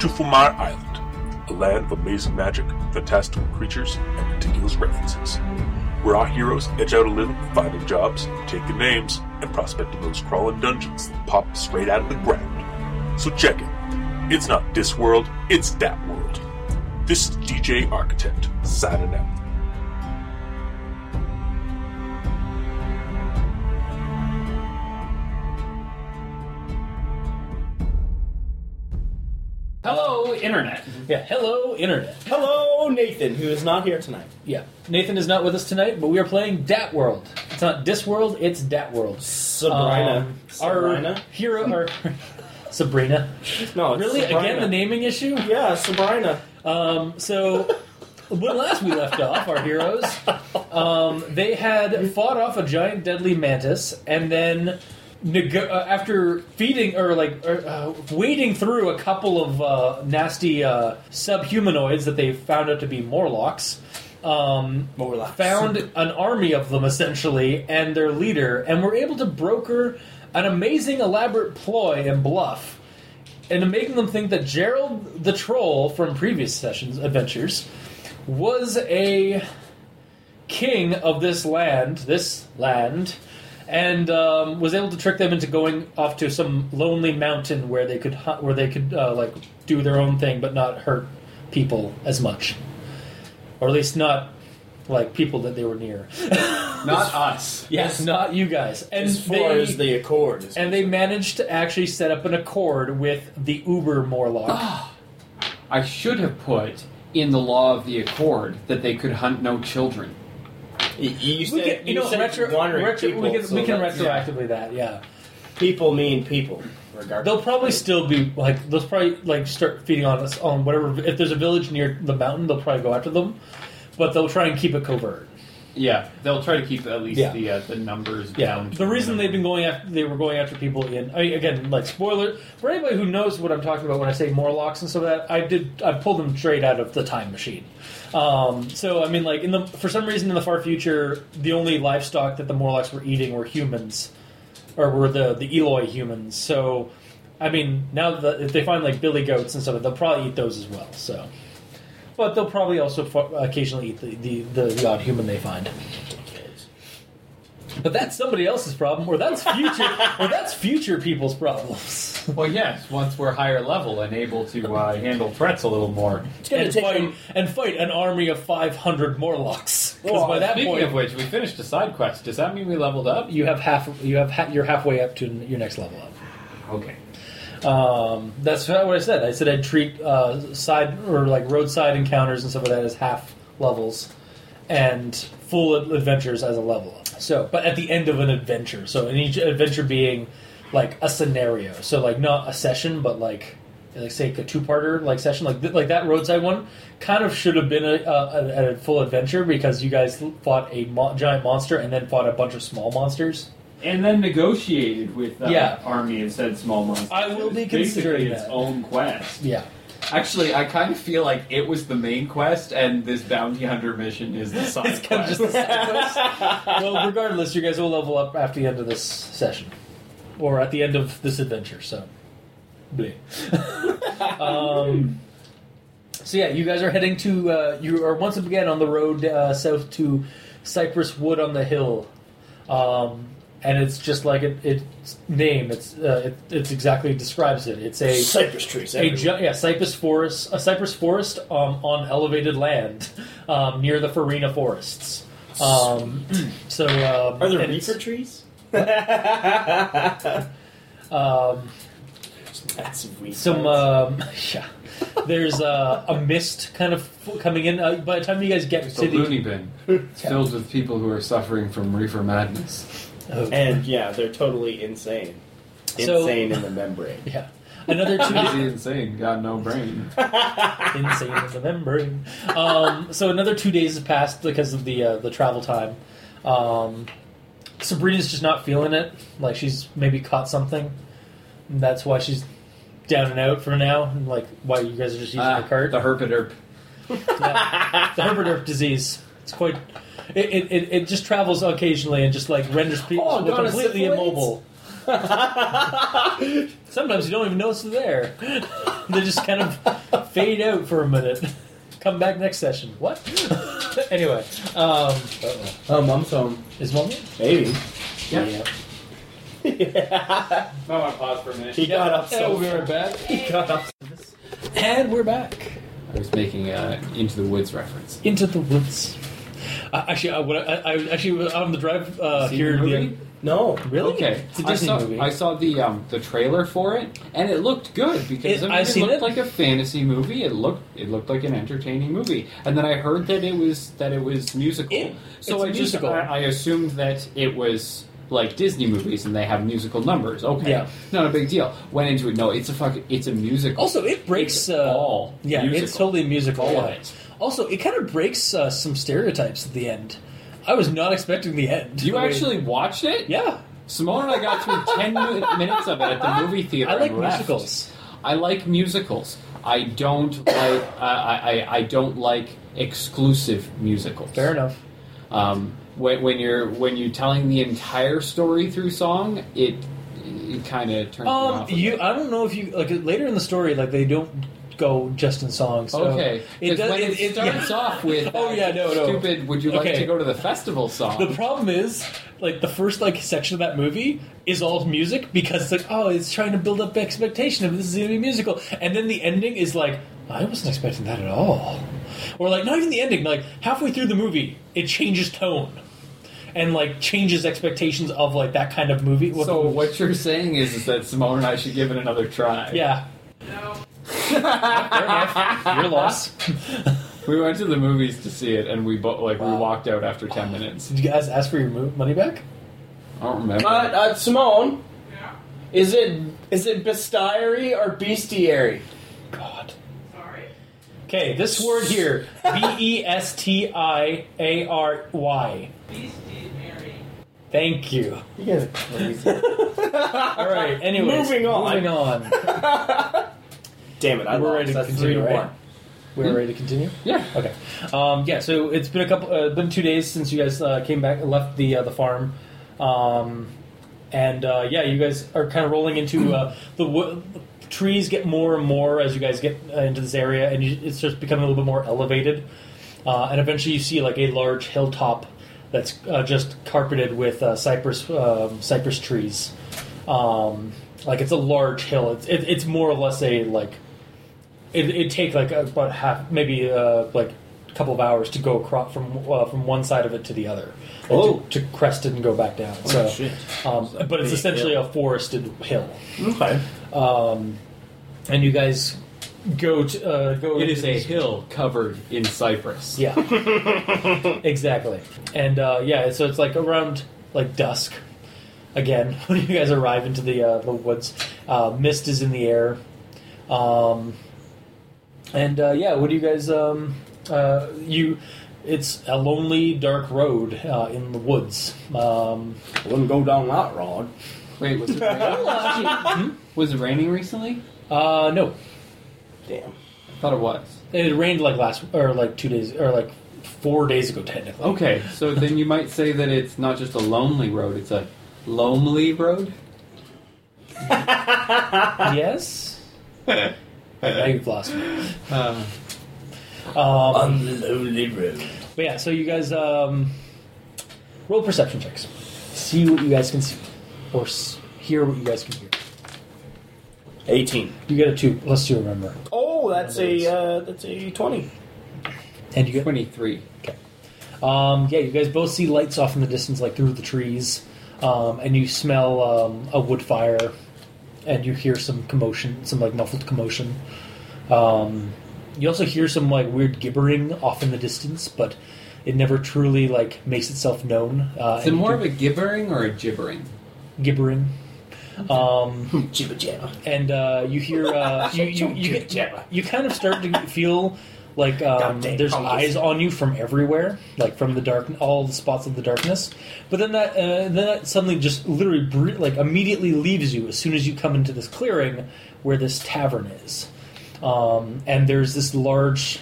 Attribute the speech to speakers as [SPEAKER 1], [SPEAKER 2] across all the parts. [SPEAKER 1] to Fumar Island, a land of amazing magic, fantastical creatures, and ridiculous references, where our heroes edge out a living finding jobs, taking names, and prospecting those crawling dungeons that pop straight out of the ground. So check it. It's not this world, it's that world. This is DJ Architect, signing out.
[SPEAKER 2] Hello, internet.
[SPEAKER 3] Yeah.
[SPEAKER 2] Hello, internet.
[SPEAKER 3] Hello, Nathan, who is not here tonight.
[SPEAKER 2] Yeah. Nathan is not with us tonight, but we are playing Dat World. It's not Dis World, it's Dat World.
[SPEAKER 3] Sabrina.
[SPEAKER 2] Um, Our
[SPEAKER 3] Sabrina?
[SPEAKER 2] hero, our Sabrina.
[SPEAKER 3] No, it's
[SPEAKER 2] Really?
[SPEAKER 3] Sabrina.
[SPEAKER 2] Again, the naming issue?
[SPEAKER 3] Yeah, Sabrina.
[SPEAKER 2] Um, so, when last we left off, our heroes, um, they had fought off a giant deadly mantis, and then neg- uh, after feeding or like or, uh, wading through a couple of uh, nasty uh, subhumanoids that they found out to be Morlocks. Um,
[SPEAKER 3] Morlocks.
[SPEAKER 2] found an army of them essentially and their leader, and were able to broker an amazing, elaborate ploy and bluff and making them think that Gerald the troll from previous sessions adventures was a king of this land, this land, and um, was able to trick them into going off to some lonely mountain where they could hu- where they could uh, like do their own thing but not hurt people as much, or at least not like people that they were near.
[SPEAKER 4] Not us.
[SPEAKER 3] Yes.
[SPEAKER 2] not you guys. And
[SPEAKER 3] as far
[SPEAKER 2] they,
[SPEAKER 3] as the Accord is
[SPEAKER 2] and they managed to actually set up an accord with the Uber
[SPEAKER 3] Ah,
[SPEAKER 2] Morlock.
[SPEAKER 4] I should have put in the law of the accord that they could hunt no children.
[SPEAKER 3] You, you
[SPEAKER 2] we
[SPEAKER 3] said-
[SPEAKER 2] can, you
[SPEAKER 3] you
[SPEAKER 2] know,
[SPEAKER 3] said
[SPEAKER 2] retro,
[SPEAKER 3] wandering
[SPEAKER 2] retro-
[SPEAKER 3] people,
[SPEAKER 2] we can,
[SPEAKER 3] so
[SPEAKER 2] we can
[SPEAKER 3] that's-
[SPEAKER 2] retroactively that, yeah.
[SPEAKER 3] People mean people, regardless.
[SPEAKER 2] They'll probably still be like they'll probably like start feeding on us on whatever. If there's a village near the mountain, they'll probably go after them, but they'll try and keep it covert.
[SPEAKER 4] Yeah, they'll try to keep at least
[SPEAKER 2] Yeah.
[SPEAKER 4] the uh, the numbers
[SPEAKER 2] Yeah,
[SPEAKER 4] down. to
[SPEAKER 2] the
[SPEAKER 4] a
[SPEAKER 2] reason they've been
[SPEAKER 4] minimum.
[SPEAKER 2] going after they were going after people in I mean, again like spoiler for anybody who knows what I'm talking about when I say Morlocks and stuff like that I did I pulled them straight out of the time machine. Um, so I mean like in the for some reason in the far future the only livestock that the Morlocks were eating were humans or were the the Eloi humans. So I mean now that if they find like billy goats and stuff they'll probably eat those as well. So. But they'll probably also fu- occasionally eat the, the, the, the odd human they find. But that's somebody else's problem, or that's future, or that's future people's problems.
[SPEAKER 4] Well, yes, once we're higher level and able to uh, handle threats a little more.
[SPEAKER 3] It's going to
[SPEAKER 2] And
[SPEAKER 3] take
[SPEAKER 2] fight,
[SPEAKER 3] them.
[SPEAKER 2] and fight an army of 500 Morlocks. Because
[SPEAKER 3] Well,
[SPEAKER 2] by that
[SPEAKER 4] Speaking
[SPEAKER 2] point,
[SPEAKER 4] of which, we finished a side quest. Does that mean we leveled up?
[SPEAKER 2] you have half. You have ha- you're halfway up to your next level up.
[SPEAKER 4] Okay.
[SPEAKER 2] Um, that's what I said. I said I'd treat uh, side or like roadside encounters and stuff like that as half levels, and full ad- adventures as a level up. So, but at the end of an adventure, so in each adventure being like a scenario, so like not a session, but like like say a two parter like session, like th- like that roadside one kind of should have been a, a, a, a full adventure because you guys fought a mo- giant monster and then fought a bunch of small monsters.
[SPEAKER 4] And then negotiated with uh,
[SPEAKER 2] Yeah.
[SPEAKER 4] army and said small monsters.
[SPEAKER 2] I will be
[SPEAKER 4] It was
[SPEAKER 2] considering
[SPEAKER 4] basically its
[SPEAKER 2] that.
[SPEAKER 4] own quest.
[SPEAKER 2] Yeah.
[SPEAKER 4] Actually, I kind of feel like it was the main quest, and this bounty hunter mission is the side
[SPEAKER 2] It's kind of
[SPEAKER 4] quest.
[SPEAKER 2] just a side quest. well, regardless, you guys will level up after the end of this session, or at the end of this adventure. So, Bleh. um, so yeah, you guys are heading to. Uh, you are once again on the road uh, south to Cypress Wood on the hill, um, and it's just like it, its name. It's uh, it, it's exactly describes it. It's a
[SPEAKER 3] Cypress trees.
[SPEAKER 2] a
[SPEAKER 3] everywhere.
[SPEAKER 2] ju- yeah, cypress forest, a cypress forest um, on elevated land um, near the Farina forests. Um, so um,
[SPEAKER 3] Are there
[SPEAKER 2] and it's-
[SPEAKER 3] reefer trees? That's
[SPEAKER 2] Um,
[SPEAKER 3] weird.
[SPEAKER 2] some um, yeah, there's uh, a mist kind of f- coming in. Uh, by the time you guys get
[SPEAKER 4] It's
[SPEAKER 2] to
[SPEAKER 4] a
[SPEAKER 2] the
[SPEAKER 4] loony bin. It's filled with people who are suffering from reefer madness.
[SPEAKER 2] Oh,
[SPEAKER 3] and yeah, they're totally insane.
[SPEAKER 2] So-
[SPEAKER 3] Insane in the membrane.
[SPEAKER 2] yeah, another two
[SPEAKER 4] Crazy insane, got no brain.
[SPEAKER 2] insane as a membrane. Um, so another two days has passed because of the uh, the travel time. Um, Sabrina's just not feeling it. Like she's maybe caught something. And that's why she's down and out for now. And like why you guys are just using
[SPEAKER 4] Ah,
[SPEAKER 2] the cart.
[SPEAKER 4] the herpiterp.
[SPEAKER 2] Yeah. the herpetope disease. It's quite. It, it, it, it just travels occasionally and just like renders people
[SPEAKER 4] Oh, God, it's
[SPEAKER 2] completely
[SPEAKER 4] the blades.
[SPEAKER 2] immobile. Sometimes you don't even notice they're there. they just kind of fade out for a minute. Come back next session. What? anyway, um,
[SPEAKER 3] Oh, mom's home.
[SPEAKER 2] is mom? here?
[SPEAKER 3] Maybe.
[SPEAKER 4] Yeah. I want to pause for a minute.
[SPEAKER 3] He got up
[SPEAKER 2] Yeah,
[SPEAKER 3] so
[SPEAKER 2] we'll be right back.
[SPEAKER 3] He got up.
[SPEAKER 2] And we're back
[SPEAKER 4] I was making a Into the Woods reference.
[SPEAKER 2] into the woods. I, actually, I, what I, I I actually was on the drive uh,
[SPEAKER 4] See
[SPEAKER 2] here.
[SPEAKER 4] the
[SPEAKER 2] the-
[SPEAKER 4] movie?
[SPEAKER 3] No.
[SPEAKER 2] really?
[SPEAKER 4] Okay,
[SPEAKER 2] It's a
[SPEAKER 4] I
[SPEAKER 2] Disney
[SPEAKER 4] saw
[SPEAKER 2] movie.
[SPEAKER 4] I saw the um, the trailer for it, and it looked good
[SPEAKER 2] It-
[SPEAKER 4] because I mean,
[SPEAKER 2] I've
[SPEAKER 4] it
[SPEAKER 2] seen
[SPEAKER 4] looked
[SPEAKER 2] it.
[SPEAKER 4] like a fantasy movie. It looked it looked like an entertaining movie, and then I heard that it was that it was musical.
[SPEAKER 2] It-
[SPEAKER 4] so
[SPEAKER 2] it's
[SPEAKER 4] I just
[SPEAKER 2] musical.
[SPEAKER 4] I, I assumed that it was like Disney movies and they have musical numbers. Okay,
[SPEAKER 2] Yeah.
[SPEAKER 4] not a big deal. Went into it. No, it's a fuck. It's a musical.
[SPEAKER 2] Also, it breaks
[SPEAKER 4] It's
[SPEAKER 2] uh,
[SPEAKER 4] all
[SPEAKER 2] Yeah, it's
[SPEAKER 4] musical.
[SPEAKER 2] totally musical.
[SPEAKER 4] All
[SPEAKER 2] yeah.
[SPEAKER 4] of it.
[SPEAKER 2] Also, it kind of breaks uh, some stereotypes at the end. I was not expecting the end.
[SPEAKER 4] you
[SPEAKER 2] The way-
[SPEAKER 4] actually watched it?
[SPEAKER 2] Yeah,
[SPEAKER 4] Simone and I got through 10 mi- minutes of it at the movie theater.
[SPEAKER 2] I like
[SPEAKER 4] and left.
[SPEAKER 2] musicals.
[SPEAKER 4] I like musicals. I don't like. uh, I, I, I don't like exclusive musicals.
[SPEAKER 2] fair enough.
[SPEAKER 4] Um, when, when you're when you're telling the entire story through song, it it kind of turns me
[SPEAKER 2] Um,
[SPEAKER 4] off. a
[SPEAKER 2] you,
[SPEAKER 4] bit.
[SPEAKER 2] I don't know if you like later in the story, like they don't go just in songs. So
[SPEAKER 4] okay.
[SPEAKER 2] uh, it
[SPEAKER 4] 'Cause
[SPEAKER 2] does.
[SPEAKER 4] when it,
[SPEAKER 2] it- it-
[SPEAKER 4] starts
[SPEAKER 2] yeah.
[SPEAKER 4] off with
[SPEAKER 2] Oh, yeah, no, no.
[SPEAKER 4] stupid. Would you like
[SPEAKER 2] Okay.
[SPEAKER 4] to go to the festival song?
[SPEAKER 2] The problem is, like the first like section of that movie is all music because it's like, oh, it's trying to build up expectation of this is going to be musical, and then the ending is like, I wasn't expecting that at all, or like not even the ending. Like halfway through the movie, it changes tone, and like changes expectations of like that kind of movie. What-
[SPEAKER 4] so what you're saying is, is that Simone and I should give it another try.
[SPEAKER 2] yeah, fair enough. Your loss.
[SPEAKER 4] We went to the movies to see it, and we both like we
[SPEAKER 2] Wow.
[SPEAKER 4] walked out after ten minutes.
[SPEAKER 2] Did you guys ask for your mo- money back?
[SPEAKER 4] I don't remember.
[SPEAKER 3] Uh, uh, Simone. Is it is it bestiary or bestiary?
[SPEAKER 2] God. Okay, this word here, B E S T I A R Y. Thank you.
[SPEAKER 3] You guys are crazy.
[SPEAKER 2] All right. Anyways,
[SPEAKER 3] Moving on.
[SPEAKER 2] Moving on.
[SPEAKER 3] Damn it! I
[SPEAKER 2] We're
[SPEAKER 3] lost.
[SPEAKER 2] ready to
[SPEAKER 3] That's
[SPEAKER 2] continue,
[SPEAKER 3] three to
[SPEAKER 2] right?
[SPEAKER 3] one.
[SPEAKER 2] We're ready to continue.
[SPEAKER 4] yeah.
[SPEAKER 2] Okay. Um, yeah. So it's been a couple, uh, been two days since you guys uh, came back, left the uh, the farm, um, and uh, yeah, you guys are kind of rolling into uh, the, wo- the trees get more and more as you guys get uh, into this area, and you, it starts becoming a little bit more elevated, uh, and eventually you see like a large hilltop that's uh, just carpeted with uh, cypress um, cypress trees. Um, like it's a large hill. It's it, it's more or less a like it it take like about half, maybe uh, like a couple of hours to go across from uh, from one side of it to the other, and
[SPEAKER 3] Oh.
[SPEAKER 2] to, to crest it and go back down. so,
[SPEAKER 3] shit.
[SPEAKER 2] Um, but it's
[SPEAKER 3] big
[SPEAKER 2] essentially
[SPEAKER 3] hill.
[SPEAKER 2] a forested hill,
[SPEAKER 3] Okay.
[SPEAKER 2] and you guys go to uh, go.
[SPEAKER 4] It
[SPEAKER 2] into
[SPEAKER 4] is a
[SPEAKER 2] these-
[SPEAKER 4] hill covered in cypress.
[SPEAKER 2] Yeah, exactly. And uh, yeah, so it's like around like dusk again when you guys arrive into the uh, the woods. Uh, mist is in the air, um, and uh, yeah, what do you guys? Um, uh, you, it's a lonely, dark road uh, in the woods. Um,
[SPEAKER 3] I wouldn't go down that road.
[SPEAKER 4] Wait, was it raining?
[SPEAKER 2] Hmm?
[SPEAKER 4] Was it raining recently?
[SPEAKER 2] uh, no,
[SPEAKER 3] Damn.
[SPEAKER 4] I thought it was.
[SPEAKER 2] it rained like last or like two days or like four days ago technically.
[SPEAKER 4] Okay, so then you might say that it's not just a lonely road; it's a lonely road.
[SPEAKER 2] yes. now you've lost me.
[SPEAKER 4] Uh,
[SPEAKER 2] Um,
[SPEAKER 3] On the lonely road.
[SPEAKER 2] But yeah, so you guys um, roll perception checks. See what you guys can see, or s- hear what you guys can hear.
[SPEAKER 3] Eighteen.
[SPEAKER 2] You get a two plus two, remember,
[SPEAKER 3] Oh, that's a uh, that's a twenty.
[SPEAKER 2] and you get
[SPEAKER 4] Twenty-three.
[SPEAKER 2] um, yeah. You guys both see lights off in the distance, like through the trees, um, and you smell um, a wood fire, and you hear some commotion, some like muffled commotion. Um, you also hear some like weird gibbering off in the distance, but it never truly like makes itself known. Uh,
[SPEAKER 4] Is it
[SPEAKER 2] and you
[SPEAKER 4] more
[SPEAKER 2] can-
[SPEAKER 4] of a gibbering or a gibbering?
[SPEAKER 2] gibbering. Um,
[SPEAKER 3] Jibba jabba.
[SPEAKER 2] and uh, you hear uh, you you you, get-
[SPEAKER 3] Jabba.
[SPEAKER 2] you kind of start to feel like um,
[SPEAKER 3] Goddamn
[SPEAKER 2] there's
[SPEAKER 3] fungus.
[SPEAKER 2] eyes on you from everywhere, like from the dark, all the spots of the darkness. But then that uh, then that suddenly just literally br- like immediately leaves you as soon as you come into this clearing where this tavern is, um, and there's this large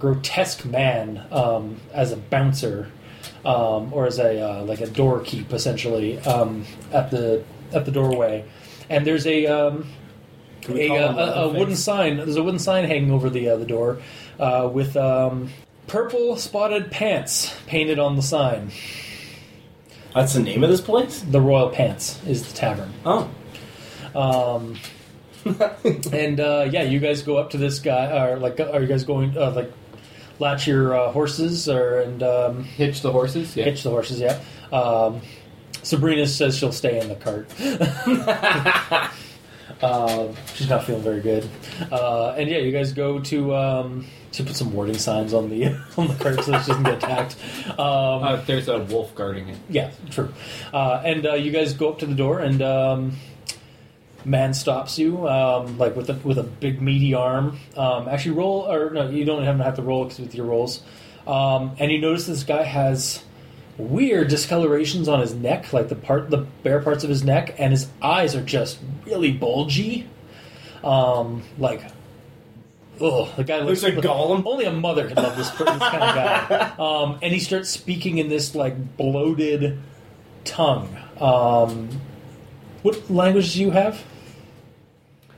[SPEAKER 2] grotesque man um, as a bouncer um, or as a uh, like a doorkeep essentially um, at the at the doorway. And there's a um,
[SPEAKER 4] Can we
[SPEAKER 2] a,
[SPEAKER 4] call
[SPEAKER 2] uh,
[SPEAKER 4] him
[SPEAKER 2] a, a
[SPEAKER 4] Leatherface?
[SPEAKER 2] wooden sign. There's a wooden sign hanging over the uh, the door uh, with um, purple spotted pants painted on the sign.
[SPEAKER 3] That's the name of this place?
[SPEAKER 2] The Royal Pants is the tavern.
[SPEAKER 3] Oh.
[SPEAKER 2] Um, and uh, yeah, you guys go up to this guy, or like, are you guys going uh, like latch your uh, horses or and um,
[SPEAKER 4] Hitch the horses. Yeah.
[SPEAKER 2] hitch the horses? Yeah. Um, Sabrina says she'll stay in the cart. Um she's not feeling very good. Uh, and yeah, you guys go to um, to put some warning signs on the on the cart so that she doesn't get attacked. Um,
[SPEAKER 4] Uh, there's a wolf guarding it.
[SPEAKER 2] yeah, true. Uh, and uh, you guys go up to the door, and um, man stops you, um, like with a, with a big meaty arm. Um, actually, roll or no, you don't have to have to roll 'cause with your rolls. Um, and you notice this guy has weird discolorations on his neck, like the part the bare parts of his neck, and his eyes are just really bulgy, um, like. Ugh, the guy looks
[SPEAKER 3] Looks like Gollum.
[SPEAKER 2] Only a mother could love this, per- this kind of guy. Um, and he starts speaking in this like bloated tongue. Um, what language do you have?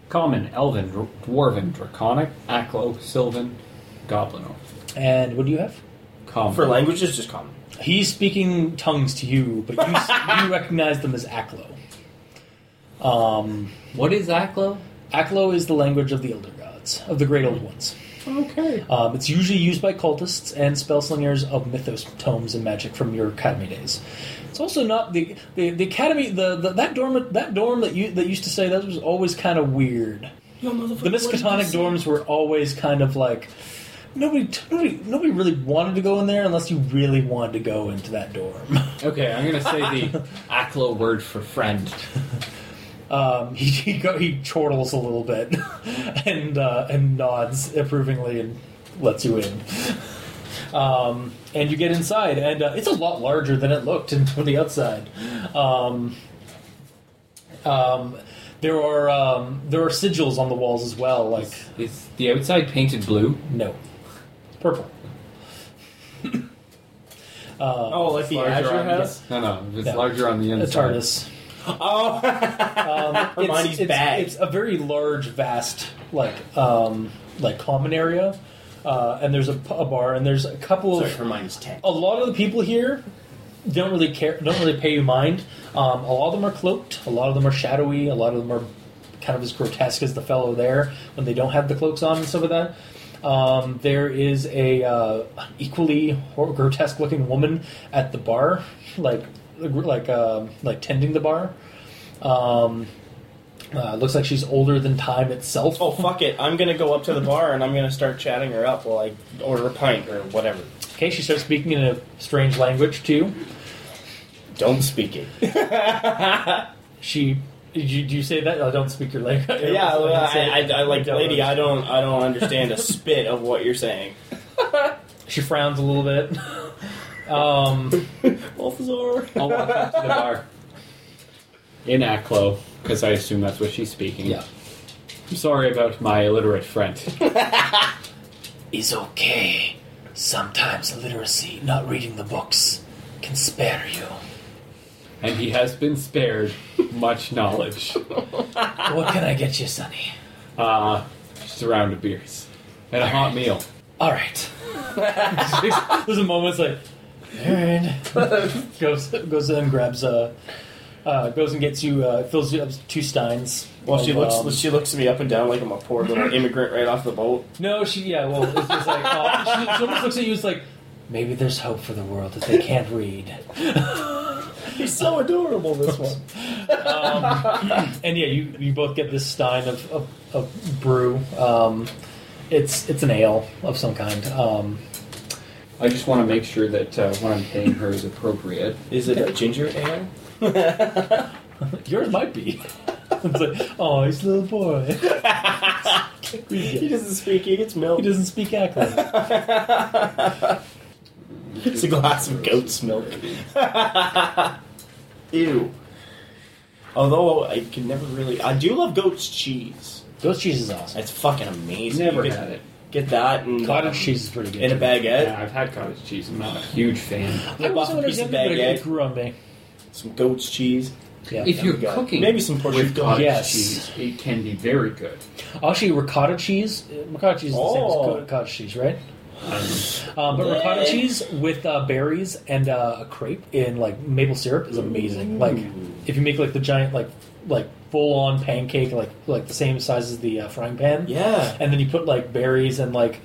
[SPEAKER 4] Common, elven, dr- dwarven, draconic, aklo, sylvan, goblin elf.
[SPEAKER 2] And what do you have?
[SPEAKER 4] Common.
[SPEAKER 3] For languages, just common.
[SPEAKER 2] He's speaking tongues to you, but you, you recognize them as Aklo. Um,
[SPEAKER 4] what is aklo?
[SPEAKER 2] Aklo is the language of the Elder Gods, of the Great Old Ones.
[SPEAKER 4] Okay.
[SPEAKER 2] Um, it's usually used by cultists and spellslingers of mythos tomes and magic from your academy days. It's also not the the, the academy the, the that dorm that dorm that you that used to say that was always kind of weird. The Miskatonic dorms were always kind of like nobody nobody nobody really wanted to go in there unless you really wanted to go into that dorm.
[SPEAKER 4] Okay, I'm gonna say the aklo word for friend.
[SPEAKER 2] Um, he he, go, he chortles a little bit and uh, and nods approvingly and lets you in. Um, and you get inside, and uh, it's a lot larger than it looked in- from the outside. Um, um, there are um, there are sigils on the walls as well, like
[SPEAKER 4] Is the outside painted blue?
[SPEAKER 2] no, it's purple.
[SPEAKER 3] Oh, like the
[SPEAKER 4] Larger
[SPEAKER 3] Azure
[SPEAKER 4] on-
[SPEAKER 3] House?
[SPEAKER 4] No, no, it's
[SPEAKER 2] Yeah.
[SPEAKER 4] larger on the
[SPEAKER 2] A
[SPEAKER 4] inside.
[SPEAKER 2] TARDIS.
[SPEAKER 3] Oh.
[SPEAKER 2] It's-
[SPEAKER 3] Hermione's
[SPEAKER 2] it's,
[SPEAKER 3] bag.
[SPEAKER 2] It's a very large, vast, like um, like common area, uh, and there's a, p- a bar, and there's a couple
[SPEAKER 3] Sorry,
[SPEAKER 2] of
[SPEAKER 3] Hermione's tent.
[SPEAKER 2] a lot of the people here don't really care, don't really pay you mind. Um, a lot of them are cloaked, a lot of them are shadowy, a lot of them are kind of as grotesque as the fellow there when they don't have the cloaks on and stuff like that. Um, there is a uh, an equally hor- grotesque-looking woman at the bar, like like um like tending the bar. Um, uh, looks like she's older than time itself.
[SPEAKER 3] Oh, fuck it. I'm gonna go up to the bar and I'm gonna start chatting her up while I order a pint or whatever.
[SPEAKER 2] Okay, she starts speaking in a strange language to you.
[SPEAKER 3] Don't speak it.
[SPEAKER 2] She. Did you, do you say that? I don't speak your language.
[SPEAKER 3] Yeah, well,
[SPEAKER 2] don't
[SPEAKER 3] I,
[SPEAKER 2] say-
[SPEAKER 3] I, I like
[SPEAKER 2] don't
[SPEAKER 3] lady. I
[SPEAKER 2] understand.
[SPEAKER 3] don't. I don't understand a spit of what you're saying.
[SPEAKER 2] She frowns a little bit. um,
[SPEAKER 3] Balthazar.
[SPEAKER 4] I'll walk up to the bar in aklo because I assume that's what she's speaking.
[SPEAKER 2] yeah.
[SPEAKER 4] I'm sorry about my illiterate friend.
[SPEAKER 2] Is okay. Sometimes literacy, not reading the books, can spare you.
[SPEAKER 4] and he has been spared much knowledge.
[SPEAKER 2] what can I get you, Sonny?
[SPEAKER 4] Uh, just a round of beers and a hot meal.
[SPEAKER 2] All right. There's a moment it's like, all right. goes goes and grabs uh, uh, goes and gets you uh, fills you up two steins.
[SPEAKER 3] Well, she
[SPEAKER 2] of,
[SPEAKER 3] looks.
[SPEAKER 2] um,
[SPEAKER 3] she looks me up and down like I'm a poor little immigrant right off the boat.
[SPEAKER 2] No, she. Yeah, well, it's, it's like oh, she, she almost looks at you. It's like maybe there's hope for the world if they can't read.
[SPEAKER 3] He's so adorable. This one.
[SPEAKER 2] Um, And yeah, you, you both get this stein of, of, of brew. Um, it's it's an ale of some kind. Um,
[SPEAKER 4] I just want to make sure that uh, what I'm paying her is appropriate.
[SPEAKER 3] Is it a ginger ale?
[SPEAKER 2] yours might be. it's like oh, he's a little boy. Can't read
[SPEAKER 3] He
[SPEAKER 2] yet.
[SPEAKER 3] doesn't speak. He gets milk.
[SPEAKER 2] He doesn't speak acronym.
[SPEAKER 3] It's a glass of goat's milk. Ew. Although I can never really. I do love goat's cheese.
[SPEAKER 2] Ghost cheese is awesome.
[SPEAKER 3] It's fucking amazing.
[SPEAKER 4] Never
[SPEAKER 3] You can-
[SPEAKER 4] had it.
[SPEAKER 3] Get that and
[SPEAKER 2] Cottage cheese is pretty good.
[SPEAKER 3] in a
[SPEAKER 2] Eh?
[SPEAKER 3] baguette.
[SPEAKER 4] Yeah, I've had cottage cheese. I'm not a huge fan.
[SPEAKER 2] I
[SPEAKER 3] Rip off
[SPEAKER 2] wasn't
[SPEAKER 3] a piece of
[SPEAKER 2] understanding, but it- it
[SPEAKER 3] baguette.
[SPEAKER 2] grew on me.
[SPEAKER 3] Some goat's cheese.
[SPEAKER 2] Yeah.
[SPEAKER 4] if you're
[SPEAKER 3] we got-
[SPEAKER 4] cooking
[SPEAKER 3] maybe some Puerto
[SPEAKER 4] with
[SPEAKER 3] Rican.
[SPEAKER 4] cottage
[SPEAKER 2] Yes.
[SPEAKER 4] cheese, it can be very good.
[SPEAKER 2] Actually, ricotta cheese. uh, Ricotta cheese is the same as
[SPEAKER 3] Oh.
[SPEAKER 2] co- cottage cheese, right? Um, but ricotta
[SPEAKER 3] Yeah.
[SPEAKER 2] cheese with uh, berries and uh, a crepe in like maple syrup is amazing. Like
[SPEAKER 3] Mm.
[SPEAKER 2] if you make like the giant like like full on pancake like like the same size as the uh, frying pan,
[SPEAKER 3] Yeah.
[SPEAKER 2] and then you put like berries and like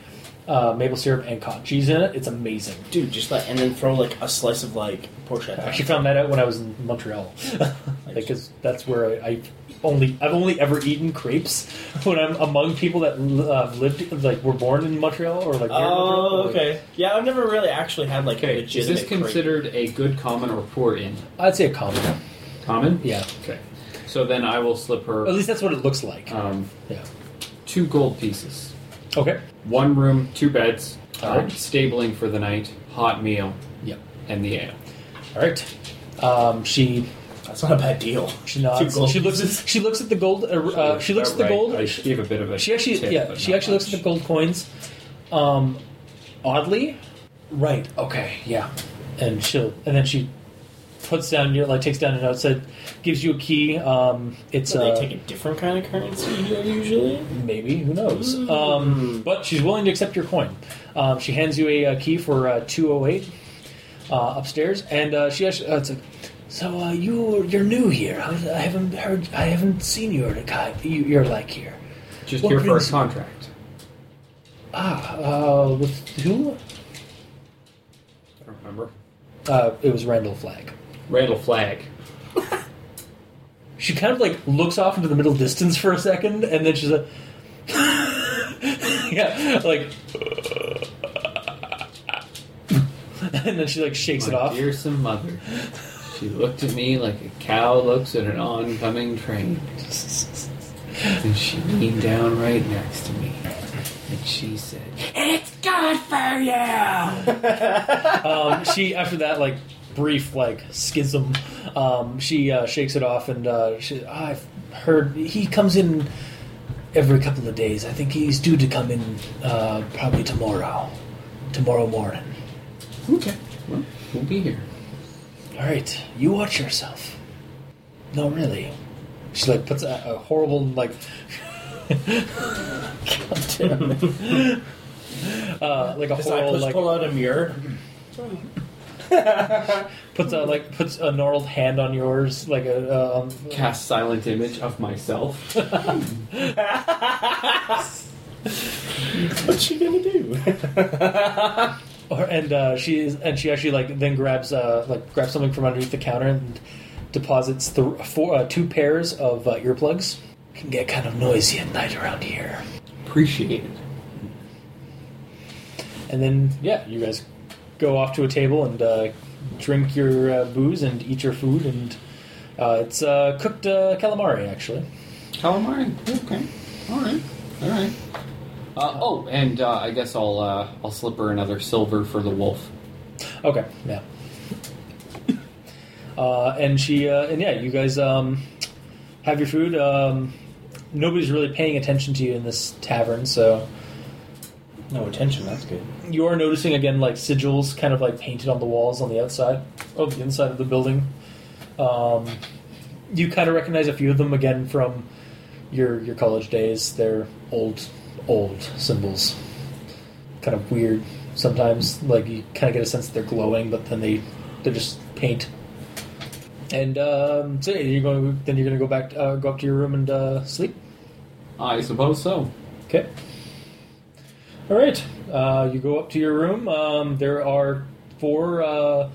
[SPEAKER 2] uh, maple syrup and cottage cheese in it. It's amazing.
[SPEAKER 3] Dude, just like, and then throw like a slice of like
[SPEAKER 2] I
[SPEAKER 3] porchetta.
[SPEAKER 2] actually found that out when I was in Montreal, because that's where I, I only I've only ever eaten crepes when I'm among people that uh, lived like were born in Montreal or like. near Montreal, or,
[SPEAKER 3] Oh,
[SPEAKER 2] like-
[SPEAKER 3] okay. Yeah, I've never really actually had like a
[SPEAKER 4] Okay, is
[SPEAKER 3] legitimate.
[SPEAKER 4] this considered a good common or poor in?
[SPEAKER 2] I'd say a common.
[SPEAKER 4] Common?
[SPEAKER 2] Yeah,
[SPEAKER 4] Okay. So then I will slip
[SPEAKER 2] at
[SPEAKER 4] her
[SPEAKER 2] least that's what it looks like.
[SPEAKER 3] Uh.
[SPEAKER 4] um,
[SPEAKER 2] yeah.
[SPEAKER 4] two gold pieces.
[SPEAKER 2] Okay.
[SPEAKER 4] One room, two beds,
[SPEAKER 2] All
[SPEAKER 4] um,
[SPEAKER 2] right.
[SPEAKER 4] stabling for the night, hot meal,
[SPEAKER 2] Yep.
[SPEAKER 4] and the ale.
[SPEAKER 2] All right. Um, she
[SPEAKER 3] crepe. That's not a bad deal.
[SPEAKER 2] she nods.
[SPEAKER 3] gold
[SPEAKER 2] She looks
[SPEAKER 3] pieces.
[SPEAKER 2] at she looks at the gold. Uh, uh, she looks at the
[SPEAKER 4] Outright,
[SPEAKER 2] gold.
[SPEAKER 4] I gave a bit of a.
[SPEAKER 2] She actually,
[SPEAKER 4] tip,
[SPEAKER 2] yeah,
[SPEAKER 4] but
[SPEAKER 2] she
[SPEAKER 4] not
[SPEAKER 2] actually looks at
[SPEAKER 4] much.
[SPEAKER 2] the gold coins. Um, oddly, right? Okay, yeah. And she'll, and then she puts down, you know, like takes down a note, said, gives you a key. Um, it's
[SPEAKER 3] So
[SPEAKER 2] uh,
[SPEAKER 3] they take a different kind of currency here usually.
[SPEAKER 2] maybe who knows? Um, but she's willing to accept your coin. Um, she hands you a, uh key for uh, two oh eight uh, upstairs, and uh, she actually, uh, it's like, so uh, you you're new here. I, I haven't heard, I haven't seen you or the guy you, you're like here.
[SPEAKER 4] Just
[SPEAKER 2] What
[SPEAKER 4] here for a
[SPEAKER 2] brings-
[SPEAKER 4] contract.
[SPEAKER 2] Ah, uh, with who?
[SPEAKER 4] I don't remember.
[SPEAKER 2] Uh, it was Randall Flagg.
[SPEAKER 4] Randall Flagg.
[SPEAKER 2] She kind of like looks off into the middle distance for a second, and then she's like, "Yeah, like," and then she like shakes
[SPEAKER 4] My
[SPEAKER 2] it off.
[SPEAKER 4] Fearsome mother. She looked at me like a cow looks at an oncoming train. And she leaned down right next to me. And she said, It's good for you!
[SPEAKER 2] Um, she after that like brief like schism, um, she uh, shakes it off, and uh, she, I've heard he comes in every couple of days. I think he's due to come in uh, probably tomorrow, tomorrow morning.
[SPEAKER 4] Okay. Well, we'll be here.
[SPEAKER 2] All right, you watch yourself. No, really. She like puts a, a horrible like. God damn it. Uh, like a
[SPEAKER 3] His I
[SPEAKER 2] horrible
[SPEAKER 3] push
[SPEAKER 2] like
[SPEAKER 3] pull out a mirror.
[SPEAKER 2] puts a like puts a gnarled hand on yours like a um,
[SPEAKER 4] Cast silent image of myself.
[SPEAKER 3] What's she gonna do?
[SPEAKER 2] or, and uh, she is and she actually like then grabs uh like grabs something from underneath the counter and deposits the four uh, two pairs of uh, earplugs. Can get kind of noisy at night around here.
[SPEAKER 4] Appreciated.
[SPEAKER 2] And then, yeah, you guys go off to a table and uh, drink your uh, booze and eat your food. And uh, it's uh, cooked uh, calamari, actually.
[SPEAKER 4] Calamari. Okay. All right. All right. Uh, oh, and uh, I guess I'll uh, I'll slip her another silver for the wolf.
[SPEAKER 2] Okay, yeah. Uh, and she, uh, and yeah, you guys um, have your food. Um, nobody's really paying attention to you in this tavern, so
[SPEAKER 3] no attention. That's good.
[SPEAKER 2] you are noticing again like sigils kind of like painted on the walls on the outside of the inside of the building. Um, you kind of recognize a few of them again from your your college days. They're old old symbols, kind of weird sometimes. Like you kind of get a sense that they're glowing, but then they they just paint. And um, so yeah, you're going to, then you're going to go back uh, go up to your room and uh, sleep.
[SPEAKER 4] I suppose so.
[SPEAKER 2] Okay. All right. Uh, you go up to your room. Um, there are four uh,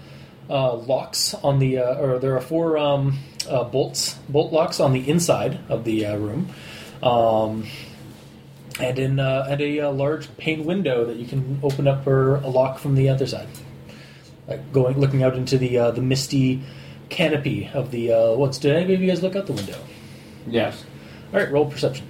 [SPEAKER 2] uh, locks on the, uh, or there are four um, uh, bolts, bolt locks on the inside of the uh, room, um, and in uh, and a uh, large pane window that you can open up for a lock from the other side, like going looking out into the uh, the misty canopy of the. Uh, what's did any of you guys look out the window?
[SPEAKER 4] Yes.
[SPEAKER 2] All right, roll perception.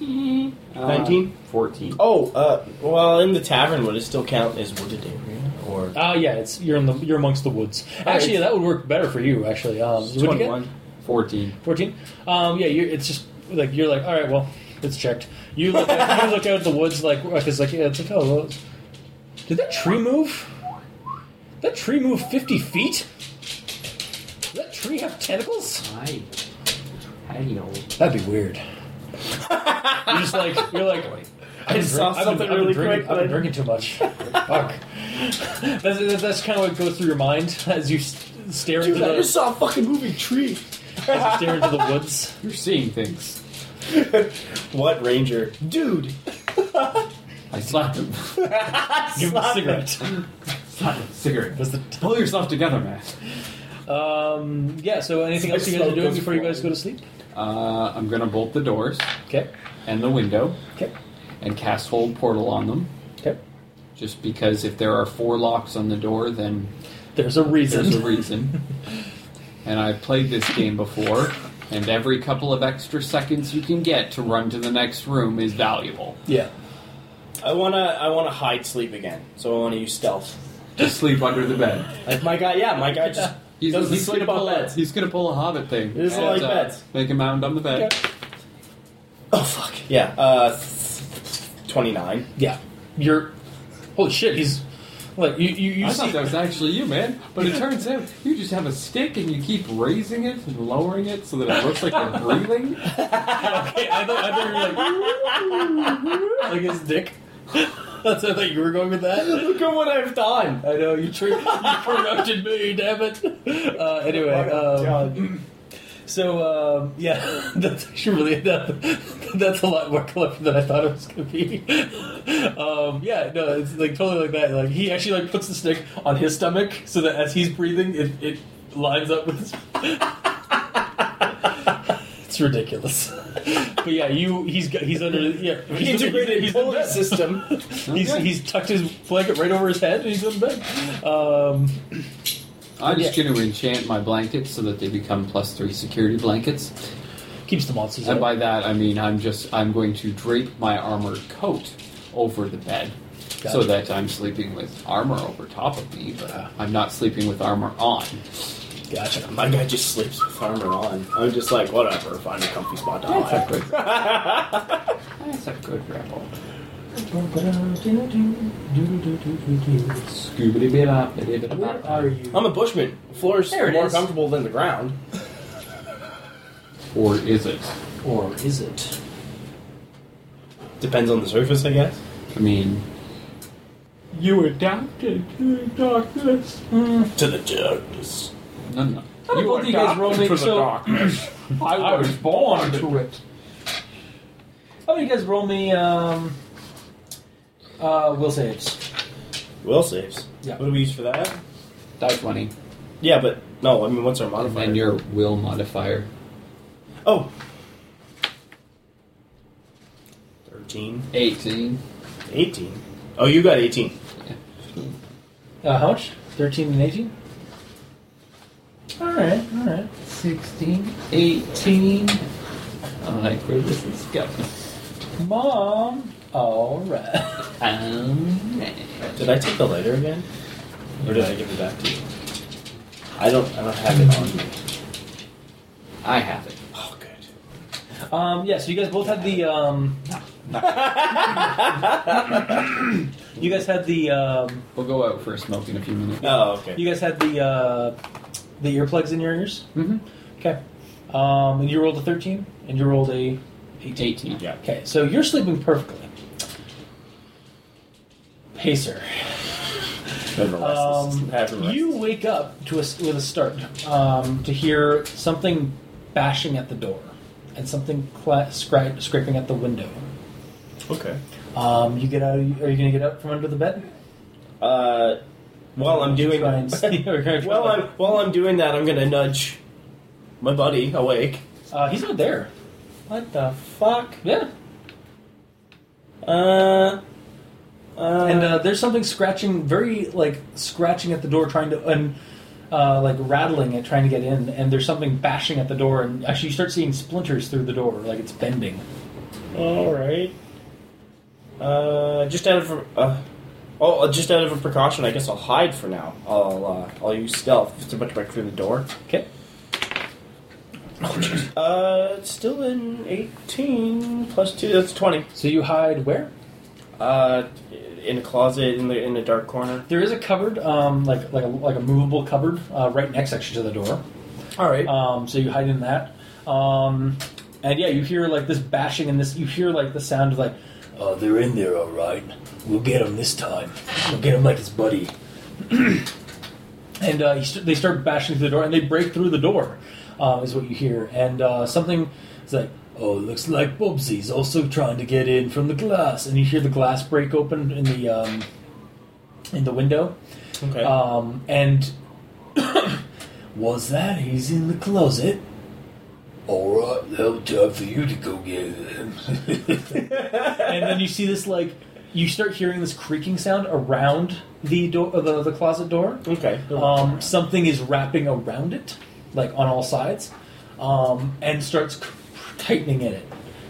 [SPEAKER 4] Uh,
[SPEAKER 3] 19?
[SPEAKER 4] 14.
[SPEAKER 3] Oh, uh, well, in the tavern, would it still count as wooded area or
[SPEAKER 2] Ah, yeah, it's you're in the you're amongst the woods. Actually,
[SPEAKER 3] it's-
[SPEAKER 2] that would work better for you. Actually, um, what'd you get?
[SPEAKER 3] 21?
[SPEAKER 4] 14.
[SPEAKER 2] Fourteen. Um, yeah, you it's just like you're like, all right, well, It's checked. You look out, you look out the woods like because like yeah, it's like oh well, did that tree move? That tree moved fifty feet. Does that tree have tentacles?
[SPEAKER 4] I, I know.
[SPEAKER 2] That'd be weird. you're just like you're like. I
[SPEAKER 3] just saw something really
[SPEAKER 2] drinking,
[SPEAKER 3] quick,
[SPEAKER 2] I've been
[SPEAKER 3] but-
[SPEAKER 2] drinking too much. Fuck. That's, that's kind of what goes through your mind as you s- stare into
[SPEAKER 3] Dude, I just
[SPEAKER 2] the
[SPEAKER 3] saw a fucking moving tree.
[SPEAKER 2] stare into the woods.
[SPEAKER 4] You're seeing things.
[SPEAKER 3] What ranger? Dude.
[SPEAKER 4] I slapped him.
[SPEAKER 2] Give him a
[SPEAKER 3] Slap it.
[SPEAKER 2] cigarette.
[SPEAKER 4] Slap him. Cigarette.
[SPEAKER 2] That's the
[SPEAKER 4] Pull yourself together, man.
[SPEAKER 2] Um, yeah, so anything else you guys are doing before you guys go to sleep?
[SPEAKER 4] Uh, I'm gonna bolt the doors
[SPEAKER 2] Okay.
[SPEAKER 4] and the window
[SPEAKER 2] Okay.
[SPEAKER 4] and cast hold portal on them.
[SPEAKER 2] Okay.
[SPEAKER 4] Just because if there are four locks on the door, then
[SPEAKER 2] There's a reason.
[SPEAKER 4] There's a reason. and I've played this game before, and every couple of extra seconds you can get to run to the next room is valuable.
[SPEAKER 2] yeah.
[SPEAKER 3] I wanna I wanna hide sleep again. So I wanna use stealth.
[SPEAKER 4] Just sleep under the bed.
[SPEAKER 3] Like my guy, yeah, my guy just
[SPEAKER 4] He's,
[SPEAKER 3] doesn't
[SPEAKER 4] he's
[SPEAKER 3] sleep
[SPEAKER 4] gonna
[SPEAKER 3] on
[SPEAKER 4] pull
[SPEAKER 3] beds.
[SPEAKER 4] A, he's gonna pull a hobbit thing.
[SPEAKER 3] He doesn't
[SPEAKER 4] and,
[SPEAKER 3] like
[SPEAKER 4] uh,
[SPEAKER 3] beds.
[SPEAKER 4] Make a mound on the bed.
[SPEAKER 2] Okay.
[SPEAKER 3] Oh fuck. Yeah. Uh, twenty nine.
[SPEAKER 2] Yeah. You're. Holy shit, he's. Like, you, you, you
[SPEAKER 4] I
[SPEAKER 2] see.
[SPEAKER 4] thought that was actually you, man. But it turns out you just have a stick and you keep raising it and lowering it so that it looks like you're breathing.
[SPEAKER 2] okay, I thought, I thought you were like. like his dick. That's I thought you were going with that.
[SPEAKER 3] Look at what I've done.
[SPEAKER 2] I know, you, tre- you corrupted me, damn it. Uh, anyway. Um, So um, yeah, that's actually really that, that's a lot more clever than I thought it was going to be. Um, yeah, no, it's like totally like that. Like he actually like puts the stick on his stomach so that as he's breathing, it, it lines up with. His... it's ridiculous, but yeah, you he's got, he's under yeah he's
[SPEAKER 3] Integrated
[SPEAKER 2] he's,
[SPEAKER 3] pulley
[SPEAKER 2] he's,
[SPEAKER 3] system.
[SPEAKER 2] he's, he's tucked his blanket right over his head and he's in bed. Um,
[SPEAKER 4] I'm just going to enchant my blankets so that they become plus three security blankets.
[SPEAKER 2] keeps the monsters.
[SPEAKER 4] And
[SPEAKER 2] out.
[SPEAKER 4] by that I mean I'm just I'm going to drape my armored coat over the bed. So
[SPEAKER 2] Gotcha.
[SPEAKER 4] that I'm sleeping with armor over top of me, but I'm not sleeping with armor on.
[SPEAKER 2] Gotcha.
[SPEAKER 3] My guy just sleeps with armor on. I'm just like, whatever. Find a comfy spot to
[SPEAKER 4] That's a
[SPEAKER 3] hide.
[SPEAKER 4] good. that's a good rebel.
[SPEAKER 2] Where
[SPEAKER 4] Scoobity
[SPEAKER 2] are you?
[SPEAKER 3] I'm a bushman. Floor's
[SPEAKER 2] There it
[SPEAKER 3] more
[SPEAKER 2] is.
[SPEAKER 3] comfortable than the ground.
[SPEAKER 4] Or is it?
[SPEAKER 2] Or is it?
[SPEAKER 3] Depends on the surface, I guess.
[SPEAKER 4] I mean, you adapted to the darkness.
[SPEAKER 3] To the darkness.
[SPEAKER 4] No, no.
[SPEAKER 2] You
[SPEAKER 4] You,
[SPEAKER 2] are
[SPEAKER 4] you guys roll
[SPEAKER 2] adapted
[SPEAKER 4] make
[SPEAKER 2] to the
[SPEAKER 4] so I was born
[SPEAKER 2] to it. How about you guys roll me um, uh, will saves?
[SPEAKER 3] Will saves.
[SPEAKER 2] Yeah.
[SPEAKER 3] What do we use for that?
[SPEAKER 4] die twenty,
[SPEAKER 3] Yeah, but no. I mean, what's our
[SPEAKER 4] and
[SPEAKER 3] modifier?
[SPEAKER 4] then your will modifier.
[SPEAKER 3] oh. Thirteen.
[SPEAKER 4] 18.
[SPEAKER 3] 18. Oh, you got 18.
[SPEAKER 2] Uh, how much? 13 and 18? Alright, alright.
[SPEAKER 4] 16, 18. I'm like, where does this go?
[SPEAKER 2] Mom! Alright.
[SPEAKER 4] Um,
[SPEAKER 3] Did I take the lighter again? Or did I give it back to you? I don't I don't have it on me.
[SPEAKER 4] I have it.
[SPEAKER 3] Oh good.
[SPEAKER 2] Um, yeah, so you guys both had the. Um, you guys had the. Um,
[SPEAKER 4] We'll go out for a smoke in a few minutes.
[SPEAKER 3] Oh okay.
[SPEAKER 2] you guys had the. Uh, the earplugs in your ears?
[SPEAKER 4] Mm-hmm.
[SPEAKER 2] Okay. Um, and you rolled a 13, and you rolled a
[SPEAKER 4] 18.
[SPEAKER 3] Yeah.
[SPEAKER 2] Okay, so you're sleeping perfectly. Pacer. Um, you wake up to a, with a start um, to hear something bashing at the door and something cla- scra- scraping at the window.
[SPEAKER 3] okay.
[SPEAKER 2] Um, you get out. Are you going to get up from under the bed?
[SPEAKER 3] Uh while I'm doing
[SPEAKER 2] Try and see- we're gonna try
[SPEAKER 3] while
[SPEAKER 2] that.
[SPEAKER 3] I'm while I'm doing that I'm gonna nudge my buddy awake.
[SPEAKER 2] Uh, he's not there.
[SPEAKER 3] What the fuck?
[SPEAKER 2] Yeah,
[SPEAKER 3] Uh uh,
[SPEAKER 2] and uh, there's something scratching, very like scratching at the door, trying to and uh, like rattling it, trying to get in. And there's something bashing at the door, and actually you start seeing splinters through the door, like it's bending.
[SPEAKER 3] all right. Uh, just out of uh, oh, just out of a precaution, I guess I'll hide for now. I'll uh, I'll use stealth to break through the door.
[SPEAKER 2] Okay.
[SPEAKER 3] Uh, it's still in 18 plus 2. That's 20.
[SPEAKER 2] So you hide where?
[SPEAKER 3] Uh, in a closet in the in a dark corner.
[SPEAKER 2] There is a cupboard, um, like like a, like a movable cupboard, uh, right next actually to the door.
[SPEAKER 3] All right.
[SPEAKER 2] Um, so you hide in that, um, and yeah, you hear like this bashing and this. You hear like the sound of like, oh, they're in there, all right. We'll get them this time. We'll get them like his buddy. and uh, he st- they start bashing through the door, and they break through the door, uh, is what you hear. And uh, something is like, oh, looks like Bubsy's also trying to get in from the glass. And you hear the glass break open in the um, in the window.
[SPEAKER 3] Okay. Uh,
[SPEAKER 2] Um, and was that he's in the closet? All right, now time for you to go get him. and then you see this like you start hearing this creaking sound around the door, the, the closet door.
[SPEAKER 3] okay.
[SPEAKER 2] Um, something is wrapping around it, like on all sides, um, and starts c- tightening in it.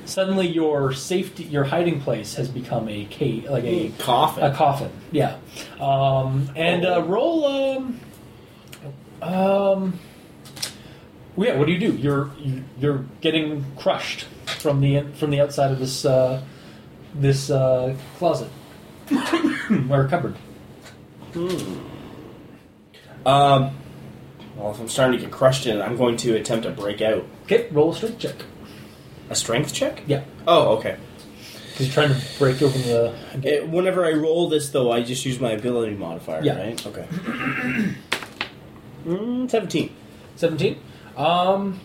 [SPEAKER 2] Suddenly, your safety, your hiding place, has become a cave, like a
[SPEAKER 3] coffin.
[SPEAKER 2] a coffin, yeah. Um, and uh, roll. Um, um, well, yeah. What do you do? You're you- you're getting crushed from the in- from the outside of this uh, this uh, closet or cupboard.
[SPEAKER 3] um, well, if I'm starting to get crushed in, it, I'm going to attempt to break out.
[SPEAKER 2] Okay, roll a strength check.
[SPEAKER 3] A strength check?
[SPEAKER 2] Yeah,
[SPEAKER 3] Oh, okay.
[SPEAKER 2] because you're trying to break open the.
[SPEAKER 3] It, whenever I roll this, though, I just use my ability modifier,
[SPEAKER 2] Yeah.
[SPEAKER 3] right? Okay. mm, 17.
[SPEAKER 2] 17 um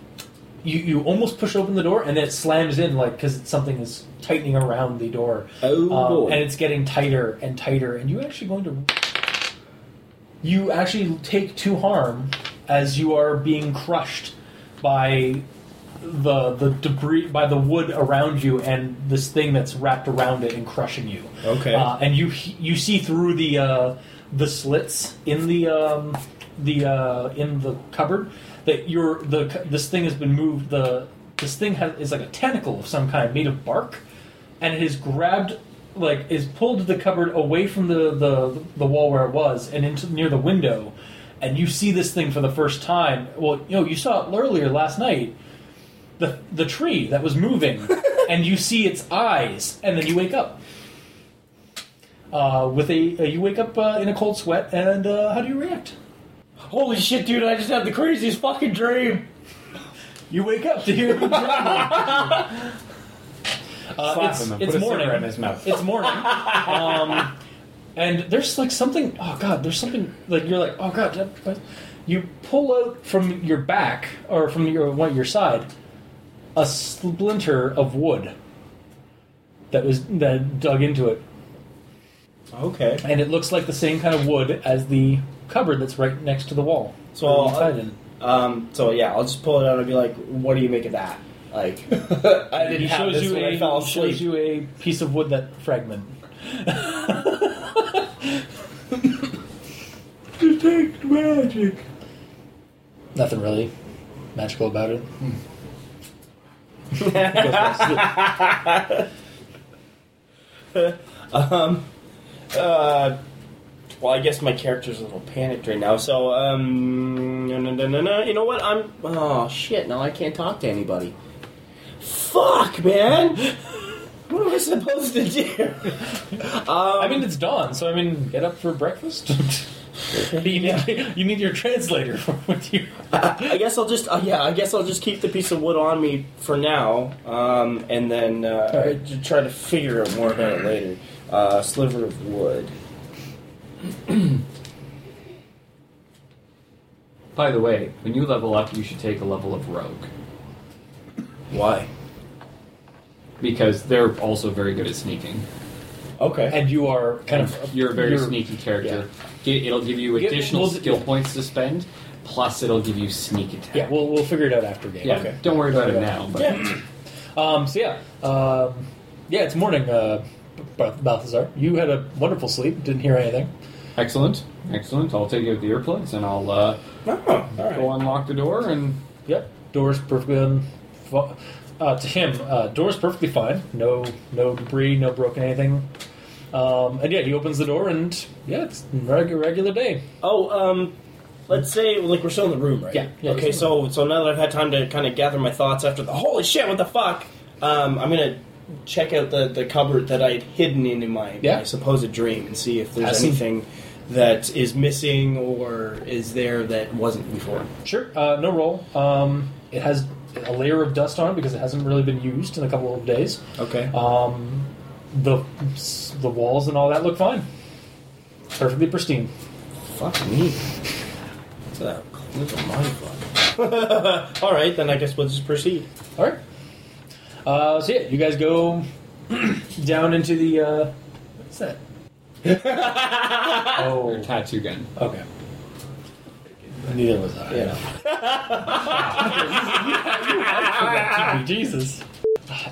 [SPEAKER 2] you you almost push open the door and then it slams in like because something is tightening around the door
[SPEAKER 3] Oh,
[SPEAKER 2] Um,
[SPEAKER 3] boy.
[SPEAKER 2] and it's getting tighter and tighter and you actually going to you actually take two harm as you are being crushed by the the debris by the wood around you and this thing that's wrapped around it and crushing you
[SPEAKER 3] Okay.
[SPEAKER 2] uh, and you you see through the uh, the slits in the um, the uh, in the cupboard that your the cu- this thing has been moved. The this thing has, is like a tentacle of some kind made of bark, and it has grabbed like is pulled the cupboard away from the the, the wall where it was and into near the window. And you see this thing for the first time. Well, you know, you saw it earlier last night the the tree that was moving, and you see its eyes, and then you wake up. Uh, with a uh, you wake up uh, in a cold sweat, and uh, how do you react?
[SPEAKER 5] Holy shit, dude! I just had the craziest fucking dream.
[SPEAKER 2] You wake up to hear. the dragon. Uh,
[SPEAKER 5] Slap
[SPEAKER 2] it's
[SPEAKER 5] him and
[SPEAKER 2] it's
[SPEAKER 5] put a
[SPEAKER 2] morning.
[SPEAKER 5] cigarette in his mouth.
[SPEAKER 2] It's morning. Um, and there's like something. Oh god, there's something like you're like oh god. that- what? You pull out from your back or from your one your side a splinter of wood that was that dug into it,
[SPEAKER 3] Okay.
[SPEAKER 2] and it looks like the same kind of wood as the cupboard that's right next to the wall.
[SPEAKER 3] So
[SPEAKER 2] Or
[SPEAKER 3] I'll-
[SPEAKER 2] inside it.
[SPEAKER 3] Um, so yeah, I'll just pull it out and be like, "What do you make of that?" Like, I didn't
[SPEAKER 2] he
[SPEAKER 3] have
[SPEAKER 2] shows
[SPEAKER 3] this
[SPEAKER 2] you
[SPEAKER 3] when
[SPEAKER 2] a
[SPEAKER 3] I fell
[SPEAKER 2] he shows
[SPEAKER 3] asleep.
[SPEAKER 2] you a piece of wood that fragment.
[SPEAKER 5] Detect magic.
[SPEAKER 2] Nothing really magical about it.
[SPEAKER 3] um, uh, well, I guess my character's a little panicked right now. So, um, no, no, no, no, no. You know what? I'm. Oh shit! No, I can't talk to anybody. Fuck, man. What am I supposed to do? Um,
[SPEAKER 2] I mean, it's dawn, so I mean, get up for breakfast. you, need, you need your translator for with you.
[SPEAKER 3] I guess I'll just uh, yeah. I guess I'll just keep the piece of wood on me for now, um, and then uh,
[SPEAKER 2] All right.
[SPEAKER 3] j- try to figure out more about it later. Uh, sliver of wood.
[SPEAKER 4] By the way, when you level up, you should take a level of rogue
[SPEAKER 3] Why?
[SPEAKER 4] because they're also very good at sneaking.
[SPEAKER 3] Okay.
[SPEAKER 2] And you are kind of
[SPEAKER 4] You're a very sneaky character. Gi- It'll give you
[SPEAKER 2] Yeah,
[SPEAKER 4] additional
[SPEAKER 2] well,
[SPEAKER 4] skill
[SPEAKER 2] yeah.
[SPEAKER 4] points to spend, plus it'll give you sneak attack.
[SPEAKER 2] Yeah, we'll we'll figure it out after game.
[SPEAKER 4] Yeah,
[SPEAKER 3] Okay.
[SPEAKER 4] Don't worry about it now. But
[SPEAKER 2] Yeah. Um. So yeah. Um. Yeah. It's morning. Uh. Ba- Balthazar, you had a wonderful sleep. Didn't hear anything.
[SPEAKER 4] excellent, excellent. I'll take out the earplugs and I'll uh,
[SPEAKER 3] Oh, all right.
[SPEAKER 4] go unlock the door and
[SPEAKER 2] Yep. Doors perfectly un- fu- uh, to him. Uh, doors perfectly fine. No, no debris. No broken anything. Um, and yeah, he opens the door, and yeah, it's a regular, regular day.
[SPEAKER 3] Oh, um, let's say like we're still in the room, right?
[SPEAKER 2] Yeah, yeah,
[SPEAKER 3] okay,
[SPEAKER 2] we're still
[SPEAKER 3] so so now that I've had time to kind of gather my thoughts after the holy shit, what the fuck? Um, I'm gonna check out the, the cupboard that I'd hidden in in my,
[SPEAKER 2] Yeah.
[SPEAKER 3] my supposed dream and see if there's
[SPEAKER 2] Has some-
[SPEAKER 3] anything that is missing or is there that wasn't before.
[SPEAKER 2] Sure. Uh, no roll. Um, it has a layer of dust on it because it hasn't really been used in a couple of days.
[SPEAKER 3] Okay.
[SPEAKER 2] Um, the the walls and all that look fine, perfectly pristine.
[SPEAKER 3] Fuck me. That's a, that's a mind fuck. All right, then I guess we'll just proceed.
[SPEAKER 2] All right. Uh, so yeah, you guys go down into the uh, what's that?
[SPEAKER 4] Or
[SPEAKER 2] oh,
[SPEAKER 4] tattoo gun.
[SPEAKER 2] okay. Neither was I.
[SPEAKER 3] Yeah.
[SPEAKER 2] Jesus.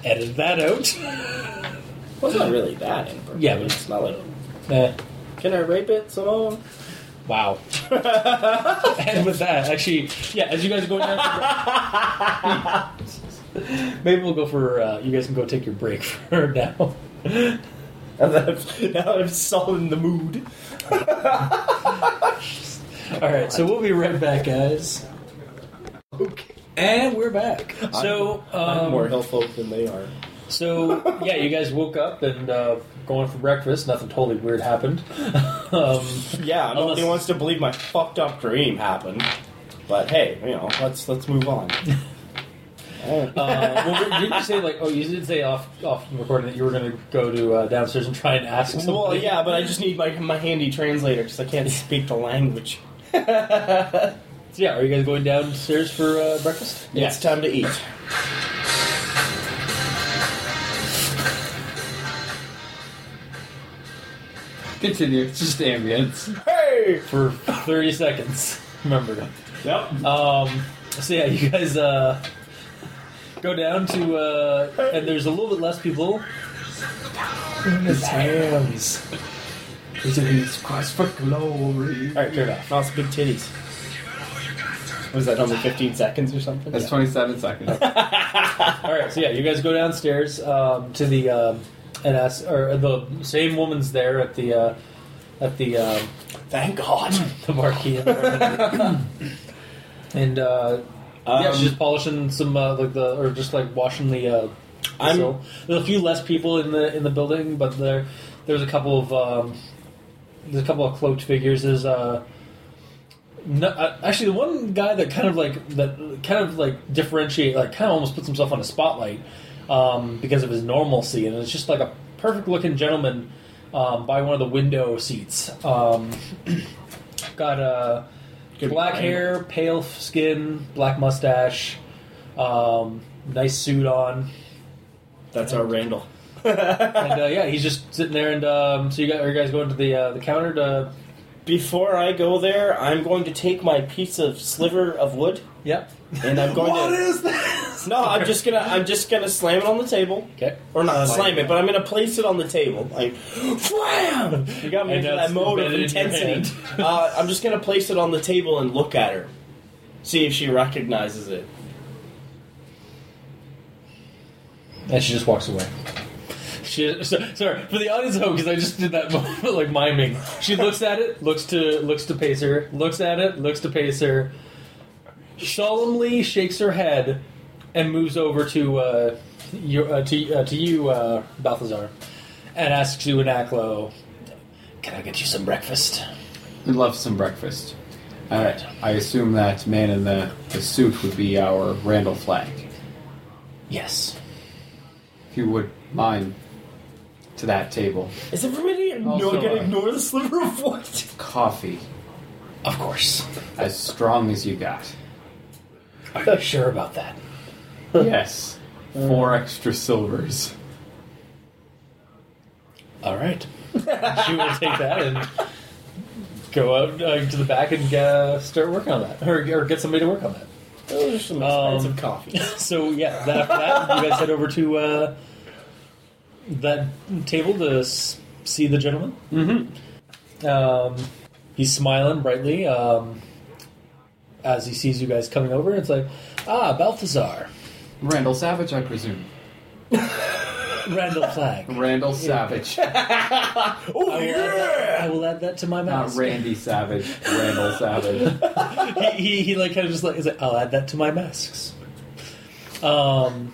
[SPEAKER 2] Edit that out.
[SPEAKER 3] Well, it's not really that inappropriate.
[SPEAKER 2] Yeah, but-
[SPEAKER 3] it's not like,
[SPEAKER 2] Eh,
[SPEAKER 3] can I rape it? So
[SPEAKER 2] wow. and with that, actually, yeah, as you guys are going down. Maybe we'll go for. Uh, you guys can go take your break for now.
[SPEAKER 3] now that I've, now that I've softened the mood.
[SPEAKER 2] All right, so we'll be right back, guys.
[SPEAKER 3] Okay.
[SPEAKER 2] And we're back. So,
[SPEAKER 3] I'm
[SPEAKER 2] um,
[SPEAKER 3] more helpful than they are.
[SPEAKER 2] so yeah, you guys woke up and uh, going for breakfast. Nothing totally weird happened. um,
[SPEAKER 3] Yeah, nobody
[SPEAKER 2] Unless-
[SPEAKER 3] wants to believe my fucked up dream happened. But hey, you know, let's let's move on.
[SPEAKER 2] uh, well, didn't you say like? Oh, you did say off off recording that you were going to go to uh, downstairs and try and ask somebody.
[SPEAKER 3] well, yeah, but I just need my my handy translator because I can't speak the language.
[SPEAKER 2] So, yeah, are you guys going downstairs for uh, breakfast?
[SPEAKER 3] It's time to eat.
[SPEAKER 4] Continue. It's just ambience.
[SPEAKER 3] Hey.
[SPEAKER 2] For thirty seconds. Remember.
[SPEAKER 3] Yep.
[SPEAKER 2] Um, so yeah, you guys uh, go down to uh, and there's a little bit less people. His hams.
[SPEAKER 4] He's in his quest for glory.
[SPEAKER 3] All right, turn it off. Lots of big titties. Was that only 15 seconds or something?
[SPEAKER 4] That's
[SPEAKER 3] Yeah.
[SPEAKER 4] 27 seconds.
[SPEAKER 2] All right, so yeah, you guys go downstairs um, to the um, and ask, or the same woman's there at the uh, at the um,
[SPEAKER 3] Thank God.
[SPEAKER 2] the marquee, and uh, yeah, she's
[SPEAKER 3] Um,
[SPEAKER 2] just polishing some uh, like the or just like washing the. Uh,
[SPEAKER 3] I'm-
[SPEAKER 2] so there's a few less people in the in the building, but there there's a couple of um, there's a couple of cloaked figures. There's uh, no, uh, actually the one guy that kind of like that kind of like differentiate like kind of almost puts himself on a spotlight um, because of his normalcy, and it's just like a perfect looking gentleman um, by one of the window seats. Um, got uh,
[SPEAKER 3] Good
[SPEAKER 2] black
[SPEAKER 3] brain.
[SPEAKER 2] hair, pale f- skin, black mustache, um, nice suit on
[SPEAKER 3] That's our Randall.
[SPEAKER 2] and uh, yeah, he's just sitting there. And um, so you got are you guys going to the uh, the counter to?
[SPEAKER 3] Before I go there, I'm going to take my piece of sliver of wood,
[SPEAKER 2] Yeah.
[SPEAKER 3] and I'm going to.
[SPEAKER 2] this?
[SPEAKER 3] No, I'm just gonna I'm just gonna slam it on the table.
[SPEAKER 2] Okay.
[SPEAKER 3] Or not slam it, but I'm gonna place it on the table. Like wham! You got me
[SPEAKER 2] I
[SPEAKER 3] into
[SPEAKER 2] know,
[SPEAKER 3] that
[SPEAKER 2] it's
[SPEAKER 3] mode of
[SPEAKER 2] embedded in your
[SPEAKER 3] intensity. uh, I'm just gonna place it on the table and look at her. See if she recognizes it.
[SPEAKER 2] And she just walks away. She so, sorry for the audience at home because I just did that moment, like miming. She looks at it, looks to looks to Pacer, looks at it, looks to Pacer, solemnly shakes her head, and moves over to uh, you uh, to, uh, to you uh, Balthazar, and asks you in Aklo, "Can I get you some breakfast?"
[SPEAKER 4] We'd love some breakfast. Uh,
[SPEAKER 2] Alright.
[SPEAKER 4] I assume that man in the, the suit would be our Randall Flag.
[SPEAKER 2] Yes.
[SPEAKER 4] If you would mind to that table.
[SPEAKER 3] Is everybody
[SPEAKER 4] Also,
[SPEAKER 3] no, gonna
[SPEAKER 4] uh,
[SPEAKER 3] ignore the sliver of wood?
[SPEAKER 4] Coffee.
[SPEAKER 2] Of course.
[SPEAKER 4] As strong as you got.
[SPEAKER 2] Are you sure about that?
[SPEAKER 4] Yes. Four extra silvers.
[SPEAKER 2] All right. she will take that and go out uh, to the back and uh, start working on that, or, or get somebody to work on that.
[SPEAKER 3] Those are some
[SPEAKER 2] Um,
[SPEAKER 3] expensive coffee.
[SPEAKER 2] So yeah, that, after that, you guys head over to uh, that table to s- see the gentleman. Mm-hmm. Um, he's smiling brightly um, as he sees you guys coming over. It's like, ah, Balthazar.
[SPEAKER 4] Randall Savage, I presume.
[SPEAKER 2] Randall Flagg.
[SPEAKER 4] Randall Savage.
[SPEAKER 2] I, will add, I will add that to my
[SPEAKER 4] Not
[SPEAKER 2] mouse.
[SPEAKER 4] Randy Savage. Randall Savage.
[SPEAKER 2] he, he, he like kind of just like is like I'll add that to my masks. Um,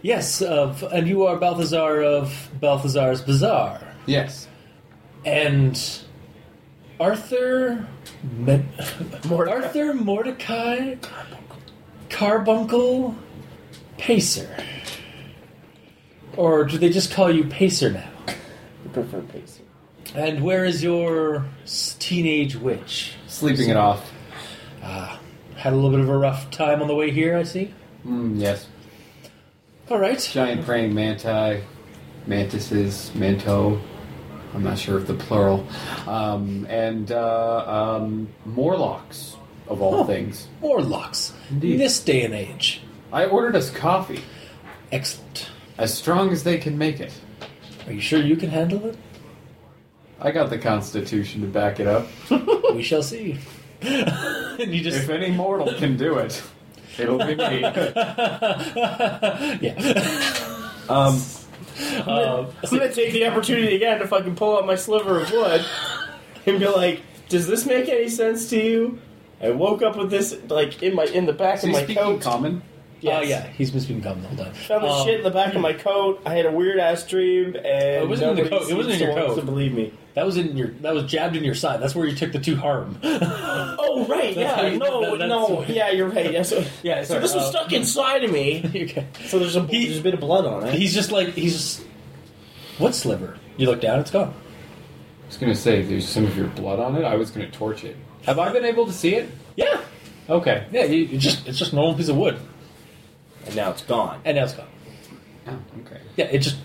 [SPEAKER 2] yes, of and you are Balthazar of Balthazar's Bazaar
[SPEAKER 4] Yes.
[SPEAKER 2] and Arthur Med- Arthur Mordecai Carbuncle Pacer. Or do they just call you Pacer now?
[SPEAKER 3] I prefer pacing.
[SPEAKER 2] And where is your s- teenage witch?
[SPEAKER 4] Sleeping it off.
[SPEAKER 2] Had a little bit of a rough time on the way here, I see.
[SPEAKER 4] Mm, yes.
[SPEAKER 2] All right.
[SPEAKER 4] Giant praying manti, mantises, manto. I'm not sure of the plural. Um, and uh, um, Morlocks, of all
[SPEAKER 2] Oh.
[SPEAKER 4] things.
[SPEAKER 2] Morlocks.
[SPEAKER 4] Indeed.
[SPEAKER 2] In this day and age.
[SPEAKER 4] I ordered us coffee,
[SPEAKER 2] Excellent.
[SPEAKER 4] as strong as they can make it.
[SPEAKER 2] Are you sure you can handle it?
[SPEAKER 4] I got the Constitution to back it up.
[SPEAKER 2] We shall see. and you just
[SPEAKER 4] If any mortal can do it, it'll be me.
[SPEAKER 2] yeah.
[SPEAKER 3] Um,
[SPEAKER 2] Uh,
[SPEAKER 3] I'm gonna take the opportunity again to fucking pull out my sliver of wood and be like, "Does this make any sense to you?" I woke up with this like in my in the back
[SPEAKER 4] So
[SPEAKER 3] of
[SPEAKER 4] you
[SPEAKER 3] my
[SPEAKER 4] speak
[SPEAKER 3] coat.
[SPEAKER 4] common?
[SPEAKER 2] Oh
[SPEAKER 3] Yes.
[SPEAKER 2] yeah, he's been gum the whole time.
[SPEAKER 3] Found this
[SPEAKER 2] Um,
[SPEAKER 3] shit in the back of my coat. I had a weird ass dream, and
[SPEAKER 2] It wasn't in the
[SPEAKER 3] nobody
[SPEAKER 2] coat. It wasn't in
[SPEAKER 3] seems
[SPEAKER 2] your
[SPEAKER 3] to want
[SPEAKER 2] coat.
[SPEAKER 3] To believe me.
[SPEAKER 2] That was in your. That was jabbed in your side. That's where you took the two harm.
[SPEAKER 3] Oh right,
[SPEAKER 2] That's how
[SPEAKER 3] yeah,
[SPEAKER 2] you-
[SPEAKER 3] no,
[SPEAKER 2] that- that's
[SPEAKER 3] no,
[SPEAKER 2] what-
[SPEAKER 3] yeah, you're right. Yeah, so,
[SPEAKER 2] Yeah,
[SPEAKER 3] so
[SPEAKER 2] sorry,
[SPEAKER 3] this was
[SPEAKER 2] uh,
[SPEAKER 3] stuck inside of me.
[SPEAKER 2] okay.
[SPEAKER 3] So there's a
[SPEAKER 2] He-
[SPEAKER 3] there's a bit of blood on it.
[SPEAKER 2] He's just like he's just. What sliver? You look down. It's gone.
[SPEAKER 4] I was gonna say, there's some of your blood on it. I was gonna torch it. Have I been able to see it?
[SPEAKER 2] Yeah.
[SPEAKER 4] Okay.
[SPEAKER 2] Yeah. You, you just it's just a normal piece of wood,
[SPEAKER 3] and now it's gone.
[SPEAKER 2] and now it's gone.
[SPEAKER 4] Oh, okay.
[SPEAKER 2] Yeah. It just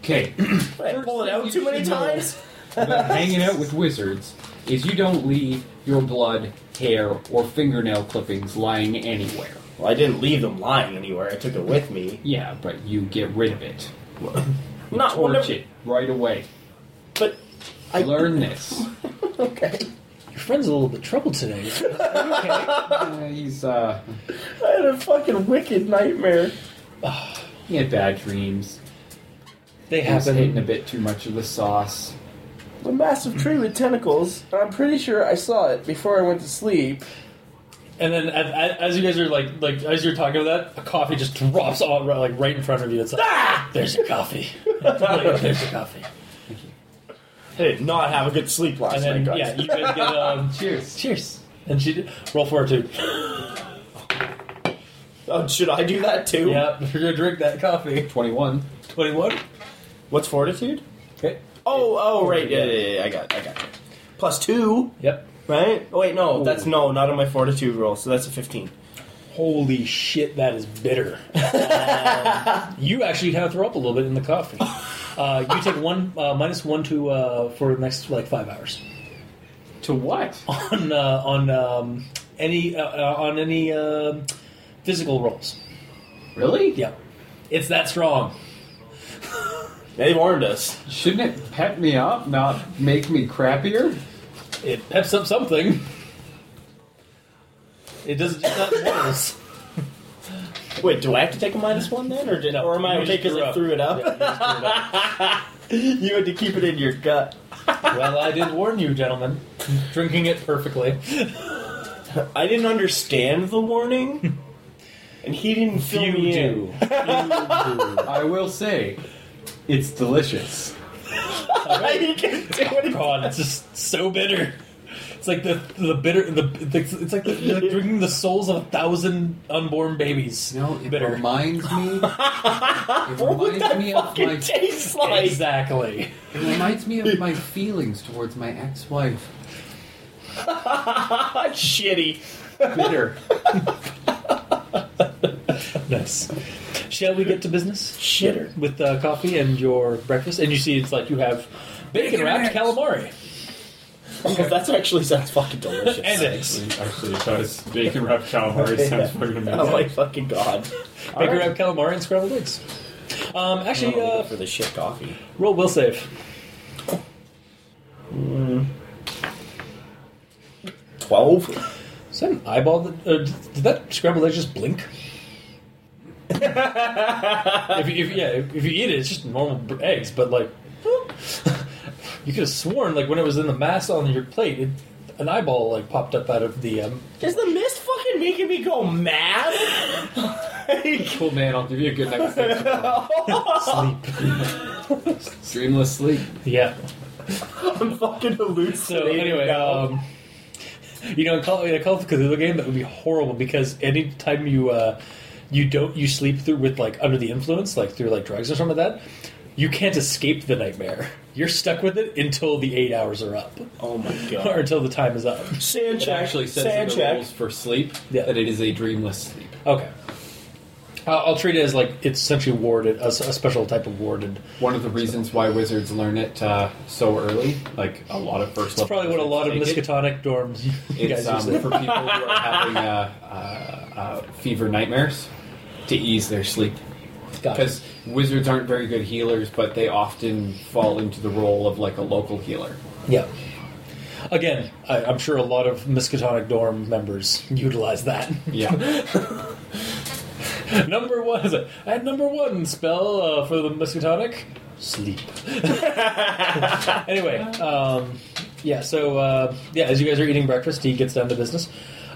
[SPEAKER 4] Okay.
[SPEAKER 3] Did I pull it out too many times.
[SPEAKER 4] about hanging out with wizards is you don't leave your blood, hair, or fingernail clippings lying anywhere.
[SPEAKER 3] Well, I didn't leave them lying anywhere. I took it with me.
[SPEAKER 4] Yeah, but you get rid of it. You
[SPEAKER 3] Not
[SPEAKER 4] torch
[SPEAKER 3] whatever-
[SPEAKER 4] it right away.
[SPEAKER 3] But I
[SPEAKER 4] Learn this.
[SPEAKER 3] Okay.
[SPEAKER 2] your friend's a little bit troubled today.
[SPEAKER 4] Uh, he's uh,
[SPEAKER 3] I had a fucking wicked nightmare.
[SPEAKER 4] he had bad dreams.
[SPEAKER 2] They
[SPEAKER 4] He was hitting a
[SPEAKER 2] happen.
[SPEAKER 4] bit too much of the sauce.
[SPEAKER 3] A massive tree with tentacles. and I'm pretty sure I saw it before I went to sleep.
[SPEAKER 2] And then as, as- as you guys are like like as you're talking about that, a coffee just drops all right, like right in front of you. It's like there's your coffee. there's your coffee.
[SPEAKER 3] I did not have a good sleep last
[SPEAKER 2] And then yeah, you guys get um,
[SPEAKER 4] Cheers.
[SPEAKER 2] cheers. And she did, roll for it too.
[SPEAKER 3] Oh, should I do that too?
[SPEAKER 2] Yeah, if you're gonna drink that coffee.
[SPEAKER 4] Twenty-one.
[SPEAKER 2] Twenty-one.
[SPEAKER 3] What's fortitude?
[SPEAKER 2] Okay.
[SPEAKER 3] Oh, oh, right. Yeah, yeah, yeah. I got, it, I got. It. Plus two,
[SPEAKER 2] Yep.
[SPEAKER 3] right? Oh wait, no, that's no, not on my fortitude roll. So that's a fifteen.
[SPEAKER 2] Holy shit, that is bitter. Um, you actually kind of throw up a little bit in the coffee. Uh, you take one uh, minus one to uh, for the next like five hours
[SPEAKER 4] To what?
[SPEAKER 2] on uh, on um, any uh, uh, on any um physical rolls.
[SPEAKER 4] Really?
[SPEAKER 2] Yeah, it's that strong.
[SPEAKER 3] They warned us.
[SPEAKER 4] Shouldn't it pep me up, not make me crappier?
[SPEAKER 2] It peps up something. It doesn't just not rolls.
[SPEAKER 3] Wait, do I have to take a minus one then, or did,
[SPEAKER 2] No,
[SPEAKER 3] or am I
[SPEAKER 2] you
[SPEAKER 3] okay
[SPEAKER 2] just
[SPEAKER 3] because
[SPEAKER 2] threw
[SPEAKER 3] I
[SPEAKER 2] up.
[SPEAKER 3] threw it up?
[SPEAKER 2] Yeah, you just threw it up.
[SPEAKER 3] you had to keep it in your gut.
[SPEAKER 2] Well, I did warn you, gentlemen. Drinking it perfectly.
[SPEAKER 3] I didn't understand the warning, and he didn't fill
[SPEAKER 2] You
[SPEAKER 3] me in.
[SPEAKER 2] do.
[SPEAKER 4] I will say, it's delicious.
[SPEAKER 3] you can do it again.
[SPEAKER 2] God, it's just so bitter. It's like the the bitter the, the it's like, the, you're like drinking the souls of a thousand unborn babies.
[SPEAKER 4] No, it
[SPEAKER 2] bitter.
[SPEAKER 4] reminds me. It
[SPEAKER 3] What would
[SPEAKER 4] reminds
[SPEAKER 3] that
[SPEAKER 4] me of
[SPEAKER 3] fucking
[SPEAKER 4] my.
[SPEAKER 3] taste like?
[SPEAKER 2] exactly.
[SPEAKER 4] It reminds me of my feelings towards my ex-wife.
[SPEAKER 3] Shitty.
[SPEAKER 4] Bitter.
[SPEAKER 2] Nice. Shall we get to business
[SPEAKER 3] Shitter.
[SPEAKER 2] with uh, coffee and your breakfast? And you see, it's like you have bacon wrapped calamari
[SPEAKER 3] Because that actually sounds fucking delicious.
[SPEAKER 2] and eggs.
[SPEAKER 6] Actually, it does. Bacon wrapped calamari sounds fucking amazing.
[SPEAKER 3] oh my fucking god.
[SPEAKER 2] Bacon wrapped calamari and scrambled eggs. Um, actually, uh,
[SPEAKER 3] for the shit coffee.
[SPEAKER 2] roll will save.
[SPEAKER 3] Twelve.
[SPEAKER 2] Is that an eyeball? That, uh, did that scrambled egg just blink? if, you- if yeah, if if you eat it, it's just normal br- eggs. But like, you could have sworn like when it was in the mass on your plate, it, an eyeball like popped up out of the. Um,
[SPEAKER 3] Is the mist fucking making me go mad? Like,
[SPEAKER 4] Cool man, I'll give you a good night's sleep. tomorrow. Dreamless sleep.
[SPEAKER 2] yeah.
[SPEAKER 3] I'm fucking hallucinating.
[SPEAKER 2] So anyway,
[SPEAKER 3] now.
[SPEAKER 2] um, you know, in Call, in a Call of Cthulhu game, that would be horrible because anytime you uh, you don't you sleep through with like under the influence, like through like drugs or something like that, you can't escape the nightmare. You're stuck with it until the eight hours are up,
[SPEAKER 3] oh my
[SPEAKER 2] or
[SPEAKER 3] god.
[SPEAKER 2] until the time is up.
[SPEAKER 3] Sand
[SPEAKER 4] It
[SPEAKER 3] check.
[SPEAKER 4] actually says in
[SPEAKER 3] sand
[SPEAKER 4] the
[SPEAKER 3] check.
[SPEAKER 4] rules for sleep
[SPEAKER 2] Yeah.
[SPEAKER 4] that it is a dreamless sleep.
[SPEAKER 2] Okay. I'll, I'll treat it as like it's essentially warded, a, s- a special type of warded.
[SPEAKER 4] One of the reasons why wizards learn it uh, so early, like a lot of first
[SPEAKER 2] It's
[SPEAKER 4] level.
[SPEAKER 2] probably what a lot of
[SPEAKER 4] wizards take it.
[SPEAKER 2] miskatonic dorms you
[SPEAKER 4] It's
[SPEAKER 2] guys
[SPEAKER 4] um,
[SPEAKER 2] use. it.
[SPEAKER 4] for people who are having uh, uh, uh, fever nightmares to ease their sleep.
[SPEAKER 2] Got it.
[SPEAKER 4] Because wizards aren't very good healers, but they often fall into the role of like a local healer.
[SPEAKER 2] Yeah. Again, I, I'm sure a lot of Miskatonic dorm members utilize that.
[SPEAKER 4] Yeah.
[SPEAKER 2] number one is it? At number one spell uh, for the Miskatonic, sleep. anyway, um, yeah. So uh, yeah, as you guys are eating breakfast, he gets down to business.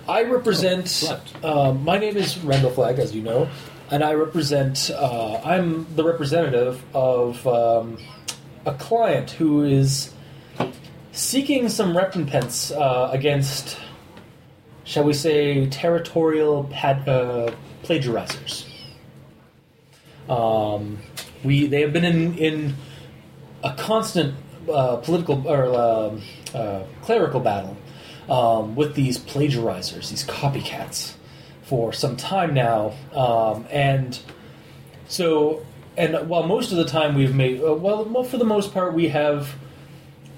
[SPEAKER 2] I represent. uh, my name is Randall Flagg, as you know, and I represent. Uh, I'm the representative of um, a client who is seeking some recompense uh, against, shall we say, territorial pad, uh, plagiarizers. Um, we they have been in in a constant uh, political or um uh, clerical battle um, with these plagiarizers, these copycats, for some time now, um, and so. And while most of the time we've made, uh, well, well, for the most part, we have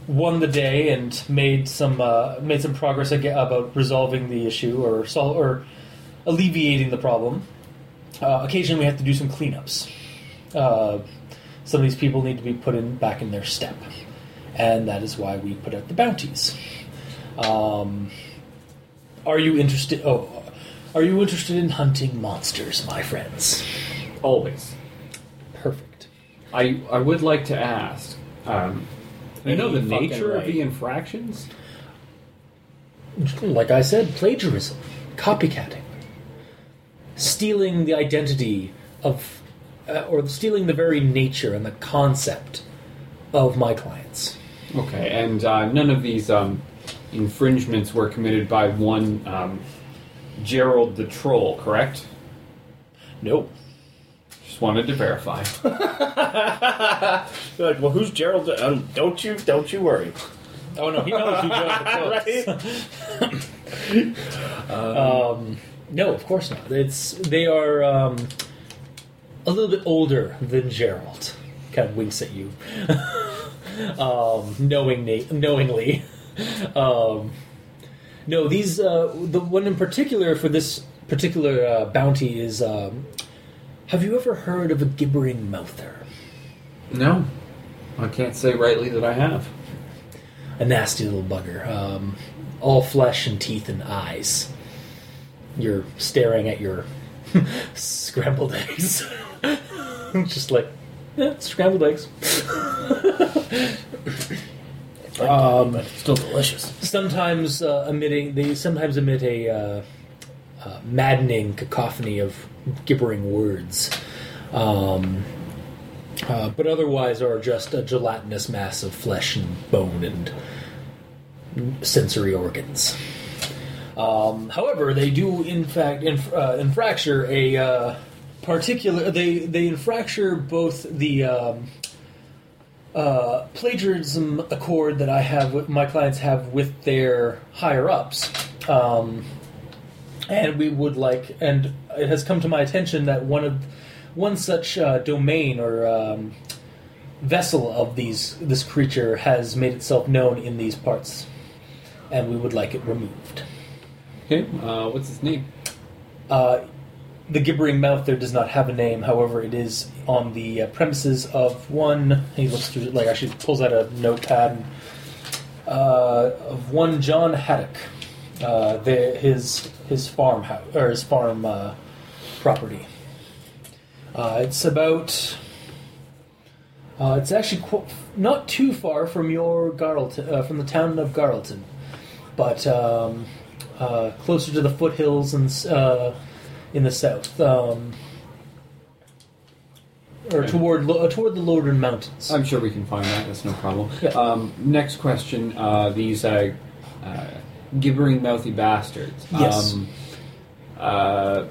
[SPEAKER 2] won the day and made some uh, made some progress aga about resolving the issue or sol- or alleviating the problem. Uh, occasionally, we have to do some cleanups. Uh, some of these people need to be put in back in their step, and that is why we put out the bounties. Um, are you interested? Oh, are you interested in hunting monsters, my friends?
[SPEAKER 4] Always.
[SPEAKER 2] Perfect.
[SPEAKER 4] I, I would like to ask. Um, you know the
[SPEAKER 3] Any fucking
[SPEAKER 4] nature
[SPEAKER 3] right.
[SPEAKER 4] of the infractions?
[SPEAKER 2] like I said, plagiarism, copycatting, stealing the identity of, uh, or stealing the very nature and the concept of my clients.
[SPEAKER 4] Okay, and uh, none of these um, infringements were committed by one um, Gerald the Troll, correct?
[SPEAKER 2] No,
[SPEAKER 4] Just wanted to verify.
[SPEAKER 3] You're like, well, who's Gerald? Um, don't you, don't you worry.
[SPEAKER 2] Oh no, he knows you Joe the Cook. um, no, of course not. It's they are um, a little bit older than Gerald. Kind of winks at you, um, knowingly. Knowingly, um, no. These uh, the one in particular for this particular uh, bounty is. Um, have you ever heard of a gibbering mouther?
[SPEAKER 4] no, I can't say rightly that I have.
[SPEAKER 2] a nasty little bugger. Um, all flesh and teeth and eyes. You're staring at your scrambled eggs. Just like, "Eh, scrambled eggs.
[SPEAKER 3] Um, but it's still delicious.
[SPEAKER 2] Sometimes uh, emitting, they sometimes emit a uh, uh, maddening cacophony of gibbering words. Um, uh, but otherwise are just a gelatinous mass of flesh and bone and sensory organs. Um, however, they do in fact inf- uh, infracture a uh, particular. They they infracture both the um, uh, plagiarism accord that I have with my clients have with their higher ups. Um, and we would like, and it has come to my attention that one of one such uh, domain or um, vessel of these this creature has made itself known in these parts, and we would like it removed.
[SPEAKER 4] Okay, uh, what's his name?
[SPEAKER 2] Uh, the gibbering mouth there does not have a name. However, it is on the uh, premises of one. He looks through, like actually pulls out a notepad uh, of one John Haddock, uh, the, his his farmhouse or his farm uh, property. Uh, it's about. Uh, it's actually qu- not too far from your Garleton, uh, from the town of Garleton, but um, uh, closer to the foothills and s- uh, in the south, um, or toward lo- uh, toward the Lowdern Mountains.
[SPEAKER 4] I'm sure we can find that. That's no problem.
[SPEAKER 2] Yeah.
[SPEAKER 4] Um, next question: uh, These uh, uh, gibbering, mouthy bastards.
[SPEAKER 2] Yes.
[SPEAKER 4] Um, uh,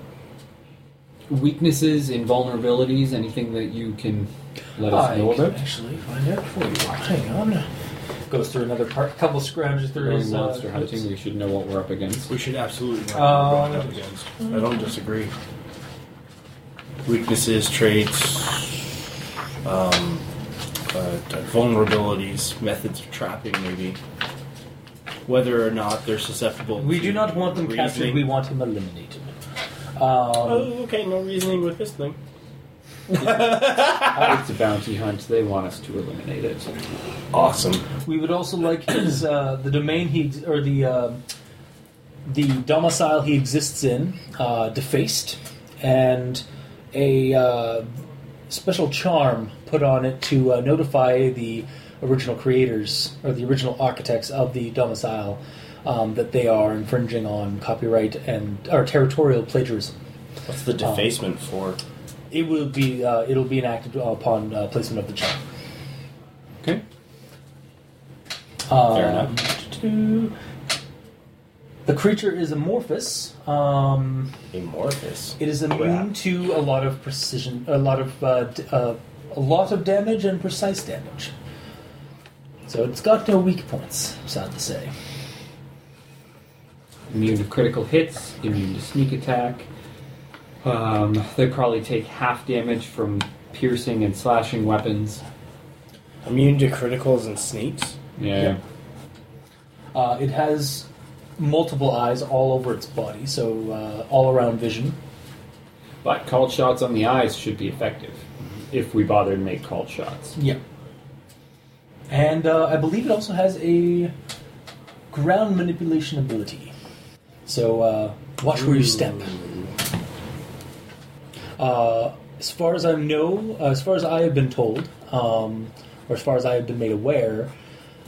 [SPEAKER 4] weaknesses and vulnerabilities. Anything that you can let us
[SPEAKER 2] I
[SPEAKER 4] know
[SPEAKER 2] can
[SPEAKER 4] about?
[SPEAKER 2] actually find out for you. Hang on. Goes through another part, couple scrounges through
[SPEAKER 4] During
[SPEAKER 2] his uh,
[SPEAKER 4] monster hunting, we should know what we're up against.
[SPEAKER 3] We should absolutely not
[SPEAKER 2] Um,
[SPEAKER 3] up against. I don't disagree. Weaknesses, traits, um, uh, vulnerabilities, methods of trapping, maybe. Whether or not they're susceptible.
[SPEAKER 2] We
[SPEAKER 3] to
[SPEAKER 2] do not want them captured.
[SPEAKER 3] reasoning.
[SPEAKER 2] We want him eliminated. Um,
[SPEAKER 3] Oh, okay. No reasoning with this thing.
[SPEAKER 4] it's a bounty hunt. They want us to eliminate it.
[SPEAKER 3] Awesome.
[SPEAKER 2] We would also like his uh, the domain he ex- or the uh, the domicile he exists in uh, defaced, and a uh, special charm put on it to uh, notify the original creators or the original architects of the domicile um, that they are infringing on copyright and or territorial plagiarism.
[SPEAKER 3] What's
[SPEAKER 2] Um,
[SPEAKER 3] the defacement for?
[SPEAKER 2] It will be uh, it'll be enacted upon uh, placement of the charm.
[SPEAKER 4] Okay.
[SPEAKER 2] Um,
[SPEAKER 3] Fair enough.
[SPEAKER 2] The creature is amorphous. Um,
[SPEAKER 3] Amorphous.
[SPEAKER 2] it is immune
[SPEAKER 3] Crap.
[SPEAKER 2] to a lot of precision, a lot of uh, d- uh, a lot of damage and precise damage. So it's got no weak points. Sad to say.
[SPEAKER 4] immune to critical hits, immune to sneak attack. Um, they probably take half damage from piercing and slashing weapons.
[SPEAKER 3] Immune to criticals and sneaks.
[SPEAKER 4] Yeah.
[SPEAKER 2] Yeah. Uh, it has multiple eyes all over its body, so uh, all around vision.
[SPEAKER 4] But called shots on the eyes should be effective if we bother to make called shots.
[SPEAKER 2] Yeah. And uh, I believe it also has a ground manipulation ability. So uh, watch where you step. Uh, as far as I know, uh, as far as I have been told, um, or as far as I have been made aware,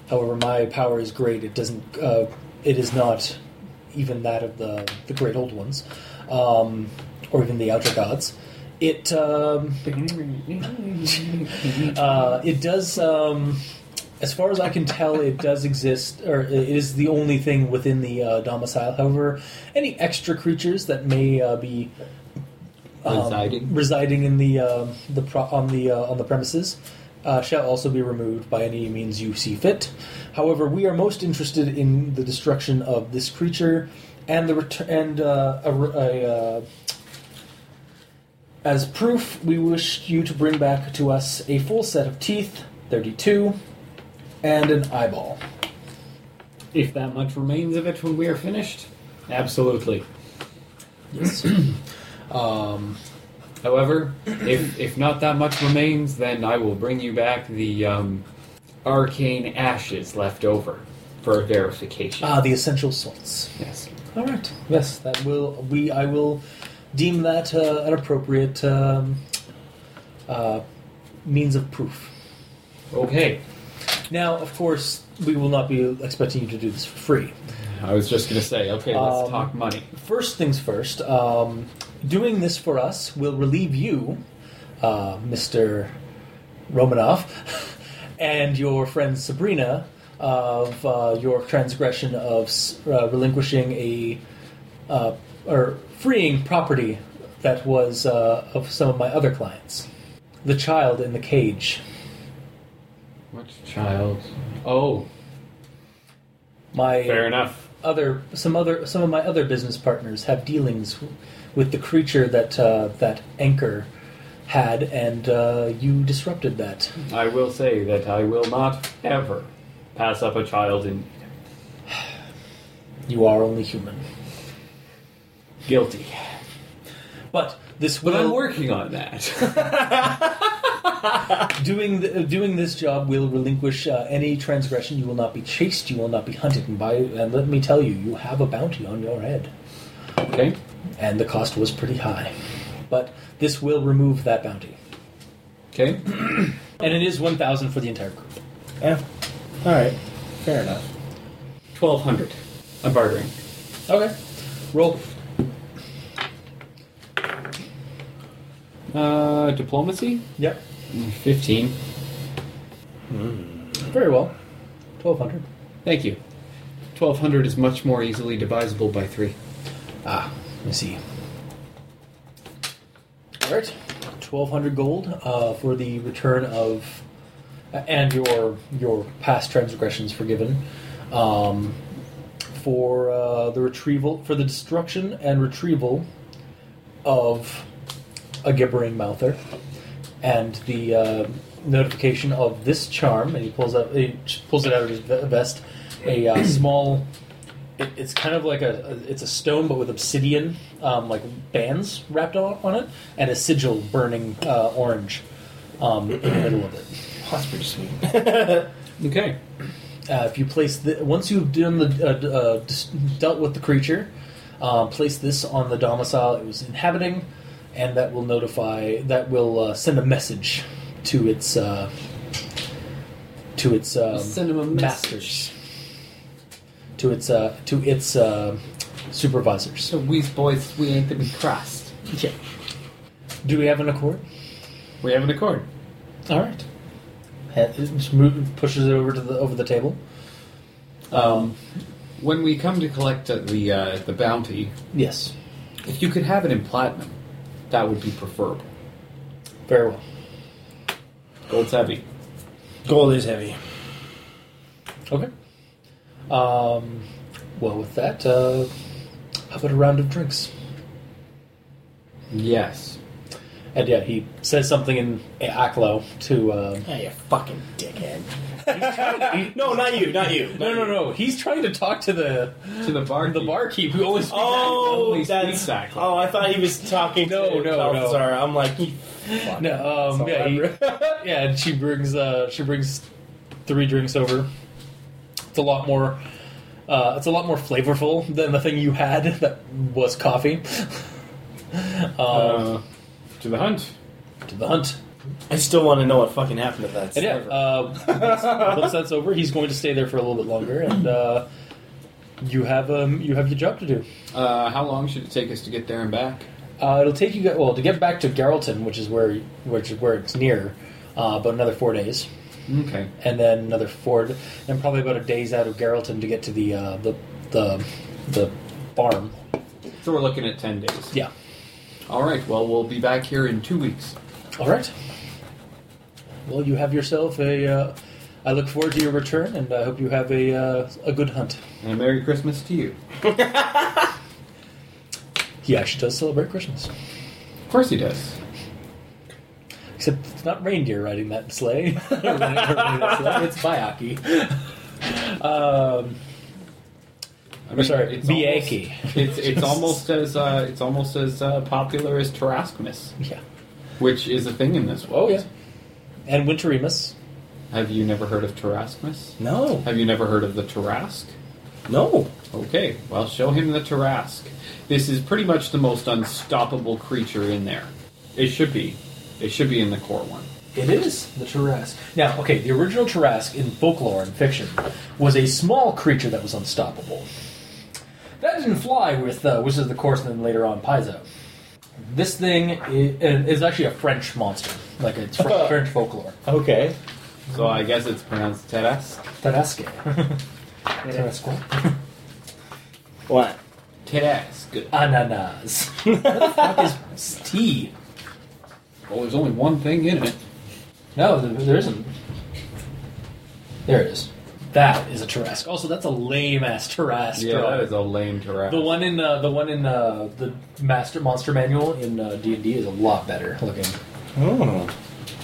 [SPEAKER 2] however, my power is great. It doesn't. Uh, it is not even that of the the great old ones, um, or even the outer gods. It. Um,
[SPEAKER 4] Um,
[SPEAKER 2] uh, it does. Um, as far as I can tell, it does exist, or it is the only thing within the uh, domicile. However, any extra creatures that may uh, be um,
[SPEAKER 4] Residing.
[SPEAKER 2] residing in the um the pro- on the uh, on the premises uh, shall also be removed by any means you see fit. However, we are most interested in the destruction of this creature and the return and uh, a, re- a uh, as proof, we wish you to bring back to us a full set of teeth, 32, and an eyeball.
[SPEAKER 4] If that much remains of it when we are finished, absolutely.
[SPEAKER 2] Yes. um,
[SPEAKER 4] However, if, if not that much remains, then I will bring you back the um, arcane ashes left over for verification.
[SPEAKER 2] ah, the essential salts.
[SPEAKER 4] yes.
[SPEAKER 2] All right. Yes, that will we. I will deem that uh, an appropriate um, uh, means of proof.
[SPEAKER 4] Okay.
[SPEAKER 2] Now, of course, we will not be expecting you to do this for free.
[SPEAKER 4] I was just going to say, okay, let's
[SPEAKER 2] Um,
[SPEAKER 4] talk money.
[SPEAKER 2] First things first, um, doing this for us will relieve you, uh, Mr. Romanoff, and your friend Sabrina of uh, your transgression of s- uh, relinquishing a uh, or freeing property that was uh, of some of my other clients. The child in the cage,
[SPEAKER 4] Which child? Oh,
[SPEAKER 2] my
[SPEAKER 4] fair enough.
[SPEAKER 2] other some other some of my other business partners have dealings with the creature that uh, that anchor had, and uh, you disrupted that.
[SPEAKER 4] I will say that I will not ever pass up a child in
[SPEAKER 2] You are only human,
[SPEAKER 4] guilty.
[SPEAKER 2] but this will
[SPEAKER 4] But I'm working on that.
[SPEAKER 2] doing th- doing this job will relinquish uh, any transgression. You will not be chased. You will not be hunted. And by and let me tell you, you have a bounty on your head,
[SPEAKER 4] okay.
[SPEAKER 2] and the cost was pretty high. but this will remove that bounty.
[SPEAKER 4] Okay.
[SPEAKER 2] And it is 1,000 for the entire group.
[SPEAKER 3] Yeah. All right. Fair enough.
[SPEAKER 4] 1200. I'm bartering.
[SPEAKER 2] Okay. Roll.
[SPEAKER 4] Uh, diplomacy?
[SPEAKER 2] Yep.
[SPEAKER 4] 15.
[SPEAKER 2] Very well. 1,200.
[SPEAKER 4] Thank you. 1200 is much more easily divisible by 3.
[SPEAKER 2] Ah, let me see. All right, twelve hundred gold uh, for the return of, uh, and your your past transgressions forgiven, um, for uh, the retrieval for the destruction and retrieval of a gibbering mouther, and the uh, notification of this charm. And he pulls out he pulls it out of his ve- vest, a uh, small it, it's kind of like a, a- it's a stone but with obsidian um, like bands wrapped on, on it and a sigil burning uh, orange um, in the middle of it
[SPEAKER 3] That's pretty sweet.
[SPEAKER 4] Okay.
[SPEAKER 2] uh, if you place the, once you've done the uh, d- uh, dis- dealt with the creature uh, place this on the domicile it was inhabiting and that will notify that will uh, send a message to its uh, to its um,
[SPEAKER 4] Send him a
[SPEAKER 2] masters to its uh, to its uh, supervisors
[SPEAKER 4] So, we boys, we ain't to be crossed.
[SPEAKER 2] Yeah. Do we have an accord?
[SPEAKER 4] We have an accord.
[SPEAKER 2] All right. Ha- just move- pushes it over to the over the table. Um,
[SPEAKER 4] When we come to collect uh, the uh, the bounty,
[SPEAKER 2] yes.
[SPEAKER 4] if you could have it in platinum, that would be preferable.
[SPEAKER 2] Very well.
[SPEAKER 4] Gold's heavy.
[SPEAKER 3] Gold is heavy.
[SPEAKER 2] Okay. Um, well, with that, uh, how about a round of drinks?
[SPEAKER 4] Yes.
[SPEAKER 2] And yeah, he says something in Aklo to. Uh,
[SPEAKER 3] Oh, you fucking dickhead. no, not you. Not you.
[SPEAKER 2] no, no, no. He's trying to talk to the
[SPEAKER 4] To the bar.
[SPEAKER 2] the barkeep who always.
[SPEAKER 3] Oh,
[SPEAKER 4] Only
[SPEAKER 3] that's
[SPEAKER 4] Speak Sackler.
[SPEAKER 3] oh! I thought he was talking
[SPEAKER 2] No,
[SPEAKER 3] to
[SPEAKER 2] no, no.
[SPEAKER 3] Balthazar. I'm like, you
[SPEAKER 2] No, um, yeah, he- yeah, and she brings uh, she brings three drinks over. It's a lot more. Uh, it's a lot more flavorful than the thing you had that was coffee. um,
[SPEAKER 6] Uh, to the hunt.
[SPEAKER 2] to the hunt,
[SPEAKER 3] I still want to know what fucking happened to that.
[SPEAKER 2] and yeah,
[SPEAKER 3] server.
[SPEAKER 2] uh, once that's over, he's going to stay there for a little bit longer, and uh, you have um, you have your job to do.
[SPEAKER 4] Uh, how long should it take us to get there and back?
[SPEAKER 2] Uh, it'll take you gu- well to get back to Geralton, which is where which is where it's near, uh, about another four days.
[SPEAKER 4] Okay.
[SPEAKER 2] and then another four, and probably about a day's out of Geralton to get to the uh, the the the farm.
[SPEAKER 4] So we're looking at 10 days.
[SPEAKER 2] Yeah.
[SPEAKER 4] All right. Well, we'll be back here in two weeks.
[SPEAKER 2] All right. Well, you have yourself a. Uh, I look forward to your return, and I hope you have a uh, a good hunt.
[SPEAKER 4] And a Merry Christmas to you.
[SPEAKER 2] He actually does celebrate Christmas,
[SPEAKER 4] Of course he does.
[SPEAKER 2] except it's not reindeer riding that sleigh. Riding that sleigh. It's Bayaki. Um,
[SPEAKER 4] I mean,
[SPEAKER 2] sorry, Bianchi.
[SPEAKER 4] Almost, it's it's almost as uh, it's almost as uh, popular as Tarascus,
[SPEAKER 2] yeah.
[SPEAKER 4] which is a thing in this
[SPEAKER 2] Oh
[SPEAKER 4] world.
[SPEAKER 2] yeah. And Winterimus.
[SPEAKER 4] Have you never heard of Tarascus?
[SPEAKER 3] no,
[SPEAKER 4] Have you never heard of the Tarasque?
[SPEAKER 3] no.
[SPEAKER 4] Okay, well, show him the Tarasque. This is pretty much the most unstoppable creature in there. It should be. It should be in the core one.
[SPEAKER 2] It is the Tarrasque. Now, okay, the original Tarrasque in folklore and fiction was a small creature that was unstoppable. That didn't fly with uh, Wizards of the Course and then later on Paizo. This thing is, is actually a French monster, like it's fr- French folklore.
[SPEAKER 3] Okay.
[SPEAKER 4] So I guess it's pronounced Tarasque.
[SPEAKER 2] Tarrasque. Tarrasque.
[SPEAKER 3] What?
[SPEAKER 4] Tarasque.
[SPEAKER 2] Ananas. what the fuck is tea?
[SPEAKER 4] Well, Oh, there's only one thing in it.
[SPEAKER 2] No, th- there isn't. There it is. That is a Tarrasque. Also, that's a lame ass Tarrasque.
[SPEAKER 4] Yeah,
[SPEAKER 2] drawing.
[SPEAKER 4] that is a lame Tarasque.
[SPEAKER 2] The one in uh, the one in uh, the Master Monster Manual in uh, D and D is a lot better looking.
[SPEAKER 3] Oh.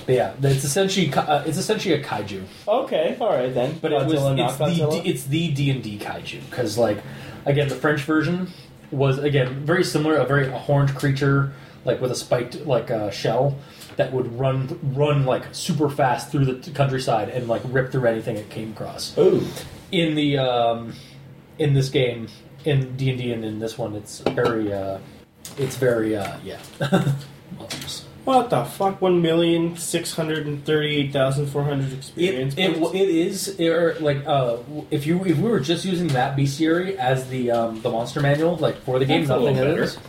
[SPEAKER 2] But yeah, it's essentially ki- uh, it's essentially a kaiju,
[SPEAKER 3] Okay. All right then.
[SPEAKER 2] but it was
[SPEAKER 3] Godzilla,
[SPEAKER 2] it's
[SPEAKER 3] not
[SPEAKER 2] the,
[SPEAKER 3] Godzilla?
[SPEAKER 2] D- it's the D and D kaiju because like again the French version was again very similar, a very horned creature like with a spiked like uh, shell that would run run like super fast through the t- countryside and like rip through anything it came across.
[SPEAKER 3] Ooh.
[SPEAKER 2] In the um, in this game in D and D and in this one, it's very uh, it's very uh, yeah.
[SPEAKER 4] Awesome.
[SPEAKER 3] What the fuck? One million six hundred and thirty-eight thousand four hundred experience
[SPEAKER 2] It, it,
[SPEAKER 3] points.
[SPEAKER 2] it is or like uh, if you if we were just using that bestiary as the um, the monster manual like for the game
[SPEAKER 4] That's a
[SPEAKER 2] nothing
[SPEAKER 4] little better.
[SPEAKER 2] is.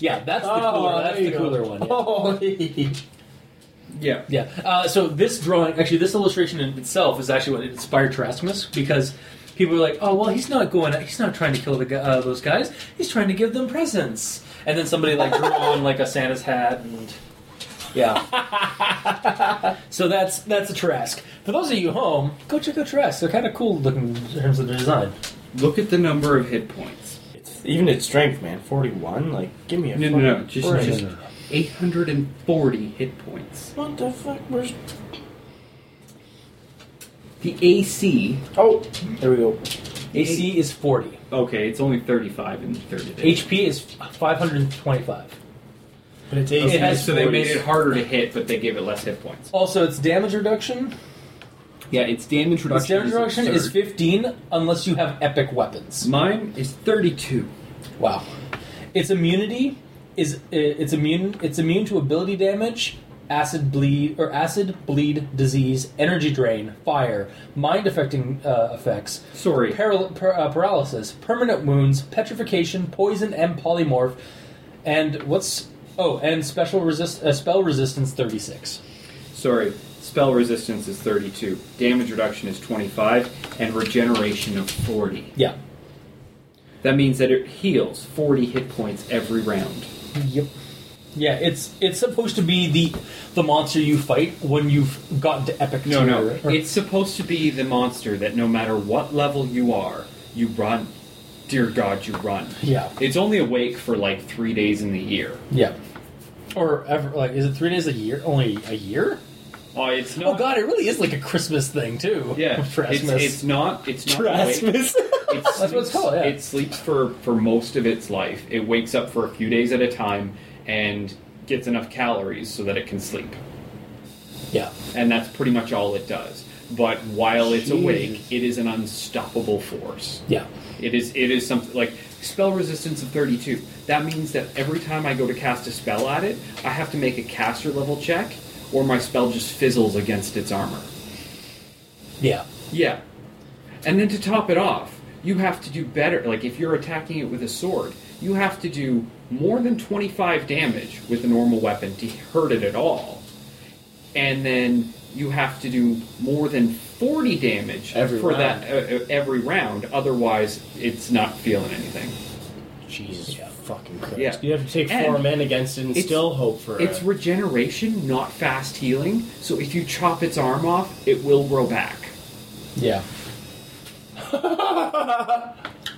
[SPEAKER 2] Yeah, that's the
[SPEAKER 3] Oh,
[SPEAKER 2] cooler. That's
[SPEAKER 3] there
[SPEAKER 2] the
[SPEAKER 3] you go.
[SPEAKER 2] cooler one. Yeah.
[SPEAKER 3] Oh, yeah.
[SPEAKER 2] Yeah. Uh, so this drawing, actually, this illustration in itself is actually what inspired Terasmus because people were like, "Oh, well, he's not going. He's not trying to kill the, gu- uh, those guys. He's trying to give them presents." And then somebody like drew on like a Santa's hat and. Yeah. so that's that's a Trask. For those of you home, go check out Trask. They're kind of cool looking in terms of their design.
[SPEAKER 4] Look at the number of hit points.
[SPEAKER 3] It's, even its strength, man. Forty-one. Like, give me a.
[SPEAKER 4] No, no, no.
[SPEAKER 3] fucking
[SPEAKER 4] Just,
[SPEAKER 3] break.
[SPEAKER 4] just 840 hit points.
[SPEAKER 3] What the fuck? Where's?
[SPEAKER 4] The AC.
[SPEAKER 3] Oh, there we go.
[SPEAKER 2] AC is forty.
[SPEAKER 4] Okay, it's only 35 and 30.
[SPEAKER 2] HP is five hundred twenty-five.
[SPEAKER 3] But it's
[SPEAKER 4] Okay,
[SPEAKER 3] eight.
[SPEAKER 2] It has
[SPEAKER 4] so they made
[SPEAKER 2] 40s.
[SPEAKER 4] it harder to hit, but they gave it less hit points.
[SPEAKER 2] Also, its damage reduction
[SPEAKER 4] Yeah, its damage
[SPEAKER 2] Its
[SPEAKER 4] reduction.
[SPEAKER 2] damage reduction is
[SPEAKER 4] absurd.
[SPEAKER 2] 15 unless you have epic weapons.
[SPEAKER 4] Mine is 32.
[SPEAKER 2] Wow. Its immunity is uh, it's immune it's immune to ability damage, acid bleed or acid bleed disease, energy drain, fire, mind affecting uh, effects,
[SPEAKER 4] Sorry.
[SPEAKER 2] paral- par- uh, paralysis, permanent wounds, petrification, poison and polymorph and what's oh and special resist uh, spell resistance 36.
[SPEAKER 4] Sorry. Spell resistance is 32. Damage reduction is 25, and regeneration of 40.
[SPEAKER 2] Yeah.
[SPEAKER 4] That means that it heals 40 hit points every round.
[SPEAKER 2] Yep. Yeah, it's it's supposed to be the the monster you fight when you've gotten to epic.
[SPEAKER 4] No,
[SPEAKER 2] tier,
[SPEAKER 4] no.
[SPEAKER 2] or-
[SPEAKER 4] It's supposed to be the monster that no matter what level you are, you run. Dear God, you run.
[SPEAKER 2] yeah,
[SPEAKER 4] It's only awake for like three days in the year.
[SPEAKER 2] yeah. Or ever like is it three days a year? Only a year?
[SPEAKER 4] Oh, it's
[SPEAKER 2] Oh
[SPEAKER 4] not.
[SPEAKER 2] God, it really is like a Christmas thing too.
[SPEAKER 4] Yeah, it's,
[SPEAKER 2] Trasmus.
[SPEAKER 4] it's not. It's not. Awake.
[SPEAKER 3] Rasmus.
[SPEAKER 4] It sleeps,
[SPEAKER 2] what it's called, yeah.
[SPEAKER 4] It sleeps for for most of its life. It wakes up for a few days at a time and gets enough calories so that it can sleep,
[SPEAKER 2] yeah,
[SPEAKER 4] and that's pretty much all it does. But while it's awake, it is an unstoppable force.
[SPEAKER 2] yeah,
[SPEAKER 4] It is it is something like spell resistance of 32. That means that every time I go to cast a spell at it, I have to make a caster level check or my spell just fizzles against its armor.
[SPEAKER 2] yeah.
[SPEAKER 4] Yeah. And then to top it off, you have to do better. Like if you're attacking it with a sword, you have to do more than 25 damage with a normal weapon to hurt it at all. And then you have to do more than 40 damage
[SPEAKER 3] Every
[SPEAKER 4] for
[SPEAKER 3] round.
[SPEAKER 4] that uh, uh, every round. Otherwise, it's not feeling anything.
[SPEAKER 3] Jesus fucking Christ!
[SPEAKER 4] Yeah.
[SPEAKER 3] You have to take
[SPEAKER 4] And
[SPEAKER 3] four men against it and
[SPEAKER 4] it's-
[SPEAKER 3] still hope for
[SPEAKER 4] It's
[SPEAKER 3] a-
[SPEAKER 4] regeneration, not fast healing. So if you chop its arm off, it will grow back.
[SPEAKER 2] Yeah.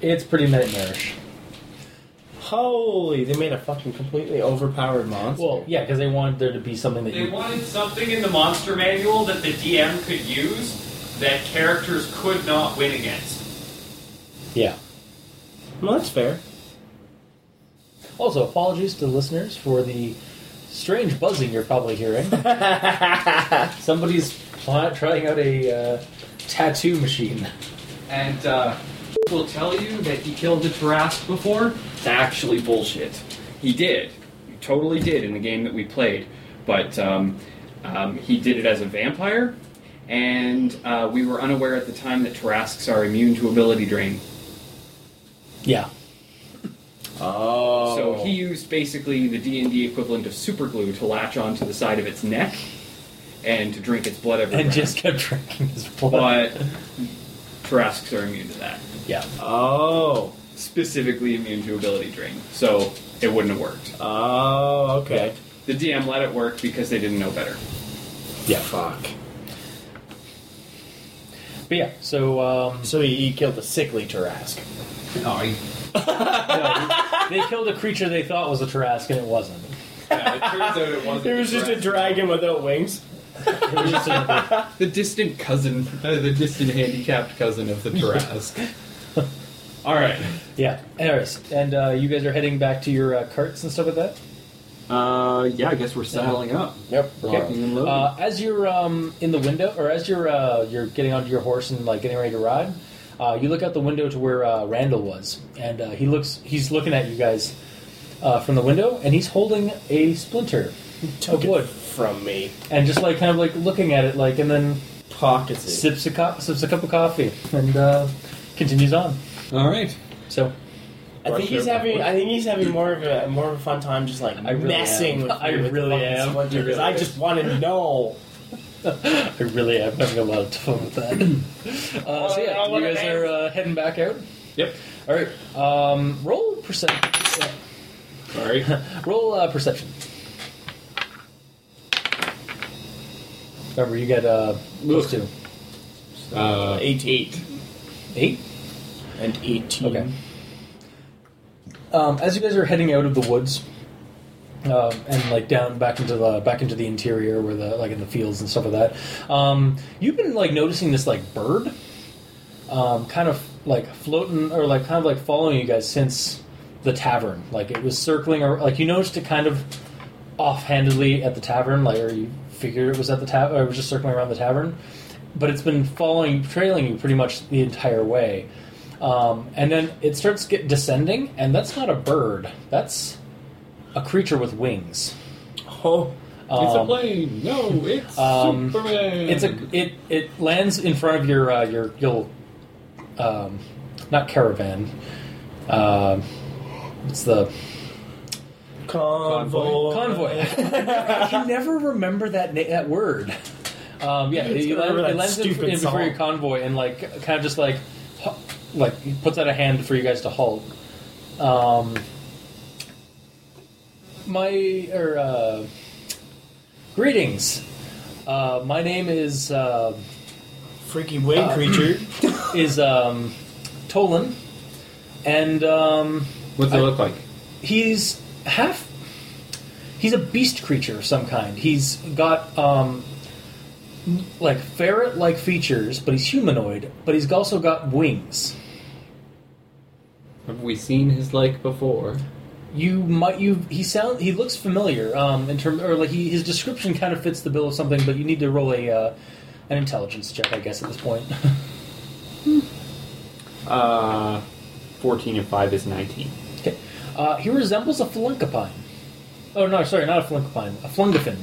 [SPEAKER 2] it's pretty nightmarish.
[SPEAKER 3] Holy! They made a fucking completely overpowered monster.
[SPEAKER 2] Well, yeah, because they wanted there to be something that
[SPEAKER 7] They
[SPEAKER 2] you.
[SPEAKER 7] wanted something in the monster manual that the DM could use that characters could not win against.
[SPEAKER 2] Yeah.
[SPEAKER 3] well, that's fair.
[SPEAKER 2] Also, apologies to the listeners for the strange buzzing you're probably hearing. Somebody's pl- trying out a uh, tattoo machine.
[SPEAKER 4] And uh, will tell you that he killed a Tarrasque before. It's actually bullshit. He did. He totally did in the game that we played. But um, um, he did it as a vampire, and uh, we were unaware at the time that Tarrasques are immune to ability drain.
[SPEAKER 2] Yeah.
[SPEAKER 3] Oh.
[SPEAKER 4] So he used basically the D and D equivalent of superglue to latch onto the side of its neck and to drink its blood every
[SPEAKER 2] And
[SPEAKER 4] round.
[SPEAKER 2] just kept drinking his blood.
[SPEAKER 4] But Tarrasques are immune to that.
[SPEAKER 2] yeah.
[SPEAKER 3] Oh.
[SPEAKER 4] specifically immune to ability drain, so it wouldn't have worked.
[SPEAKER 3] Oh. Okay.
[SPEAKER 4] The DM let it work because they didn't know better.
[SPEAKER 3] Yeah. Fuck.
[SPEAKER 2] But yeah, so um,
[SPEAKER 3] So he, he killed a sickly Tarask.
[SPEAKER 2] no, they killed a creature they thought was a Tarask and it wasn't.
[SPEAKER 7] Yeah, it turns out it wasn't.
[SPEAKER 3] It was just a dragon without wings.
[SPEAKER 2] It was just a-
[SPEAKER 4] The distant cousin, uh, the distant handicapped cousin of the Tarrasque. All right.
[SPEAKER 2] yeah. Anyways, and uh, you guys are heading back to your uh, carts and stuff like that.
[SPEAKER 4] Uh, yeah, I guess we're saddling up.
[SPEAKER 3] Yep.
[SPEAKER 4] Kicking and loading.
[SPEAKER 2] Uh, as you're um, in the window, or as you're uh, you're getting onto your horse and like getting ready to ride, uh, you look out the window to where uh, Randall was, and uh, he looks he's looking at you guys, uh, from the window, and he's holding a splinter of wood,
[SPEAKER 3] from me.
[SPEAKER 2] and just like kind of like looking at it, like, and then
[SPEAKER 3] Pockets it.
[SPEAKER 2] sips a cup, sips a cup of coffee, and uh, continues on.
[SPEAKER 4] All right.
[SPEAKER 2] So
[SPEAKER 3] I think he's having. I think he's having more of a more of a fun time, just like
[SPEAKER 2] I really
[SPEAKER 3] messing
[SPEAKER 2] am.
[SPEAKER 3] with.
[SPEAKER 2] I
[SPEAKER 3] me with the
[SPEAKER 2] really
[SPEAKER 3] fucking
[SPEAKER 2] am.
[SPEAKER 3] splinter,
[SPEAKER 2] You
[SPEAKER 3] 'cause
[SPEAKER 2] really
[SPEAKER 3] I
[SPEAKER 2] am.
[SPEAKER 3] just want to know.
[SPEAKER 2] I really am having a lot of fun with that. uh, so yeah, you guys are uh, heading back out.
[SPEAKER 6] Yep.
[SPEAKER 2] All right, um, roll percent. yeah,
[SPEAKER 6] Sorry.
[SPEAKER 2] Roll uh, perception. Remember, you get uh, plus two,
[SPEAKER 6] Uh,
[SPEAKER 3] Eight, eight,
[SPEAKER 2] eight.
[SPEAKER 3] and eighteen.
[SPEAKER 2] Okay. Um, as you guys are heading out of the woods, um, and like down back into the back into the interior where the like in the fields and stuff like that, um, you've been like noticing this like bird, um, kind of like floating or like kind of like following you guys since the tavern. Like it was circling or like you noticed it kind of offhandedly at the tavern, like or you figured it was at the tavern or it was just circling around the tavern, but it's been following, trailing you pretty much the entire way. Um, and then it starts get descending, and that's not a bird. That's a creature with wings.
[SPEAKER 3] Oh,
[SPEAKER 6] it's a
[SPEAKER 2] Um,
[SPEAKER 6] plane. No, it's
[SPEAKER 2] um,
[SPEAKER 6] Superman.
[SPEAKER 2] It's
[SPEAKER 4] Hmm.
[SPEAKER 2] a it it lands in front of your uh, your your um, not caravan. Um it's the
[SPEAKER 3] convoy.
[SPEAKER 2] convoy. I can never remember that na- that word. Um, yeah,
[SPEAKER 3] It's
[SPEAKER 2] it,
[SPEAKER 3] gonna
[SPEAKER 2] land,
[SPEAKER 3] remember
[SPEAKER 2] it
[SPEAKER 3] that
[SPEAKER 2] lands in,
[SPEAKER 3] stupid
[SPEAKER 2] in before
[SPEAKER 3] song.
[SPEAKER 2] your convoy and like kind of just like hu- like he puts out a hand for you guys to halt. Um, my or uh, greetings. Uh, my name is uh,
[SPEAKER 3] Freaky wing creature.
[SPEAKER 2] is um, Tolan, and um,
[SPEAKER 4] What's it
[SPEAKER 2] I-
[SPEAKER 4] look like?
[SPEAKER 2] he's half he's a beast creature of some kind he's got um like ferret like features but he's humanoid but he's also got wings
[SPEAKER 4] Have we seen his like before?
[SPEAKER 2] you might you he sound he looks familiar um in terms or like he, his description kind of fits the bill of something but you need to roll a uh, an intelligence check i guess at this point
[SPEAKER 4] Uh, 14 and 5 is 19.
[SPEAKER 2] okay uh, he resembles a flunkapine oh no sorry not a flunkapine a flungafin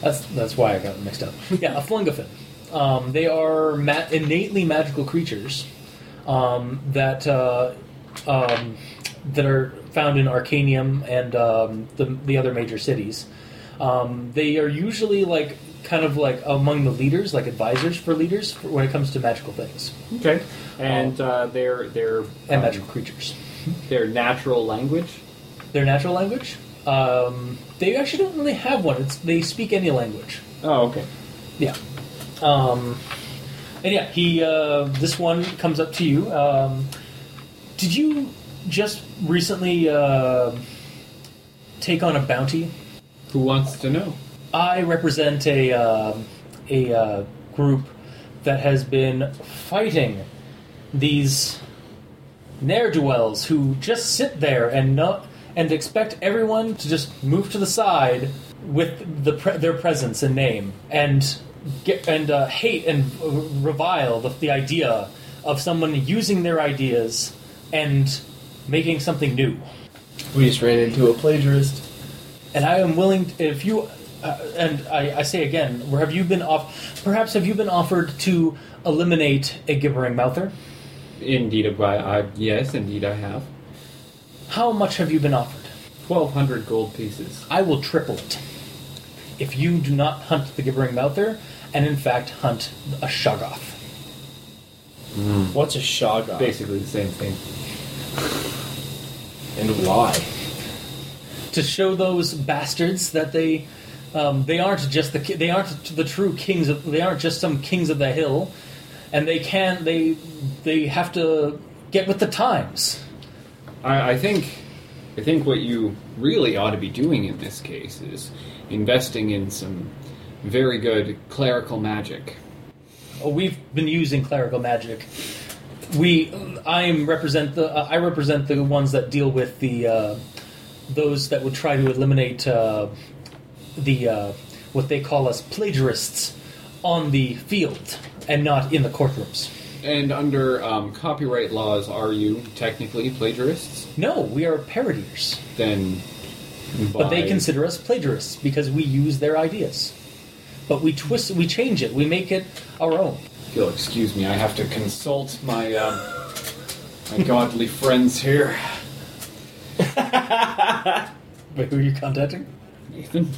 [SPEAKER 2] That's that's why I got it mixed up. Yeah, a flungafin. Um, they are ma- innately magical creatures um, that uh, um, that are found in Arcanium and um, the the other major cities. Um, they are usually like kind of like among the leaders, like advisors for leaders for when it comes to magical things
[SPEAKER 4] Okay. And uh, their, their,
[SPEAKER 2] and
[SPEAKER 4] um,
[SPEAKER 2] magical creatures.
[SPEAKER 4] their natural language?
[SPEAKER 2] Their natural language. Um, they actually don't really have one. It's, they speak any language.
[SPEAKER 4] Oh, okay.
[SPEAKER 2] Yeah. Um, and yeah, he. Uh, this one comes up to you. Um, did you just recently uh, take on a bounty?
[SPEAKER 4] Who wants to know?
[SPEAKER 2] I represent a um a uh, group that has been fighting these ne'er do wells who just sit there and not and expect everyone to just move to the side with the pre- their presence and name and get and uh, hate and uh, revile the, the idea of someone using their ideas and making something new.
[SPEAKER 3] We just ran into a plagiarist.
[SPEAKER 2] And I am willing, if you, uh, and I, I say again, where have you been off? Perhaps have you been offered to eliminate a gibbering mouther?
[SPEAKER 4] Indeed, I, I, yes, indeed I have.
[SPEAKER 2] How much have you been offered?
[SPEAKER 4] 1,200 gold pieces.
[SPEAKER 2] I will triple it. If you do not hunt the gibbering mouther, and in fact hunt a shoggoth.
[SPEAKER 3] What's a shoggoth?
[SPEAKER 4] Basically the same thing.
[SPEAKER 3] And why?
[SPEAKER 2] to show those bastards that they um, they aren't just the ki- they aren't the true kings of they aren't just some kings of the hill, and they can they they have to get with the times.
[SPEAKER 4] I, I think I think what you really ought to be doing in this case is investing in some very good clerical magic.
[SPEAKER 2] Oh, we've been using clerical magic. We I am represent the uh, I represent the ones that deal with the uh, those that would try to eliminate uh, the uh, what they call us plagiarists on the field and not in the courtrooms.
[SPEAKER 4] and under um, copyright laws, are you technically plagiarists?
[SPEAKER 2] No, we are parodiers.
[SPEAKER 4] Then,
[SPEAKER 2] But they
[SPEAKER 4] by-
[SPEAKER 2] consider us plagiarists because we use their ideas. But we twist, we change it, we make it our own.
[SPEAKER 4] If You'll excuse me. I have to consult my um, my godly friends here.
[SPEAKER 2] Wait, who are you contacting?
[SPEAKER 4] Nathan,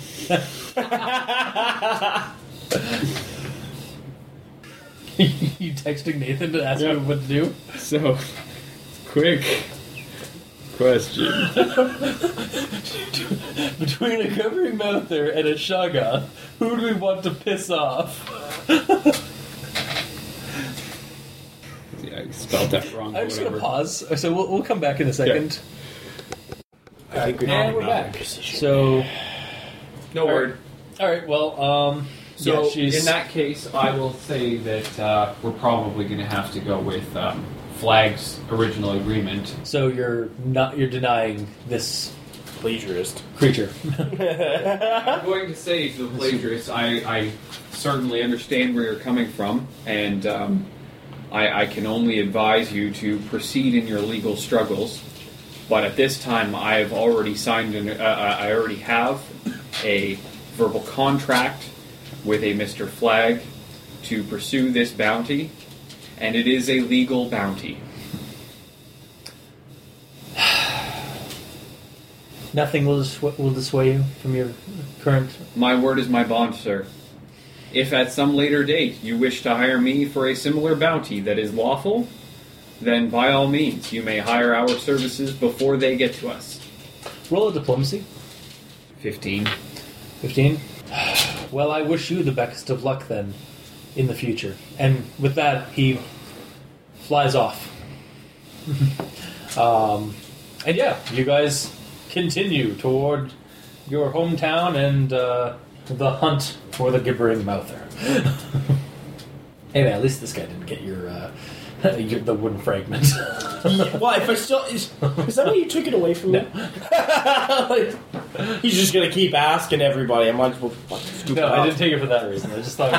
[SPEAKER 2] you texting Nathan to ask
[SPEAKER 4] Yeah.
[SPEAKER 2] him what to do?
[SPEAKER 4] so quick question.
[SPEAKER 2] Between a covering mouther and a shaga, who do we want to piss off?
[SPEAKER 4] Yeah, I spelled that wrong.
[SPEAKER 2] I'm just
[SPEAKER 4] whatever.
[SPEAKER 2] gonna pause. So we'll, we'll come back in a second.
[SPEAKER 3] I agree.
[SPEAKER 2] And we're back. So,
[SPEAKER 4] No word.
[SPEAKER 2] all right. Well, um,
[SPEAKER 4] So
[SPEAKER 2] yeah, she's
[SPEAKER 4] in that case, I will say that uh, we're probably going to have to go with um, Flag's original agreement.
[SPEAKER 2] so you're not you're denying this
[SPEAKER 3] Plagiarist.
[SPEAKER 2] creature.
[SPEAKER 4] I'm going to say to the plagiarist, I, I certainly understand where you're coming from, and um, I, I can only advise you to proceed in your legal struggles. But at this time, I have already signed an. Uh, uh, I already have a verbal contract with a Mr. Flag to pursue this bounty, and it is a legal bounty.
[SPEAKER 2] Nothing will dissuade, will dissuade you from your current.
[SPEAKER 4] My word is my bond, sir. If at some later date you wish to hire me for a similar bounty that is lawful, then by all means you may hire our services before they get to us.
[SPEAKER 2] Roll of diplomacy.
[SPEAKER 4] Fifteen.
[SPEAKER 2] Fifteen. Well, I wish you the best of luck then, in the future. And with that, he flies off. um, and yeah, you guys continue toward your hometown and uh, the hunt for the gibbering mouther. hey man, at least this guy didn't get your, uh, your the wooden fragment.
[SPEAKER 3] Why? If I still is, is that why you took it away from me? Like, he's just gonna keep asking everybody. I might as well fucking scoop
[SPEAKER 2] no,
[SPEAKER 3] it
[SPEAKER 2] I
[SPEAKER 3] up.
[SPEAKER 2] didn't take it for that reason. I just thought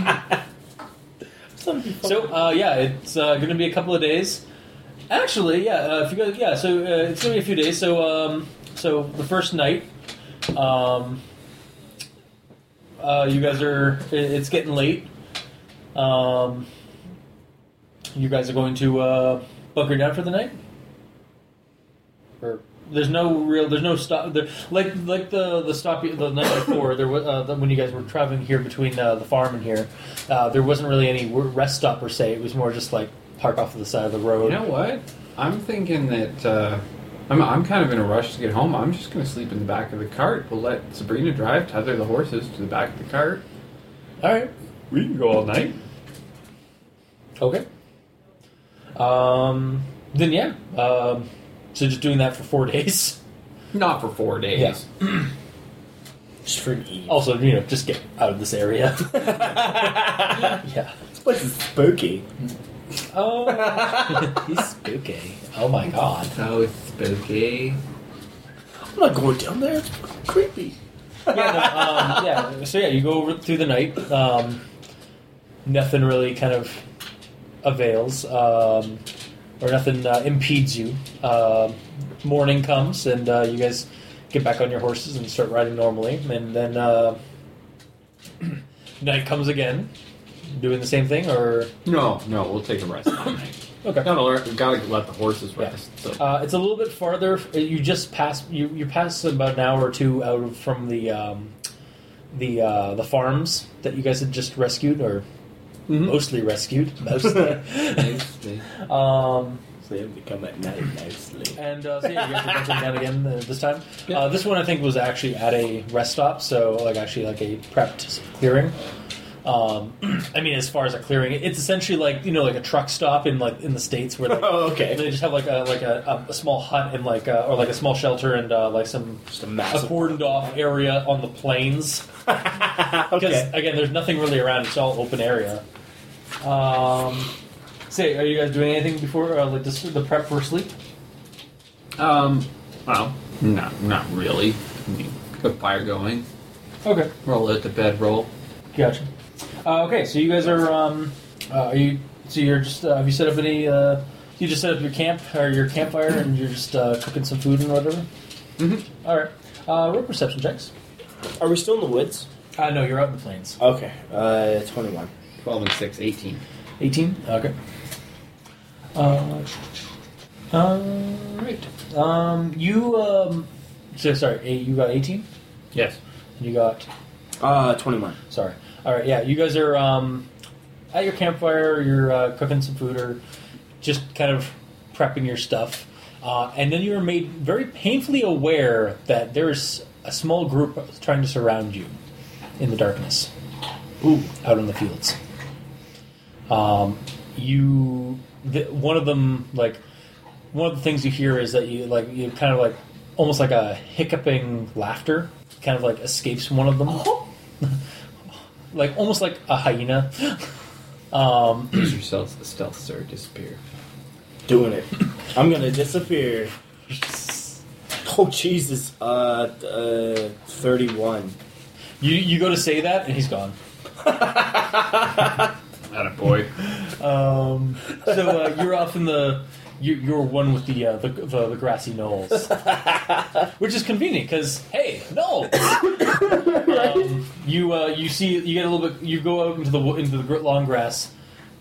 [SPEAKER 2] it was funny. So uh, yeah, it's uh, going to be a couple of days. Actually, yeah, uh, if you guys, yeah, so uh, it's going to be a few days. So um, so the first night, um, uh, you guys are i- it's getting late. Um, you guys are going to uh, bunker down for the night. Or there's no real there's no stop there like like the the stop the night before there was uh, the, when you guys were traveling here between uh, the farm and here uh, there wasn't really any rest stop per se it was more just like park off to the side of the road
[SPEAKER 4] You know what? I'm thinking that uh, I'm, I'm kind of in a rush to get home. I'm just going to sleep in the back of the cart. We'll let Sabrina drive, tether the horses to the back of the cart.
[SPEAKER 2] all right
[SPEAKER 4] We can go all night.
[SPEAKER 2] Okay. Um, then yeah. Um, so just doing that for four days.
[SPEAKER 4] Not for four days.
[SPEAKER 2] Yeah.
[SPEAKER 3] Just for an E.
[SPEAKER 2] Also, you know, just get out of this area. yeah.
[SPEAKER 3] This is spooky.
[SPEAKER 2] Oh, he's spooky. Oh my god.
[SPEAKER 8] So spooky.
[SPEAKER 3] I'm not going down there. It's creepy.
[SPEAKER 2] Yeah. No, um, yeah. So yeah, you go over through the night. Um, nothing really kind of avails, um, or nothing uh, impedes you. Um morning comes, and uh, you guys get back on your horses and start riding normally. And then uh, night comes again, doing the same thing, or
[SPEAKER 4] No, no, we'll take a rest all night.
[SPEAKER 2] okay.
[SPEAKER 4] Gotta learn- We've got to let the horses rest. So.
[SPEAKER 2] Uh, it's a little bit farther. You just pass. You you pass about an hour or two out of, from the um, the uh, the farms that you guys had just rescued, or mostly rescued, mostly.
[SPEAKER 8] Nicely.
[SPEAKER 2] um,
[SPEAKER 3] So they haven't come at night nicely.
[SPEAKER 2] and uh, so yeah, you guys are bunching down again uh, this time. Uh, this one I think was actually at a rest stop, so like actually like a prepped clearing. Um, I mean, as far as a clearing, it's essentially like you know like a truck stop in like in the states where like,
[SPEAKER 3] Oh,
[SPEAKER 2] And
[SPEAKER 3] okay.
[SPEAKER 2] they just have like a like a, a, a small hut and like a, or like a small shelter and uh, like some
[SPEAKER 3] Just a
[SPEAKER 2] a
[SPEAKER 3] massive.
[SPEAKER 2] cordoned off area on the plains because
[SPEAKER 3] okay.
[SPEAKER 2] again there's nothing really around it's all open area. Um, say, are you guys doing anything before uh, like this, the prep for sleep?
[SPEAKER 4] Um, well, not not really. I mean, Got fire going.
[SPEAKER 2] Okay,
[SPEAKER 4] Roll it to bed. Roll.
[SPEAKER 2] gotcha. Uh, okay, so you guys are um, Uh, are you? So you're just? Uh, have you set up any? Uh, you just set up your camp or your campfire, and you're just uh, cooking some food and whatever. Mm-hmm. All right. Uh, roll perception checks.
[SPEAKER 3] Are we still in the woods?
[SPEAKER 2] Uh, no, you're out in the plains.
[SPEAKER 3] Okay. Uh, 21.
[SPEAKER 4] 12 and 6, 18.
[SPEAKER 2] 18? Okay. Uh, Alright. Um, you, um, so sorry, eh, you got 18?
[SPEAKER 5] Yes.
[SPEAKER 2] You got,
[SPEAKER 3] Uh, 21.
[SPEAKER 2] sorry. Alright, yeah, you guys are, um, at your campfire, you're, uh, cooking some food or just kind of prepping your stuff. Uh, and then you are made very painfully aware that there's a small group trying to surround you in the darkness. Ooh. Out in the fields. Um, you, th- one of them, like, one of the things you hear is that you, like, you kind of like, almost like a hiccuping laughter kind of like escapes one of them. like, almost like a hyena. um,
[SPEAKER 4] Use your stealth, stealth sir, disappear.
[SPEAKER 3] Doing it. I'm gonna disappear. Oh, Jesus. Uh, uh, 31.
[SPEAKER 2] you, you go to say that, and he's gone.
[SPEAKER 6] Not a boy.
[SPEAKER 2] Um, so uh, you're off in the you, you're one with the, uh, the the the grassy knolls, which is convenient because hey, no, um, you uh, you see you get a little bit you go out into the wo- into the gr- long grass,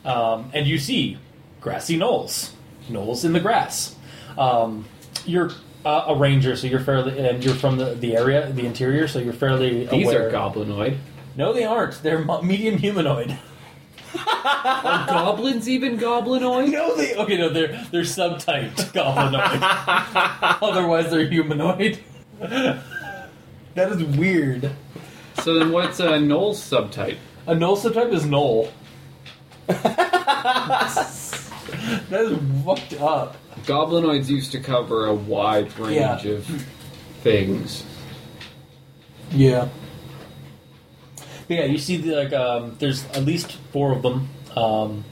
[SPEAKER 2] um, and you see grassy knolls, knolls in the grass. Um, you're uh, a ranger, so you're fairly and you're from the, the area, the interior, so you're fairly.
[SPEAKER 4] These
[SPEAKER 2] aware.
[SPEAKER 4] are goblinoid.
[SPEAKER 2] No, they aren't. They're mo- medium humanoid.
[SPEAKER 4] Are goblins even goblinoid?
[SPEAKER 2] No, they okay. No, they're they're subtyped goblinoid. Otherwise, they're humanoid. that is weird.
[SPEAKER 4] So then what's a Knoll's subtype?
[SPEAKER 2] A null subtype is null. that is fucked up.
[SPEAKER 4] Goblinoids used to cover a wide range
[SPEAKER 2] Yeah.
[SPEAKER 4] of things.
[SPEAKER 2] Yeah. But yeah, you see, the, like, um, there's at least four of them, um,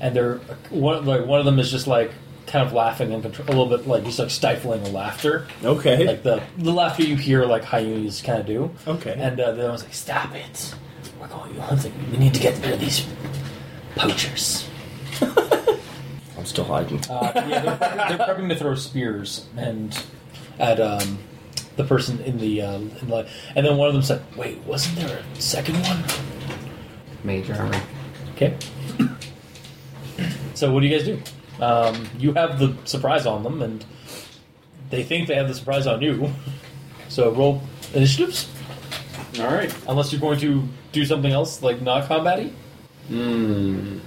[SPEAKER 2] and they're one like one of them is just like kind of laughing and contr- a little bit like just like stifling the laughter,
[SPEAKER 3] Okay.
[SPEAKER 2] like the the laughter you hear like hyenas kind of do.
[SPEAKER 3] okay.
[SPEAKER 2] And uh, the other one's like, "Stop it! We're going." I was like, "We need to get rid of these poachers."
[SPEAKER 3] I'm still hiding.
[SPEAKER 2] Uh, yeah, they're, prepping- they're prepping to throw spears and at um, the person in the, uh, in the. And then one of them said, "Wait, wasn't there a second one?"
[SPEAKER 4] Major armor.
[SPEAKER 2] Okay. so what do you guys do? Um, you have the surprise on them, and they think they have the surprise on you. So roll initiatives,
[SPEAKER 6] All right.
[SPEAKER 2] unless you're going to do something else like not combat-y.
[SPEAKER 4] Mmm.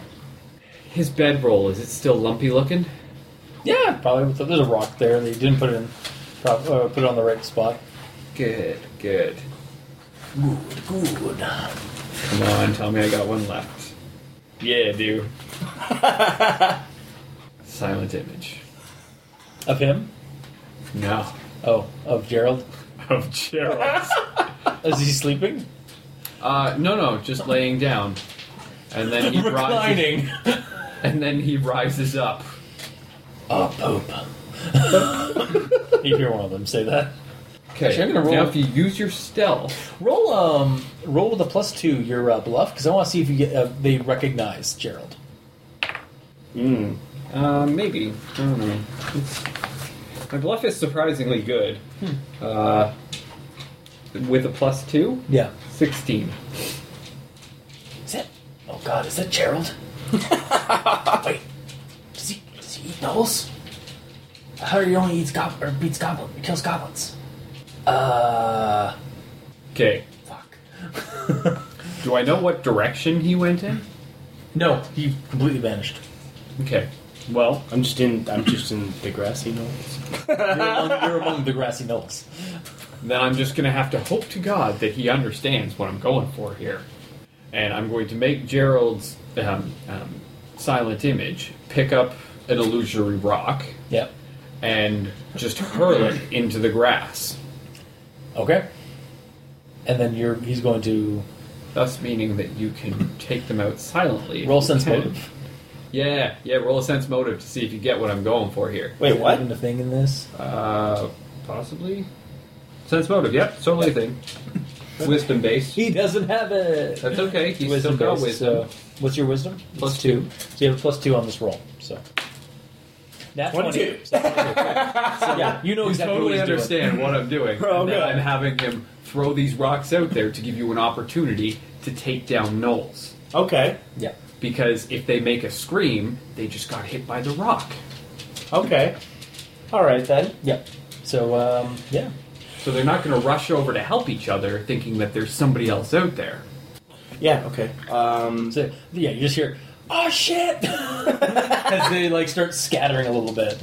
[SPEAKER 4] His bedroll, is it still lumpy looking?
[SPEAKER 2] Yeah, probably. With the, there's a rock there. They didn't put it in, prop, uh, put it on the right spot.
[SPEAKER 4] Good, good.
[SPEAKER 2] Good, good.
[SPEAKER 4] Come on, tell me I got one left. Yeah, dude. Silent image.
[SPEAKER 2] Of him?
[SPEAKER 4] No.
[SPEAKER 2] Oh, of Gerald?
[SPEAKER 4] Of Gerald.
[SPEAKER 2] Is he sleeping?
[SPEAKER 4] uh, no, no, just laying down. And then he rises.
[SPEAKER 2] Reclining.
[SPEAKER 4] And then he rises up.
[SPEAKER 2] Oh, poop. you hear one of them say that.
[SPEAKER 4] Okay.
[SPEAKER 2] Actually, I'm gonna roll-
[SPEAKER 4] Now, if you use your stealth,
[SPEAKER 2] Roll um, roll with a plus two your uh, bluff because I want to see if you get uh, they recognize Gerald.
[SPEAKER 4] uh, maybe I don't know. It's, my bluff is surprisingly good. Uh, with a plus two,
[SPEAKER 2] Yeah.
[SPEAKER 4] 16.
[SPEAKER 2] Is it? Oh God, is that Gerald? Wait, does he does he eat gnolls? I heard he only eats goblin or beats goblin, kills goblins. Uh,
[SPEAKER 4] Okay.
[SPEAKER 2] fuck.
[SPEAKER 4] Do I know what direction he went in?
[SPEAKER 2] No, he completely vanished.
[SPEAKER 4] Okay. Well,
[SPEAKER 3] I'm just in. I'm just in the grassy knolls.
[SPEAKER 2] You're among, you're among the grassy knolls.
[SPEAKER 4] then I'm just going to have to hope to God that he understands what I'm going for here. And I'm going to make Gerald's um, um, silent image pick up an illusory rock
[SPEAKER 2] Yep.
[SPEAKER 4] and just hurl it into the grass.
[SPEAKER 2] Okay. And then you're he's going to
[SPEAKER 4] Thus, meaning that you can take them out silently. if
[SPEAKER 2] roll
[SPEAKER 4] you
[SPEAKER 2] sense
[SPEAKER 4] can.
[SPEAKER 2] motive.
[SPEAKER 4] Yeah, yeah, roll a sense motive to see if you get what I'm going for here.
[SPEAKER 3] Wait, what?
[SPEAKER 2] Even a thing in this.
[SPEAKER 4] Uh, possibly? Sense motive, yep, totally a thing.
[SPEAKER 6] Wisdom based.
[SPEAKER 2] He doesn't have it.
[SPEAKER 6] That's okay. He's still got
[SPEAKER 2] base,
[SPEAKER 6] wisdom. uh,
[SPEAKER 2] so- what's your wisdom?
[SPEAKER 6] Plus
[SPEAKER 2] It's So you have a plus two on this roll. So. Nat 20.
[SPEAKER 3] 22.
[SPEAKER 2] So, yeah, you know
[SPEAKER 6] You
[SPEAKER 2] exactly
[SPEAKER 6] totally
[SPEAKER 2] what he's doing.
[SPEAKER 6] understand what I'm doing.
[SPEAKER 3] Oh,
[SPEAKER 6] and then
[SPEAKER 3] good.
[SPEAKER 6] I'm having him throw these rocks out there to give you an opportunity to take down Knowles.
[SPEAKER 3] Okay.
[SPEAKER 2] Yeah.
[SPEAKER 6] Because if they make a scream, they just got hit by the rock.
[SPEAKER 3] Okay. All right then.
[SPEAKER 2] Yeah. So, um, yeah.
[SPEAKER 6] So they're not going to rush over to help each other thinking that there's somebody else out there.
[SPEAKER 3] Yeah. Okay. Um.
[SPEAKER 2] So, yeah, you just hear, oh shit! As they, like, start scattering a little bit.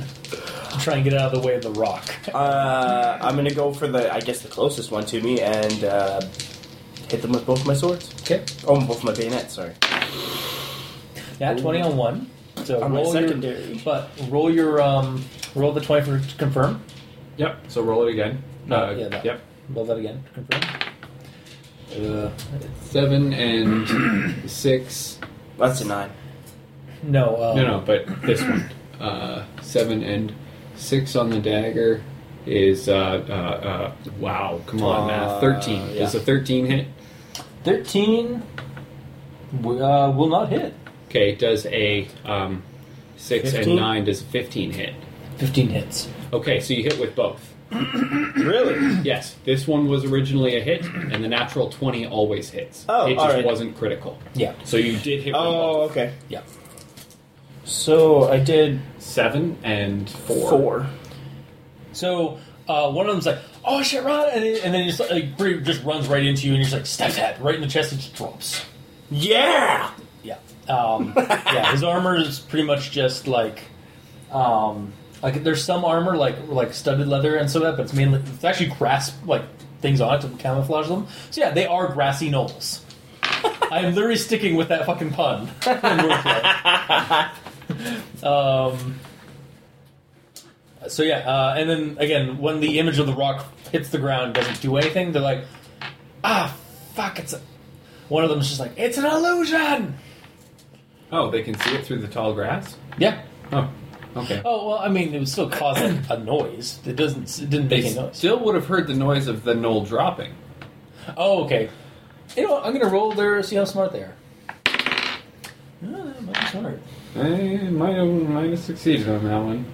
[SPEAKER 2] Try and get out of the way of the rock.
[SPEAKER 3] Uh, I'm gonna go for the I guess the closest one to me and uh, hit them with both my swords.
[SPEAKER 2] Okay.
[SPEAKER 3] Oh, both my bayonets. Sorry.
[SPEAKER 2] Nat 20 on one. So
[SPEAKER 3] On my
[SPEAKER 2] roll your,
[SPEAKER 3] secondary.
[SPEAKER 2] but roll your, um, roll the 20 for confirm.
[SPEAKER 6] Yep. So roll it again.
[SPEAKER 2] No,
[SPEAKER 6] Uh,
[SPEAKER 2] yeah, that-
[SPEAKER 6] Yep.
[SPEAKER 2] Roll that again. Confirm. Uh,
[SPEAKER 4] Seven and six.
[SPEAKER 3] That's a nine.
[SPEAKER 2] no, um,
[SPEAKER 4] No, no, but this one. Uh, seven and six on the dagger is uh, uh, uh, wow. Come on,
[SPEAKER 3] Uh,
[SPEAKER 4] math. Thirteen
[SPEAKER 3] yeah.
[SPEAKER 4] is a thirteen hit.
[SPEAKER 2] 13 w- uh, will not hit.
[SPEAKER 4] Okay, does a um, six
[SPEAKER 3] Fifteen?
[SPEAKER 4] and nine does a fifteen hit?
[SPEAKER 2] 15 hits.
[SPEAKER 4] Okay, so you hit with both.
[SPEAKER 3] Really?
[SPEAKER 4] Yes, this one was originally a hit, and the natural twenty always hits.
[SPEAKER 3] Oh,
[SPEAKER 4] it just
[SPEAKER 3] alright.
[SPEAKER 4] wasn't critical.
[SPEAKER 2] Yeah.
[SPEAKER 4] So you did hit.
[SPEAKER 3] Oh,
[SPEAKER 4] with both.
[SPEAKER 3] okay.
[SPEAKER 2] Yeah.
[SPEAKER 3] So I did
[SPEAKER 4] Seven and four.
[SPEAKER 3] four.
[SPEAKER 2] So uh, one of them's like, oh shit, Ron! And then, and then just, like, Bree just runs right into you and you're just like, stab that right in the chest and just drops.
[SPEAKER 3] Yeah.
[SPEAKER 2] Yeah. Um, yeah, his armor is pretty much just like. Um, like there's some armor like like studded leather and so that, but it's mainly it's actually grass like things on it to camouflage them. So yeah, they are grassy knolls. I'm literally sticking with that fucking pun. um, so yeah, uh, and then again, when the image of the rock hits the ground, doesn't do anything. They're like, ah, fuck! It's a... one of them's just like, it's an illusion.
[SPEAKER 6] Oh, they can see it through the tall grass?
[SPEAKER 2] Yeah.
[SPEAKER 6] Oh, okay.
[SPEAKER 2] Oh well, I mean, it would still cause a, a noise. It doesn't. It didn't
[SPEAKER 6] They
[SPEAKER 2] make any noise.
[SPEAKER 6] still would have heard the noise of the knoll dropping.
[SPEAKER 2] Oh, okay. You know, what? I'm gonna roll there. See how smart they are. Oh, that might be smart.
[SPEAKER 6] I might have, might have succeeded on that one.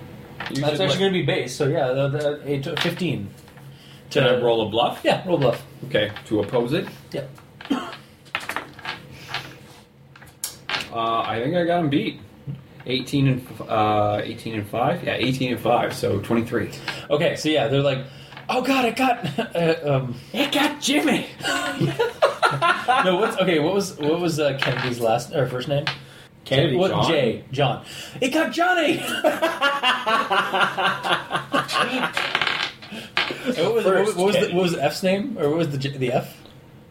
[SPEAKER 6] You
[SPEAKER 2] That's
[SPEAKER 6] should
[SPEAKER 2] actually
[SPEAKER 6] let-
[SPEAKER 2] going to be base. So yeah, the, the, it took fifteen.
[SPEAKER 6] Should I roll a bluff?
[SPEAKER 2] Yeah, roll bluff.
[SPEAKER 6] Okay, to oppose it.
[SPEAKER 2] Yeah.
[SPEAKER 6] Uh, I think I got him beat. 18 and f- uh, 18 and 5? Yeah, 18 and 5, so 23.
[SPEAKER 2] Okay, so yeah, they're like, oh god, it got. Uh, um,
[SPEAKER 6] It got Jimmy!
[SPEAKER 2] no, what's okay? What was what was uh, Kennedy's last or first name?
[SPEAKER 3] Kennedy.
[SPEAKER 2] What
[SPEAKER 3] John.
[SPEAKER 2] Jay? John. It got Johnny. what, was, what, was, what, was the, what was the F's name or what was the J, the F?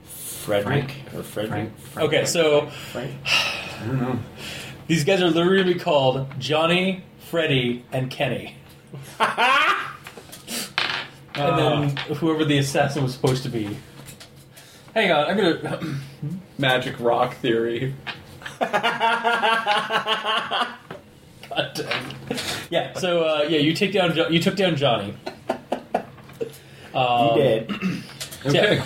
[SPEAKER 3] Frederick or Frederick.
[SPEAKER 6] Frank. Frank.
[SPEAKER 2] Okay, so
[SPEAKER 3] Frank.
[SPEAKER 6] I don't know.
[SPEAKER 2] these guys are literally called Johnny, Freddy, and Kenny, and then whoever the assassin was supposed to be. Hang on, I'm gonna.
[SPEAKER 6] Magic rock theory.
[SPEAKER 2] God damn. Yeah, so uh, yeah, you take down Jo- you took down Johnny. Um,
[SPEAKER 6] Um,
[SPEAKER 3] You did.
[SPEAKER 6] Okay.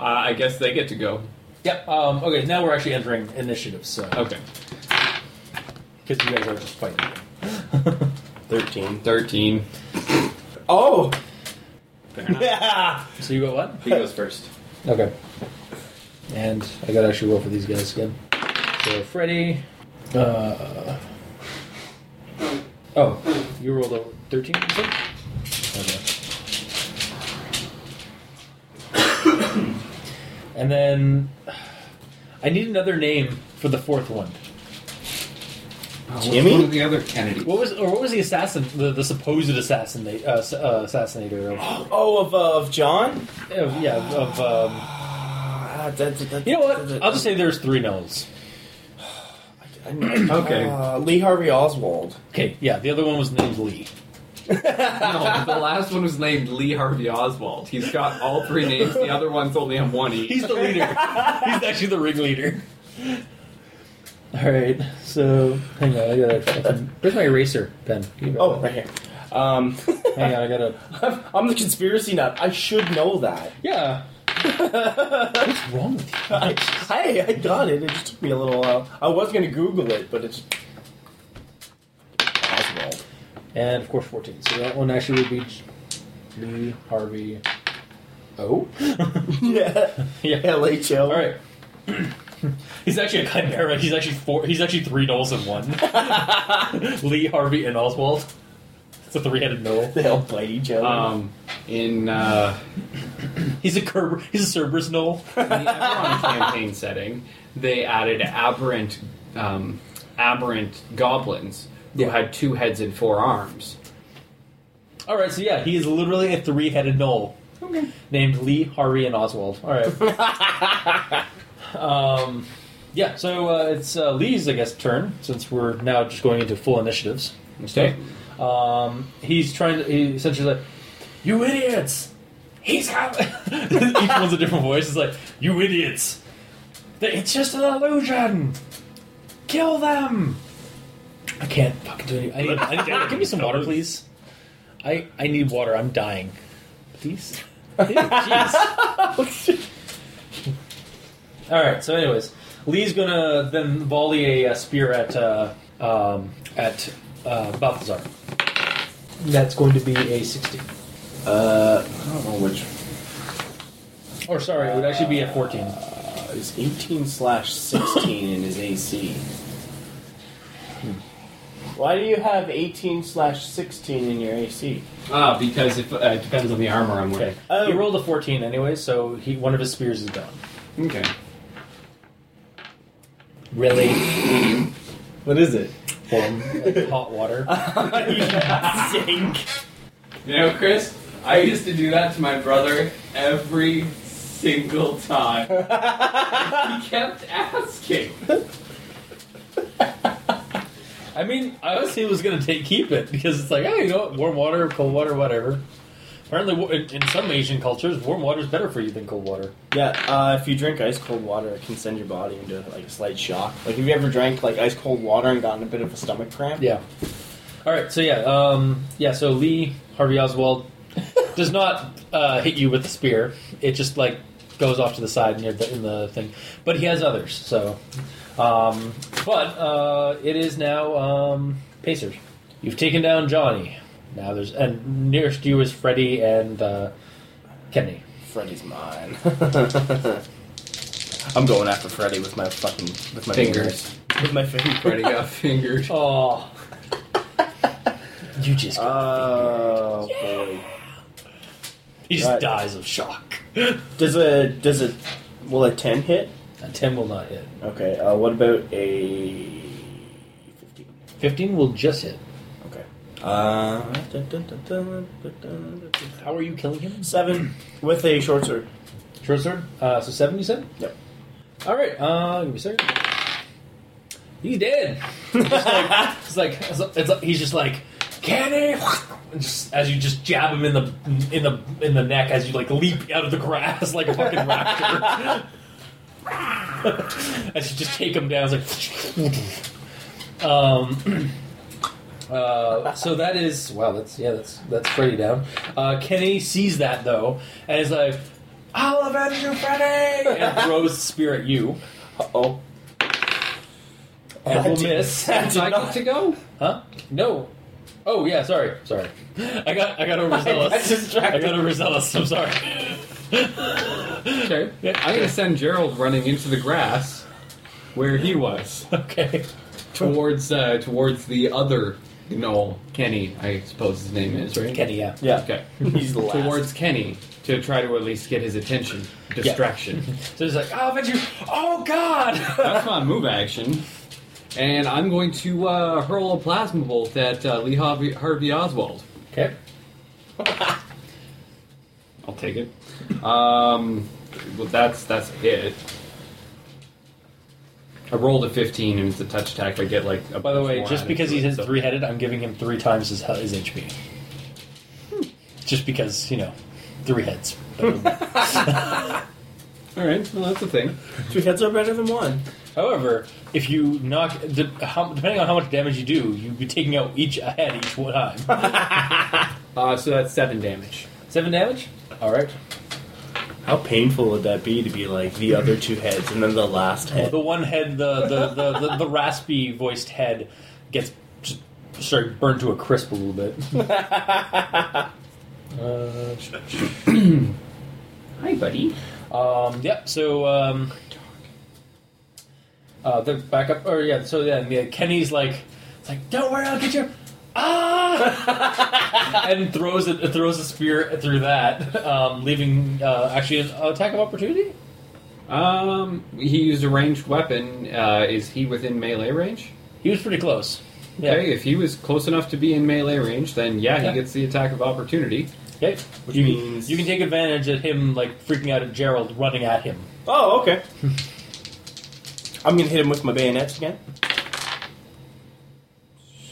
[SPEAKER 6] Uh, I guess they get to go.
[SPEAKER 2] Yep. Um, okay, now we're actually entering initiative, so
[SPEAKER 6] Okay.
[SPEAKER 2] because you guys are just fighting.
[SPEAKER 3] 13.
[SPEAKER 6] 13.
[SPEAKER 3] Oh!
[SPEAKER 6] Fair enough.
[SPEAKER 3] Yeah!
[SPEAKER 2] So you got what?
[SPEAKER 6] He goes first.
[SPEAKER 2] Okay. And I gotta actually roll for these guys again. So Freddy. Uh, oh, you rolled a thirteen. you said? Okay. and then I need another name for the fourth one.
[SPEAKER 3] Jimmy? Oh.
[SPEAKER 6] One of the other Kennedy.
[SPEAKER 2] What was or what was the assassin, the, the supposed assassin, uh, ass- uh, assassinator of?
[SPEAKER 3] Oh, of, uh, of John?
[SPEAKER 2] of- yeah, of. Um,
[SPEAKER 3] Ah, that- that- that-
[SPEAKER 2] You know what?
[SPEAKER 3] that- that-
[SPEAKER 2] I'll just say there's three Knowles.
[SPEAKER 3] I know.
[SPEAKER 6] Okay.
[SPEAKER 3] Uh, Lee Harvey Oswald.
[SPEAKER 2] Okay, yeah, the other one was named Lee.
[SPEAKER 6] No, the last one was named Lee Harvey Oswald. He's got all three names. The other one's only on one E.
[SPEAKER 2] He's the leader. He's actually the ringleader. Alright, so hang on, I gotta. I can- Where's my eraser pen?
[SPEAKER 3] Oh, right here. Um,
[SPEAKER 2] hang on, I gotta.
[SPEAKER 3] I'm the conspiracy nut. I should know that.
[SPEAKER 2] Yeah,
[SPEAKER 9] What's wrong with you?
[SPEAKER 3] Hey, I got it. It just took me a little while. I was gonna Google it, but it's Oswald.
[SPEAKER 9] And of course, 14. So that one actually would be J- Lee Harvey. Oh?
[SPEAKER 3] yeah.
[SPEAKER 9] yeah.
[SPEAKER 3] LHL.
[SPEAKER 9] All right.
[SPEAKER 2] He's actually a chimera. He's actually four. He's actually three dolls in one. Lee Harvey and Oswald. It's a three-headed mole.
[SPEAKER 3] They'll bite each other.
[SPEAKER 4] Um, in uh,
[SPEAKER 2] He's a Kerber, He's a Cerberus knoll.
[SPEAKER 4] in the Eberron campaign setting, they added aberrant, um, aberrant goblins who
[SPEAKER 9] Yeah.
[SPEAKER 4] had two heads and four arms.
[SPEAKER 2] All right, so yeah, he is literally a three-headed knoll. Okay. Named Lee Harvey and Oswald. All right. um, yeah. So uh, it's uh, Lee's, I guess, turn since we're now just going into full initiatives.
[SPEAKER 4] Okay.
[SPEAKER 2] Um, he's trying to. He essentially like, you idiots. He's coming. Each one's a different voice. It's like, you idiots. They- It's just an illusion. Kill them. I can't fucking do it. I need, I need, give me some water, please. I I need water. I'm dying. Please. Ew, jeez. All right. So, anyways, Lee's gonna then volley a, uh spear at uh, um, at uh, Balthazar. That's going to be a 16.
[SPEAKER 3] uh, I don't know which.
[SPEAKER 2] Or sorry, it would actually be a 14.
[SPEAKER 3] Uh, it's 18 slash 16 in his AC.
[SPEAKER 9] Hmm.
[SPEAKER 3] Why do you have 18 slash 16 in your AC?
[SPEAKER 10] Ah, because if, uh, it depends on the armor I'm
[SPEAKER 2] Okay.
[SPEAKER 10] wearing.
[SPEAKER 3] Oh.
[SPEAKER 2] He rolled a 14 anyway, so he one of his spears is gone.
[SPEAKER 10] Okay.
[SPEAKER 2] Really?
[SPEAKER 3] What is it?
[SPEAKER 2] Warm, like hot water.
[SPEAKER 3] Zinc.
[SPEAKER 10] You know, Chris, I used to do that to my brother every single time. he kept asking.
[SPEAKER 2] I mean, I honestly was gonna take keep it because it's like, oh, you know what, warm water, cold water, whatever. Apparently, wa- in, in some Asian cultures, warm water is better for you than cold water.
[SPEAKER 3] Yeah, uh, if you drink ice cold water, it can send your body into like a slight shock. Like, have you ever drank like ice cold water and gotten a bit of a stomach cramp?
[SPEAKER 2] Yeah. All right. So yeah. Um, yeah. So Lee Harvey Oswald does not uh, hit you with the spear. It just like goes off to the side near the in the thing. But he has others. So, um, but uh, it is now um, Pacers. You've taken down Johnny. Now there's and nearest you is Freddy and uh, Kenny.
[SPEAKER 3] Freddy's mine. I'm going after Freddy with my fucking with my
[SPEAKER 4] Fingers.
[SPEAKER 3] With my fingers.
[SPEAKER 4] Freddy got fingered.
[SPEAKER 2] Oh. You just
[SPEAKER 3] Oh boy.
[SPEAKER 2] he just
[SPEAKER 3] right.
[SPEAKER 2] dies of shock.
[SPEAKER 3] Does a does a will a ten hit?
[SPEAKER 2] A ten will not hit.
[SPEAKER 3] Okay. Uh, what about a fifteen?
[SPEAKER 2] Fifteen will just hit.
[SPEAKER 3] Okay. Uh, dun, dun, dun, dun, dun, dun, dun, dun.
[SPEAKER 2] How are you killing him?
[SPEAKER 3] seven with a short sword.
[SPEAKER 2] Short sword. Uh, so seven, you said.
[SPEAKER 3] Yep.
[SPEAKER 2] All right. Uh, give me a second. He's dead. It's like it's like, it's like he's just like Kenny, and just, as you just jab him in the in the in the neck as you like leap out of the grass like a fucking raptor. as you just take him down, it's like. um. Uh, so that is wow. That's yeah. That's that's Freddy down. Uh, Kenny sees that though, and is like, "I'll avenge you, Freddy!" and throws spear at you,
[SPEAKER 3] Uh oh.
[SPEAKER 2] and will miss.
[SPEAKER 4] I got to go.
[SPEAKER 2] Huh? No. Oh yeah, sorry, sorry. I got I got overzealous.
[SPEAKER 3] I got distracted.
[SPEAKER 2] I got overzealous. I'm sorry.
[SPEAKER 4] Okay. I'm gonna send Gerald running into the grass where he was
[SPEAKER 2] okay.
[SPEAKER 4] towards uh, towards the other Noel Kenny. I suppose his name is right.
[SPEAKER 2] Kenny, yeah.
[SPEAKER 3] Yeah.
[SPEAKER 4] Okay.
[SPEAKER 3] He's the last.
[SPEAKER 4] towards Kenny to try to at least get his attention, distraction.
[SPEAKER 2] So he's like, oh, but you, oh god.
[SPEAKER 4] That's my move action. And I'm going to uh, hurl a plasma bolt at uh, Lee Harvey, Harvey Oswald.
[SPEAKER 2] Okay.
[SPEAKER 4] I'll take it. Um, well, that's that's a hit. I rolled a 15 and it's a touch attack. I get like. A
[SPEAKER 2] By the
[SPEAKER 4] bunch
[SPEAKER 2] way,
[SPEAKER 4] more
[SPEAKER 2] just
[SPEAKER 4] added
[SPEAKER 2] because
[SPEAKER 4] to
[SPEAKER 2] he
[SPEAKER 4] it,
[SPEAKER 2] hits
[SPEAKER 4] so-
[SPEAKER 2] three headed, I'm giving him three times his his HP. Just because you know, three heads.
[SPEAKER 4] All right, well that's the thing.
[SPEAKER 3] Three heads are better than one.
[SPEAKER 2] However, if you knock, de- how, depending on how much damage you do, you'd be taking out each a head each one time.
[SPEAKER 4] Uh, so that's seven damage.
[SPEAKER 2] Seven damage. All right.
[SPEAKER 3] How painful would that be to be like the other two heads and then the last head?
[SPEAKER 2] The one head, the the the, the, the raspy voiced head, gets just sort of burned to a crisp a little bit. uh,
[SPEAKER 11] Hi, buddy.
[SPEAKER 2] Um, yep. So, um, uh, they're back up. Or yeah. So yeah, yeah, Kenny's like, it's like, don't worry, I'll get you. Ah! and throws it throws a spear through that, um, leaving uh, actually an attack of opportunity.
[SPEAKER 4] Um, he used a ranged weapon. Uh, is he within melee range?
[SPEAKER 2] He was pretty close. Yeah.
[SPEAKER 4] Okay, if he was close enough to be in melee range, then yeah, he
[SPEAKER 2] Yeah.
[SPEAKER 4] gets the attack of opportunity.
[SPEAKER 2] Okay.
[SPEAKER 3] Which
[SPEAKER 2] You,
[SPEAKER 3] means-
[SPEAKER 2] you can take advantage at him like freaking out at Gerald running at him.
[SPEAKER 3] Oh, okay. I'm gonna hit him with my bayonets again.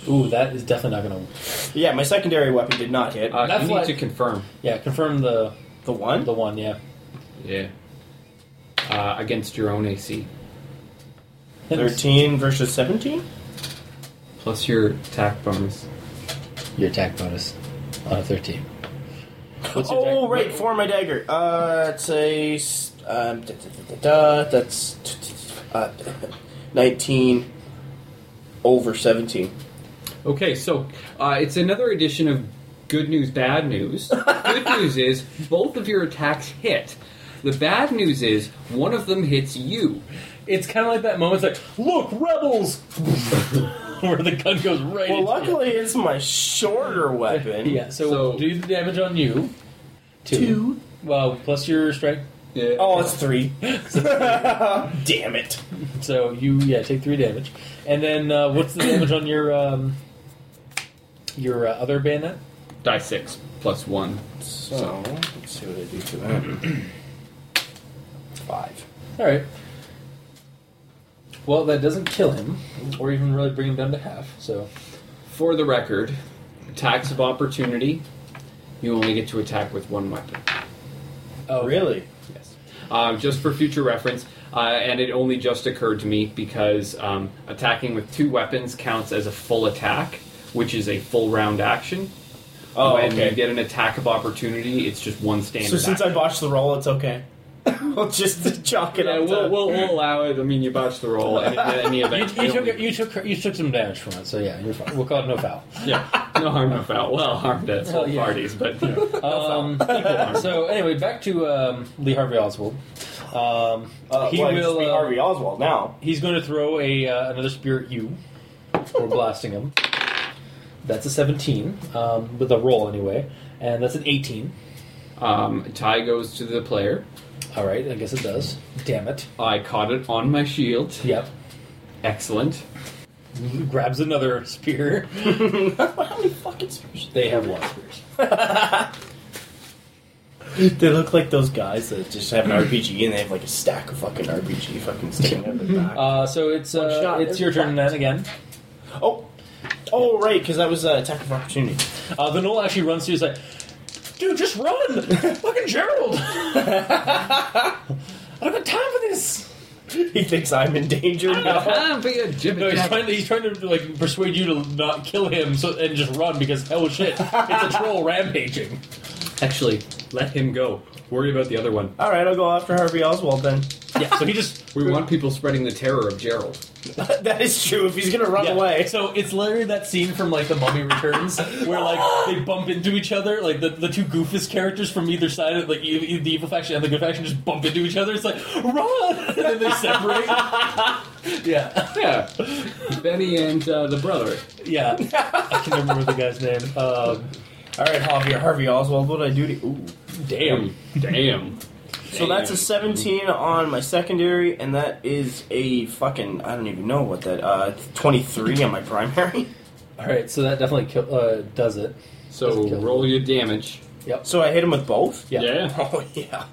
[SPEAKER 2] Ooh, that is definitely not going to.
[SPEAKER 3] Yeah, my secondary weapon did not hit.
[SPEAKER 4] Uh,
[SPEAKER 2] That's
[SPEAKER 4] you need
[SPEAKER 2] what-
[SPEAKER 4] to confirm.
[SPEAKER 2] Yeah, confirm the
[SPEAKER 3] the one?
[SPEAKER 2] the one. Yeah,
[SPEAKER 4] Yeah. Uh, against your own AC
[SPEAKER 3] Thirteen versus seventeen?
[SPEAKER 4] plus your attack bonus.
[SPEAKER 12] Your attack bonus on a 13.
[SPEAKER 2] What's your
[SPEAKER 3] Oh,
[SPEAKER 2] attack?
[SPEAKER 3] right, for my dagger. Uh, it's a. s- Um, da, da, da, da, da, that's. t- t- t- Uh, 19 over 17.
[SPEAKER 4] Okay, so uh, it's another edition of good news, bad news. good news is both of your attacks hit. The bad news is one of them hits you.
[SPEAKER 2] It's kind of like that moment. It's like, look, rebels, where the gun goes right.
[SPEAKER 3] Well,
[SPEAKER 2] into
[SPEAKER 3] luckily it's my shorter
[SPEAKER 2] you.
[SPEAKER 3] weapon.
[SPEAKER 2] yeah. So,
[SPEAKER 4] So-
[SPEAKER 2] do the damage on you. Two. Well, plus your strength.
[SPEAKER 4] Uh,
[SPEAKER 3] Oh, it's three. Damn it.
[SPEAKER 2] So you yeah take three damage, and then uh, what's the damage on your um, your uh, other bayonet?
[SPEAKER 4] Die six plus one.
[SPEAKER 3] So, let's see what I do to that. Five.
[SPEAKER 2] All right. Well, that doesn't kill him, or even really bring him down to half. So
[SPEAKER 4] For the record, attacks of opportunity, you only get to attack with one weapon.
[SPEAKER 2] oh
[SPEAKER 3] Really?
[SPEAKER 4] Yes. Um, just for future reference, uh, and it only just occurred to me because um, attacking with two weapons counts as a full attack, which is a full round action.
[SPEAKER 3] Oh,
[SPEAKER 4] when
[SPEAKER 3] okay.
[SPEAKER 4] you get an attack of opportunity, it's just one standard.
[SPEAKER 3] So, since I
[SPEAKER 4] action.
[SPEAKER 3] botched the roll, it's okay. we'll just chalk it
[SPEAKER 4] yeah,
[SPEAKER 3] up.
[SPEAKER 4] we'll,
[SPEAKER 3] to-
[SPEAKER 4] we'll, we'll allow it. I mean, you botched the roll. And in any
[SPEAKER 2] You,
[SPEAKER 4] event,
[SPEAKER 2] you
[SPEAKER 4] it
[SPEAKER 2] took
[SPEAKER 4] only-
[SPEAKER 2] you took you took some damage from it, so yeah, you're fine. We'll call it no foul.
[SPEAKER 4] yeah, no harm, no foul. Well, harm to both
[SPEAKER 2] yeah.
[SPEAKER 4] parties, but you know,
[SPEAKER 2] Um, so anyway, back to um, Lee Harvey Oswald. Um,
[SPEAKER 3] Uh,
[SPEAKER 2] he
[SPEAKER 3] well, I just
[SPEAKER 2] will.
[SPEAKER 3] beat
[SPEAKER 2] uh,
[SPEAKER 3] Harvey Oswald now.
[SPEAKER 2] he's going to throw a uh, another spear at you. We're blasting him. That's a seventeen um, with a roll anyway, and that's an eighteen.
[SPEAKER 4] um, tie goes to the player.
[SPEAKER 2] All right, I guess it does. Damn it.
[SPEAKER 4] I caught it on my shield.
[SPEAKER 2] Yep.
[SPEAKER 4] Excellent.
[SPEAKER 2] Grabs another spear.
[SPEAKER 3] How many fucking spears?
[SPEAKER 2] They have one spears.
[SPEAKER 3] They look like those guys that just have an RPG and they have like a stack of fucking RPG fucking sticking out of their back.
[SPEAKER 2] Uh, so it's
[SPEAKER 3] One
[SPEAKER 2] uh,
[SPEAKER 3] shot
[SPEAKER 2] it's
[SPEAKER 3] is
[SPEAKER 2] your turn
[SPEAKER 3] fucked.
[SPEAKER 2] then again.
[SPEAKER 3] oh, oh right, because that was uh, attack of opportunity.
[SPEAKER 2] Uh, the knoll actually runs to you. He's like, "Dude, just run! Fucking Gerald! I don't got time for this."
[SPEAKER 3] he thinks I'm in danger now.
[SPEAKER 4] Time for your jibber
[SPEAKER 2] No, he's
[SPEAKER 4] jabber.
[SPEAKER 2] trying to he's trying to like persuade you to not kill him so and just run because oh shit, it's a troll rampaging.
[SPEAKER 4] Actually, let him go. Worry about the other one.
[SPEAKER 3] All right, I'll go after Harvey Oswald then.
[SPEAKER 2] Yeah, so he just
[SPEAKER 4] We want people spreading the terror of Gerald.
[SPEAKER 3] that is true. If he's gonna run
[SPEAKER 2] Yeah.
[SPEAKER 3] away,
[SPEAKER 2] So it's literally that scene from like The Mummy Returns, where like they bump into each other, like the, the two goofus characters from either side, of, like e- e- the evil faction and the good faction, just bump into each other. It's like run, and then they separate. yeah,
[SPEAKER 4] Yeah. Benny and uh, the brother.
[SPEAKER 2] yeah. I can remember the guy's name. Um,
[SPEAKER 3] all right, Harvey, Harvey Oswald, what did I do to? Ooh.
[SPEAKER 2] damn.
[SPEAKER 4] Damn.
[SPEAKER 3] So that's a 17 on my secondary, and that is a fucking I don't even know what that uh 23 on my primary.
[SPEAKER 2] All right, so that definitely kill, uh, does it.
[SPEAKER 4] So roll your damage.
[SPEAKER 3] So I hit him with both.
[SPEAKER 2] Yeah.
[SPEAKER 3] Oh yeah.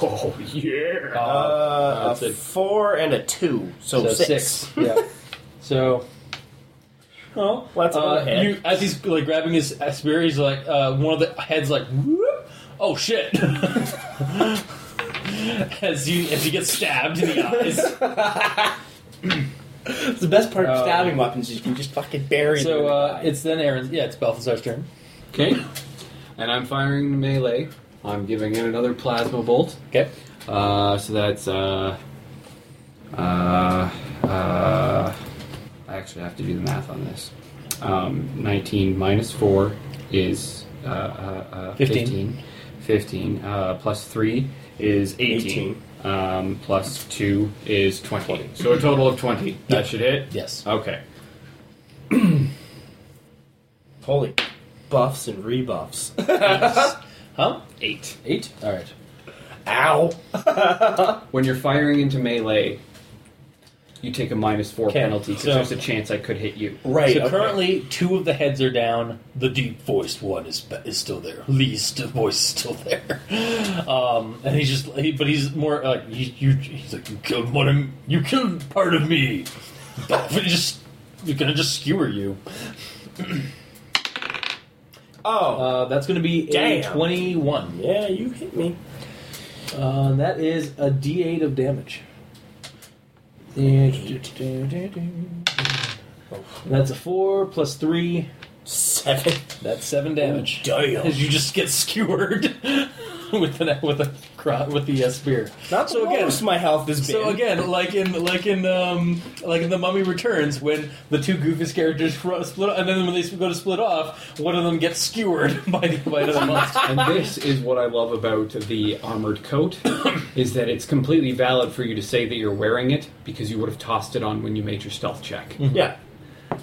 [SPEAKER 4] Oh, yeah.
[SPEAKER 2] Uh,
[SPEAKER 3] Uh,
[SPEAKER 4] that's
[SPEAKER 3] a
[SPEAKER 4] it.
[SPEAKER 3] four and a two, so,
[SPEAKER 2] so
[SPEAKER 3] six.
[SPEAKER 2] Yeah. So. Oh,
[SPEAKER 3] Well, that's another
[SPEAKER 2] uh,
[SPEAKER 3] hit.
[SPEAKER 2] you, as he's like grabbing his spear, he's like uh, one of the heads like, Whoop! oh shit! as you as you get stabbed in the eyes.
[SPEAKER 3] That's the best part
[SPEAKER 2] of
[SPEAKER 3] of
[SPEAKER 2] stabbing
[SPEAKER 3] stabbing weapons is you can just fucking bury
[SPEAKER 2] so uh, it's then Aaron's. Yeah, it's Balthazar's turn.
[SPEAKER 4] Okay. And I'm firing the melee. I'm giving it another plasma bolt.
[SPEAKER 2] Okay.
[SPEAKER 4] Uh, so that's uh, uh, uh, I actually have to do the math on this. Um, 19 minus 4 is uh, uh, uh,
[SPEAKER 2] 15.
[SPEAKER 4] 15. 15, Uh, plus 3 is 18. 18. Um, plus 2 is 20. So a total of 20. That should hit?
[SPEAKER 2] Yes.
[SPEAKER 4] Okay.
[SPEAKER 3] Holy buffs and rebuffs.
[SPEAKER 2] Huh?
[SPEAKER 4] Eight.
[SPEAKER 2] Eight. All right.
[SPEAKER 3] Ow.
[SPEAKER 4] When you're firing into melee, you take a minus 4
[SPEAKER 2] Okay,
[SPEAKER 4] penalty because
[SPEAKER 2] so-
[SPEAKER 4] there's a chance I could hit you.
[SPEAKER 3] Right.
[SPEAKER 2] so
[SPEAKER 3] okay.
[SPEAKER 2] currently, two of the heads are down. The deep voiced one is is still there. Lee's st- voice is still there, um, and he's just. He, but he's more like you, you. He's like you killed one. Of, you killed part of me. but we just we're gonna just skewer you.
[SPEAKER 3] Oh.
[SPEAKER 2] Uh, that's gonna be a
[SPEAKER 3] Damn.
[SPEAKER 2] twenty one.
[SPEAKER 3] yeah, you hit me.
[SPEAKER 2] Uh, that is a D eight of damage. That's a four plus three.
[SPEAKER 3] Seven.
[SPEAKER 2] That's seven damage.
[SPEAKER 3] Damn.
[SPEAKER 2] as you just get skewered with the with a cro- with the uh, spear.
[SPEAKER 3] Not so
[SPEAKER 2] so again.
[SPEAKER 3] against my health has been.
[SPEAKER 2] So again, like in like in um, like in the Mummy Returns, when the two goofiest characters fro- split, and then when they go to split off, one of them gets skewered by the by another monster.
[SPEAKER 4] and this is what I love about the armored coat is that it's completely valid for you to say that you're wearing it because you would have tossed it on when you made your stealth check.
[SPEAKER 3] Yeah.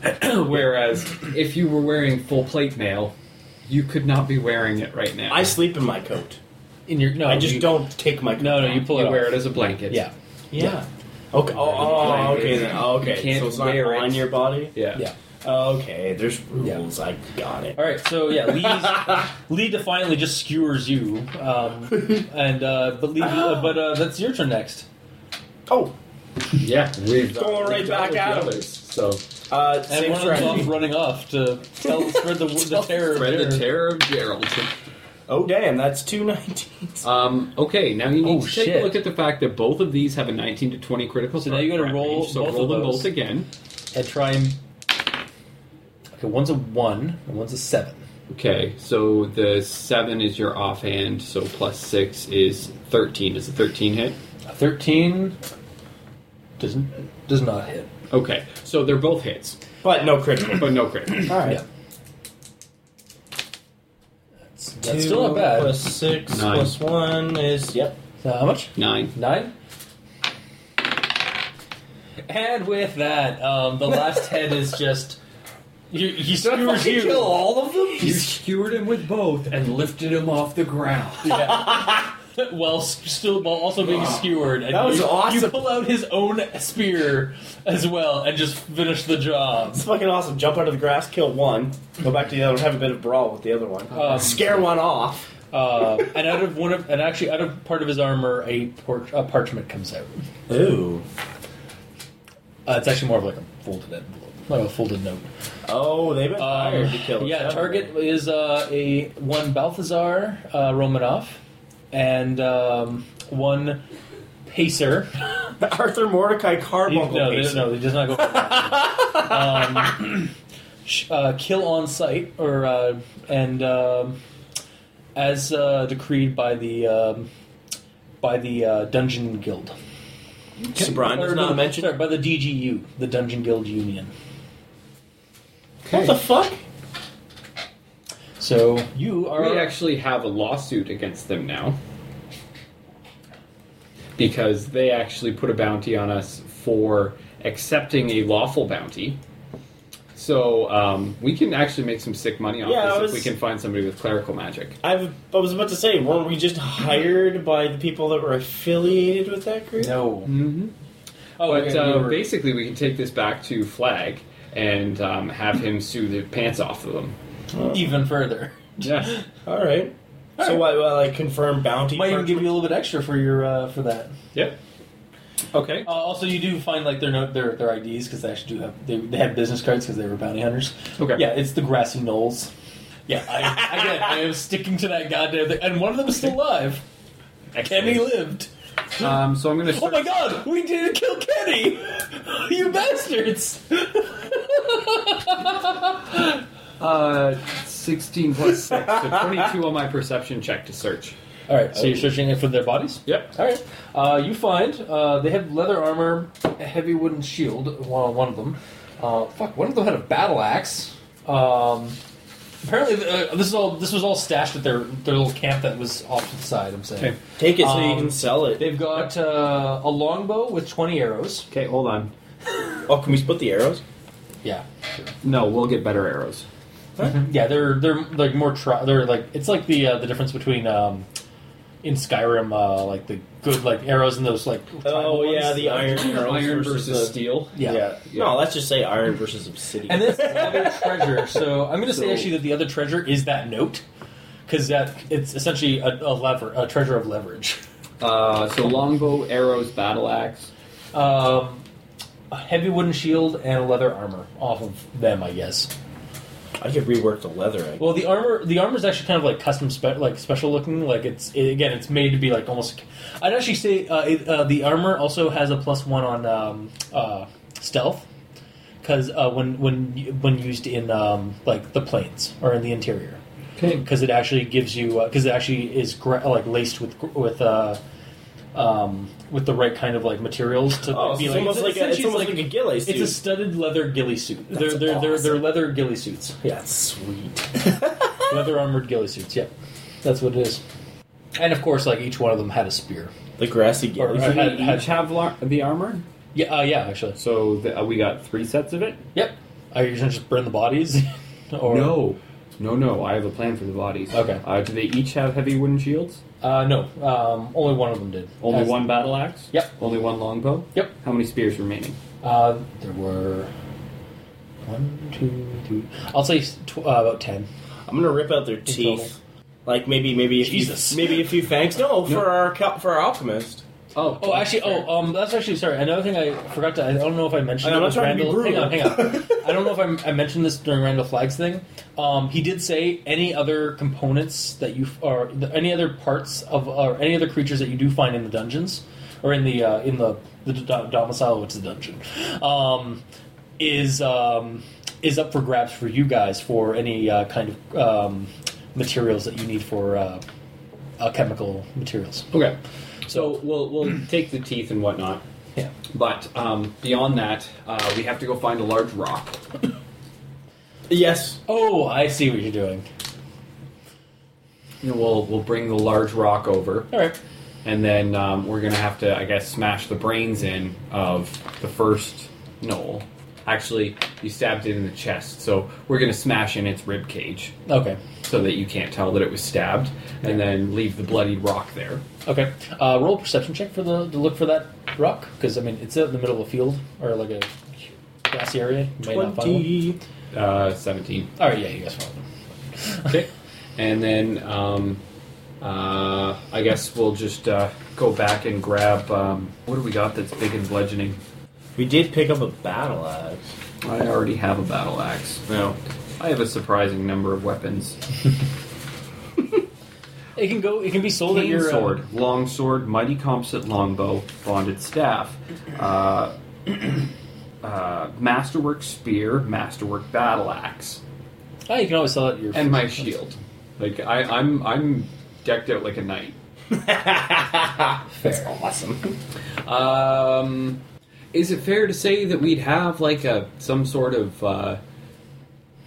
[SPEAKER 4] Whereas if you were wearing full plate mail, you could not be wearing it right now.
[SPEAKER 3] I sleep in my coat.
[SPEAKER 2] In your no,
[SPEAKER 3] I just
[SPEAKER 2] you-
[SPEAKER 3] don't take my coat.
[SPEAKER 2] No, no, you pull
[SPEAKER 4] you
[SPEAKER 2] it
[SPEAKER 4] wear
[SPEAKER 2] off.
[SPEAKER 4] it as a blanket.
[SPEAKER 2] Yeah,
[SPEAKER 3] Yeah. Okay. Oh,
[SPEAKER 4] Right,
[SPEAKER 3] oh,
[SPEAKER 4] right.
[SPEAKER 3] okay then. Oh, okay.
[SPEAKER 4] You can't
[SPEAKER 3] so it's not
[SPEAKER 4] wear it.
[SPEAKER 3] on your body.
[SPEAKER 4] Yeah.
[SPEAKER 2] yeah.
[SPEAKER 3] Okay. There's
[SPEAKER 2] Yeah.
[SPEAKER 3] rules. I got it.
[SPEAKER 2] All right, so yeah, Lee's, Lee defiantly just skewers you, um, and uh, but Lee,
[SPEAKER 3] Ah.
[SPEAKER 2] uh, but uh, that's your turn next.
[SPEAKER 3] Oh.
[SPEAKER 4] Yeah. We've
[SPEAKER 3] Going right
[SPEAKER 4] we've
[SPEAKER 3] back
[SPEAKER 4] done with the
[SPEAKER 3] at 'em.
[SPEAKER 4] others, So
[SPEAKER 3] Uh,
[SPEAKER 2] And
[SPEAKER 3] same
[SPEAKER 2] one of them's off
[SPEAKER 3] strategy.
[SPEAKER 2] running off to tell, spread the, the terror. of
[SPEAKER 4] spread the
[SPEAKER 2] Jared.
[SPEAKER 4] terror of Gerald.
[SPEAKER 3] Oh damn, that's two nineteens.
[SPEAKER 4] Um, okay, now you need
[SPEAKER 2] Oh,
[SPEAKER 4] to take
[SPEAKER 2] shit.
[SPEAKER 4] a look at the fact that both of these have a 19 to 20 critical.
[SPEAKER 2] So now you gotta
[SPEAKER 4] threat
[SPEAKER 2] roll
[SPEAKER 4] range, so
[SPEAKER 2] both
[SPEAKER 4] roll
[SPEAKER 2] of
[SPEAKER 4] them
[SPEAKER 2] those.
[SPEAKER 4] both again.
[SPEAKER 2] and try and. Okay, one's a one and one's a seven.
[SPEAKER 4] Okay, so the seven is your offhand, so plus six is thirteen. Does a thirteen hit?
[SPEAKER 2] A thirteen doesn't does not hit.
[SPEAKER 4] Okay, so they're both hits,
[SPEAKER 3] But no critical.
[SPEAKER 4] but no crit.
[SPEAKER 3] All right.
[SPEAKER 2] Yeah. That's, that's still not bad.
[SPEAKER 3] Plus six
[SPEAKER 4] Nine.
[SPEAKER 3] plus one is yep.
[SPEAKER 2] So how much?
[SPEAKER 4] Nine.
[SPEAKER 2] Nine. And with that, um, the last head is just. You, he skewers you.
[SPEAKER 3] kill all of them.
[SPEAKER 4] You skewered him with both and lifted him off the ground.
[SPEAKER 2] while s- still while also being skewered. And
[SPEAKER 3] That was
[SPEAKER 2] you, You
[SPEAKER 3] awesome.
[SPEAKER 2] pull out his own spear as well and just finish the job.
[SPEAKER 3] It's fucking awesome. Jump out of the grass, kill one, go back to the other, one, have a bit of brawl with the other one,
[SPEAKER 2] Um,
[SPEAKER 3] scare one off.
[SPEAKER 2] Uh, and out of one of and actually out of part of his armor, a, por- a parchment comes out.
[SPEAKER 3] Ooh.
[SPEAKER 2] Uh, it's actually more of like a folded envelope, like a folded note.
[SPEAKER 3] Oh, they've been
[SPEAKER 2] Um,
[SPEAKER 3] hired to kill. us,
[SPEAKER 2] yeah,
[SPEAKER 3] haven't
[SPEAKER 2] target is uh, a one Balthazar uh, Romanov and um, one Pacer.
[SPEAKER 3] they? Arthur Mordecai Carbuncle.
[SPEAKER 2] no, they,
[SPEAKER 3] Pacer.
[SPEAKER 2] no, they does not go. For um, sh- uh, kill on sight, or uh, and um, as uh, decreed by the um, by the uh, Dungeon Guild.
[SPEAKER 3] So Brian does
[SPEAKER 2] Or
[SPEAKER 3] not
[SPEAKER 2] no,
[SPEAKER 3] mention.
[SPEAKER 2] sorry, by the DGU, the Dungeon Guild Union.
[SPEAKER 3] What the fuck?
[SPEAKER 2] So you are
[SPEAKER 4] We actually have a lawsuit against them now because they actually put a bounty on us for accepting a lawful bounty. So um, we can actually make some sick money off
[SPEAKER 3] Yeah,
[SPEAKER 4] this
[SPEAKER 3] I
[SPEAKER 4] if we
[SPEAKER 3] was-
[SPEAKER 4] can find somebody with clerical magic.
[SPEAKER 3] I've, I was about to say, weren't we just hired by the people that were affiliated with that group?
[SPEAKER 2] no.
[SPEAKER 4] Mm-hmm.
[SPEAKER 2] Oh,
[SPEAKER 4] But
[SPEAKER 2] okay,
[SPEAKER 4] uh,
[SPEAKER 2] you were-
[SPEAKER 4] basically, we can take this back to Flag and um, have him sue the pants off of them.
[SPEAKER 2] even further.
[SPEAKER 4] Yeah.
[SPEAKER 3] All right.
[SPEAKER 2] All
[SPEAKER 3] so
[SPEAKER 2] right.
[SPEAKER 3] what? Well, like confirm bounty.
[SPEAKER 2] Might even
[SPEAKER 3] parchment?
[SPEAKER 2] give you a little bit extra for your uh, for that.
[SPEAKER 4] yep. Okay.
[SPEAKER 2] Uh, also, you do find like their no- their their IDs because they actually do have they, they have business cards because they were bounty hunters.
[SPEAKER 4] Okay.
[SPEAKER 2] Yeah, it's the grassy knolls. Yeah, I, again, I am sticking to that goddamn thing. And one of them is still alive. Kenny lived.
[SPEAKER 4] Um, so I'm going to.
[SPEAKER 2] Oh my god, we didn't kill Kenny! you bastards!
[SPEAKER 4] Uh, 16 plus 6, so 22 on my perception check to search.
[SPEAKER 2] All right, so you're searching it for their bodies.
[SPEAKER 13] Yep.
[SPEAKER 2] All right, uh, you find uh, they had leather armor, a heavy wooden shield. One, one of them. Uh, fuck, one of them had a battle axe. Um, apparently, uh, this is all this was all stashed at their their little camp that was off to the side. I'm saying
[SPEAKER 13] Okay.
[SPEAKER 3] Take it so you
[SPEAKER 2] Um,
[SPEAKER 3] can sell it.
[SPEAKER 2] they've got uh, a longbow with 20 arrows.
[SPEAKER 13] Okay, hold on.
[SPEAKER 3] Oh, can we split the arrows?
[SPEAKER 2] Yeah, Mm-hmm.
[SPEAKER 13] No, we'll get better arrows.
[SPEAKER 2] yeah, they're they're like more tri- they're like it's like the uh, the difference between um, in Skyrim uh, like the good like arrows and those like tribal
[SPEAKER 3] Oh yeah,
[SPEAKER 2] ones.
[SPEAKER 3] the iron arrows
[SPEAKER 4] Iron versus
[SPEAKER 3] the,
[SPEAKER 4] steel.
[SPEAKER 2] yeah.
[SPEAKER 3] No, let's just say iron versus obsidian.
[SPEAKER 2] And this other treasure. So I'm going to
[SPEAKER 13] So-
[SPEAKER 2] say actually that the other treasure is that note, because that it's essentially a, a lever, a treasure of leverage.
[SPEAKER 4] Uh, so longbow, arrows, battle axe.
[SPEAKER 2] Um, a heavy wooden shield and a leather armor off of them, I guess.
[SPEAKER 3] I could rework the leather. I
[SPEAKER 2] Well, the armor, the armor is actually kind of like custom, spe- like special looking. Like it's it, again, it's made to be like almost. I'd actually say uh, it, uh, the armor also has a plus one on um, uh, stealth. Because uh, when when y- when used in um, like the planes or in the interior,
[SPEAKER 14] Okay.
[SPEAKER 2] because it actually gives you because it actually is gra- like laced with gr- with uh, um, with the right kind of like materials to
[SPEAKER 3] oh,
[SPEAKER 2] be
[SPEAKER 3] it's
[SPEAKER 2] like
[SPEAKER 3] almost like a, it's
[SPEAKER 2] essentially
[SPEAKER 3] almost like, a ghillie suit.
[SPEAKER 2] it's a studded leather ghillie suit. They're
[SPEAKER 3] That's
[SPEAKER 2] they're, they're they're
[SPEAKER 3] awesome.
[SPEAKER 2] leather ghillie suits.
[SPEAKER 3] yeah, it's sweet.
[SPEAKER 2] Leather armored ghillie suits. Yep, that's what it is. And of course, like each one of them had a spear.
[SPEAKER 3] The grassy
[SPEAKER 2] Or-
[SPEAKER 3] ghillie.
[SPEAKER 2] or-
[SPEAKER 3] suit.
[SPEAKER 2] had-
[SPEAKER 4] we
[SPEAKER 2] had-
[SPEAKER 4] each have lar- the armor?
[SPEAKER 2] Yeah, uh, yeah, actually.
[SPEAKER 4] So th- uh, we got three sets of it?
[SPEAKER 2] Yep. Are you gonna just burn the bodies? or
[SPEAKER 4] No. No, no, I have a plan for the bodies.
[SPEAKER 2] Okay.
[SPEAKER 4] Uh, do they each have heavy wooden shields?
[SPEAKER 2] Uh, no, um, only one of them did.
[SPEAKER 4] Only
[SPEAKER 2] As-
[SPEAKER 4] one battle axe?
[SPEAKER 2] Yep.
[SPEAKER 4] Only one longbow?
[SPEAKER 2] Yep.
[SPEAKER 4] How many spears remaining?
[SPEAKER 2] Uh, there were one, two, three. I'll say tw- uh, about ten.
[SPEAKER 3] I'm gonna rip out their
[SPEAKER 2] total.
[SPEAKER 3] teeth. Like maybe maybe if
[SPEAKER 2] Jesus.
[SPEAKER 3] You, maybe a few fangs. No, for our cal- for our alchemist.
[SPEAKER 4] Oh,
[SPEAKER 2] Oh, actually, oh, um, that's actually sorry. Another thing I forgot to. I don't know if I mentioned.
[SPEAKER 3] I know,
[SPEAKER 2] it was
[SPEAKER 3] I'm not trying to be
[SPEAKER 2] Randall.
[SPEAKER 3] brutal.
[SPEAKER 2] Hang on, hang on. I don't know if I, I mentioned this during Randall Flags thing. Um, he did say any other components that you f- or the- any other parts of or any other creatures that you do find in the dungeons or in the uh, in the the d- domicile, which is the dungeon, um, is um, is up for grabs for you guys for any uh, kind of um, materials that you need for uh, uh, chemical materials.
[SPEAKER 4] Okay. So we'll we'll take the teeth and whatnot.
[SPEAKER 2] Yeah.
[SPEAKER 4] But um, beyond that, uh, we have to go find a large rock.
[SPEAKER 3] Yes.
[SPEAKER 2] Oh, I see what you're doing.
[SPEAKER 4] And we'll we'll bring the large rock over,
[SPEAKER 2] All right.
[SPEAKER 4] and then um, we're gonna have to, I guess, smash the brains in of the first knoll. Actually, you stabbed it in the chest, so we're gonna smash in its rib cage
[SPEAKER 2] Okay.
[SPEAKER 4] so that you can't tell that it was stabbed, and then leave the bloody rock there.
[SPEAKER 2] Okay. Uh, roll a perception check for the to look for that rock because I mean it's out in the middle of a field or like a grassy area. You may not find one.
[SPEAKER 3] Twenty.
[SPEAKER 4] Uh, Seventeen.
[SPEAKER 2] All right. Yeah, you guys found one.
[SPEAKER 4] Okay. And then um, uh, I guess we'll just uh, go back and grab. Um, what do we got that's big and bludgeoning?
[SPEAKER 3] We did pick up a battle axe.
[SPEAKER 4] I already have a battle axe.
[SPEAKER 3] No.
[SPEAKER 4] I have a surprising number of weapons.
[SPEAKER 2] It can go. It can be sold at
[SPEAKER 4] Cane
[SPEAKER 2] your uh,
[SPEAKER 4] sword, long sword, mighty composite longbow, bonded staff, uh, uh, masterwork spear, masterwork battle axe,
[SPEAKER 2] Ah, you can always sell it at your.
[SPEAKER 4] and my shield. Like I, I'm, I'm decked out like a knight.
[SPEAKER 2] fair.
[SPEAKER 3] Awesome.
[SPEAKER 4] Um, is it fair to say that we'd have like a some sort of uh,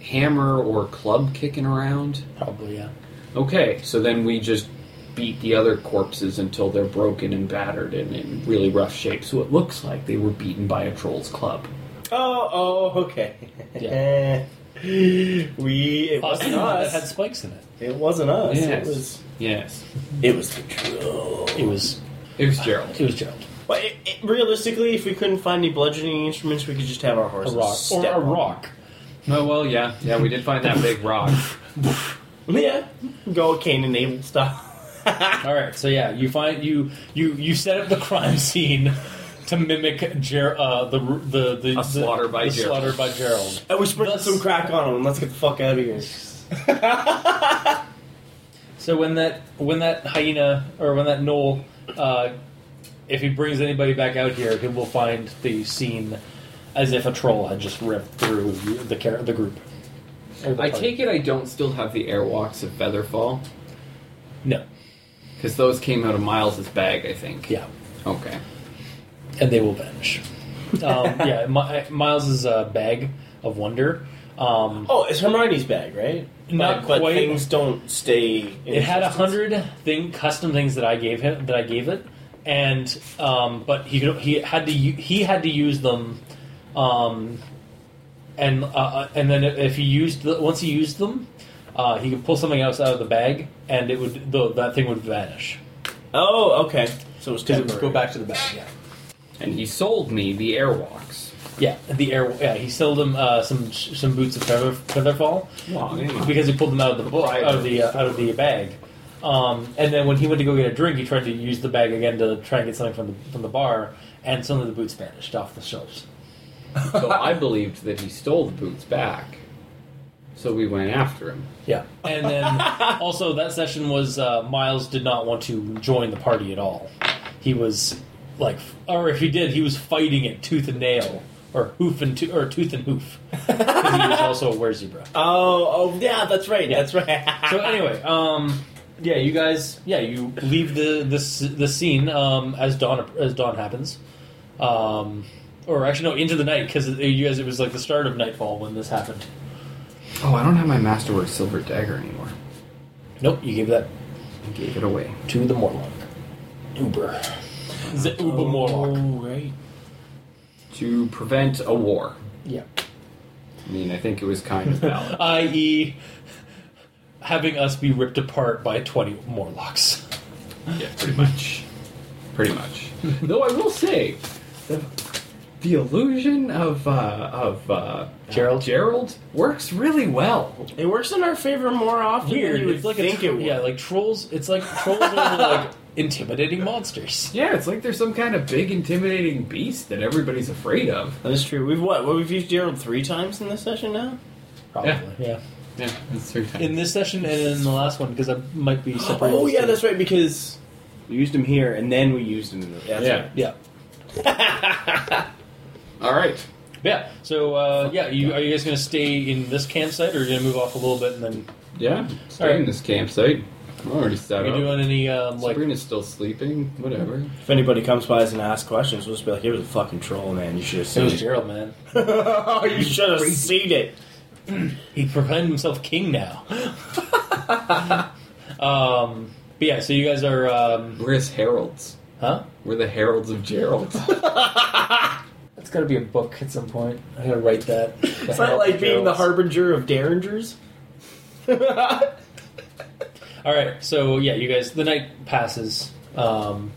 [SPEAKER 4] hammer or club kicking around?
[SPEAKER 2] Probably yeah.
[SPEAKER 4] Okay, so then we just beat the other corpses until they're broken and battered and in really rough shape, so it looks like they were beaten by a troll's club.
[SPEAKER 3] Oh oh okay. we it
[SPEAKER 2] Awesome.
[SPEAKER 3] wasn't
[SPEAKER 2] It had
[SPEAKER 3] us.
[SPEAKER 2] spikes in it.
[SPEAKER 3] It wasn't us.
[SPEAKER 4] Yes.
[SPEAKER 3] It was
[SPEAKER 4] Yes,
[SPEAKER 3] it was the drill.
[SPEAKER 2] It was.
[SPEAKER 4] it was Gerald.
[SPEAKER 2] It was Gerald.
[SPEAKER 3] But it, it, realistically, if we couldn't find any bludgeoning instruments, we could just have our
[SPEAKER 2] A
[SPEAKER 3] horses
[SPEAKER 2] rock or
[SPEAKER 3] step
[SPEAKER 2] a
[SPEAKER 3] on
[SPEAKER 2] rock.
[SPEAKER 4] Oh well, yeah, yeah, we did find that big rock.
[SPEAKER 3] them. Yeah, go Cain and Abel style.
[SPEAKER 2] All right. So yeah, you find you you you set up the crime scene. To mimic Ger- uh, the, the the
[SPEAKER 4] A slaughter by
[SPEAKER 2] the
[SPEAKER 4] Gerald.
[SPEAKER 2] slaughter by Gerald.
[SPEAKER 3] And we sprinkled
[SPEAKER 2] Thus-
[SPEAKER 3] some crack on them. Let's get the fuck out of here.
[SPEAKER 2] So when that when that hyena or when that knoll, uh, if he brings anybody back out here, he will find the scene as if a troll had just ripped through the car- the group. Or the
[SPEAKER 4] I
[SPEAKER 2] party.
[SPEAKER 4] take it I don't still have the airwalks of Featherfall.
[SPEAKER 2] no.
[SPEAKER 4] Because those came out of Miles's bag, I think.
[SPEAKER 2] Yeah,
[SPEAKER 4] Okay.
[SPEAKER 2] and they will vanish. Um, yeah, My, Miles's uh, bag of wonder. Um,
[SPEAKER 3] Oh, it's Hermione's bag, right?
[SPEAKER 2] Not
[SPEAKER 3] but, But
[SPEAKER 2] quite.
[SPEAKER 3] things don't stay. In
[SPEAKER 2] it had a
[SPEAKER 3] existence.
[SPEAKER 2] hundred thing custom things that I gave him that I gave it, and um, but he could, he had to u- he had to use them, um, and uh, uh, and then if he used the, once he used them, uh, he could pull something else out of the bag and it would the, that thing would vanish
[SPEAKER 3] Oh, okay. So it was
[SPEAKER 2] because it would
[SPEAKER 3] temporary.
[SPEAKER 2] go back to the bag. Yeah,
[SPEAKER 4] And he sold me the airwalks.
[SPEAKER 2] yeah. The air. Yeah, he sold him uh, some some boots of feather, featherfall because he pulled them out of the bo- out of the uh, out of the bag. Um, and then when he went to go get a drink, he tried to use the bag again to try and get something from the from the bar, and suddenly the boots vanished off the shelves.
[SPEAKER 4] so I believed that he stole the boots back. So we went after him.
[SPEAKER 2] Yeah, and then also that session was uh, Miles did not want to join the party at all. He was like, or if he did, he was fighting it tooth and nail, or hoof and to- or tooth and hoof, 'Cause he was also a werezebra.
[SPEAKER 3] Oh, oh, yeah, that's right. That's right.
[SPEAKER 2] so anyway, um, yeah, you guys, yeah, you leave the this the scene um, as dawn as dawn happens, um, or actually no, into the night because you guys it was like the start of nightfall when this happened.
[SPEAKER 4] Oh, I don't have my masterwork silver dagger anymore.
[SPEAKER 2] Nope, you gave that
[SPEAKER 4] I gave it away.
[SPEAKER 2] to the Morlock. Uber, the Uber Morlock.
[SPEAKER 3] Oh, right.
[SPEAKER 4] To prevent a war.
[SPEAKER 2] Yeah,
[SPEAKER 4] I mean, I think it was kind of valid.
[SPEAKER 2] i.e., E, having us be ripped apart by twenty Morlocks.
[SPEAKER 4] yeah, pretty much. Pretty much. Though I will say, the, the illusion of, uh, of uh,
[SPEAKER 2] Gerald?
[SPEAKER 4] Gerald works really well.
[SPEAKER 3] It works in our favor more often
[SPEAKER 2] Weird.
[SPEAKER 3] than you would
[SPEAKER 2] It's like
[SPEAKER 3] think
[SPEAKER 2] a,
[SPEAKER 3] it
[SPEAKER 2] tro-
[SPEAKER 3] would.
[SPEAKER 2] yeah, like trolls. It's like trolls are like intimidating monsters.
[SPEAKER 4] Yeah, it's like there's some kind of big, intimidating beast that everybody's afraid of.
[SPEAKER 3] That is true. We've what? What we've used Gerald three times in this session now.
[SPEAKER 2] Probably.
[SPEAKER 4] Yeah.
[SPEAKER 2] yeah.
[SPEAKER 4] Yeah, that's three times.
[SPEAKER 2] in this session and in the last one because I might be separated.
[SPEAKER 3] Oh yeah, that's right. Because we used him here, and then we used him. In the, that's
[SPEAKER 4] Yeah.
[SPEAKER 3] right.
[SPEAKER 2] yeah,
[SPEAKER 4] All right.
[SPEAKER 2] yeah. So uh, yeah, you, are you guys going to stay in this campsite or are you going to move off a little bit and then
[SPEAKER 4] Yeah, stay
[SPEAKER 2] All right.
[SPEAKER 4] in this campsite. I'm already set
[SPEAKER 2] are you
[SPEAKER 4] up.
[SPEAKER 2] doing any um, like?
[SPEAKER 4] Sabrina's still sleeping. Whatever.
[SPEAKER 3] If anybody comes by us and asks questions, we'll just be like, "It was a fucking troll, man. You should have
[SPEAKER 2] It
[SPEAKER 3] seen
[SPEAKER 2] was
[SPEAKER 3] it.
[SPEAKER 2] Gerald, man.
[SPEAKER 3] oh, you should have seen it."
[SPEAKER 2] He proclaimed himself king now. um, but yeah, so you guys are um,
[SPEAKER 4] We're his heralds.
[SPEAKER 2] huh?
[SPEAKER 4] We're the heralds of Gerald.
[SPEAKER 2] It's got to be a book at some point. I gotta write that.
[SPEAKER 3] It's not like being the harbinger of derringers.
[SPEAKER 2] All right, so yeah, you guys. The night passes. Um,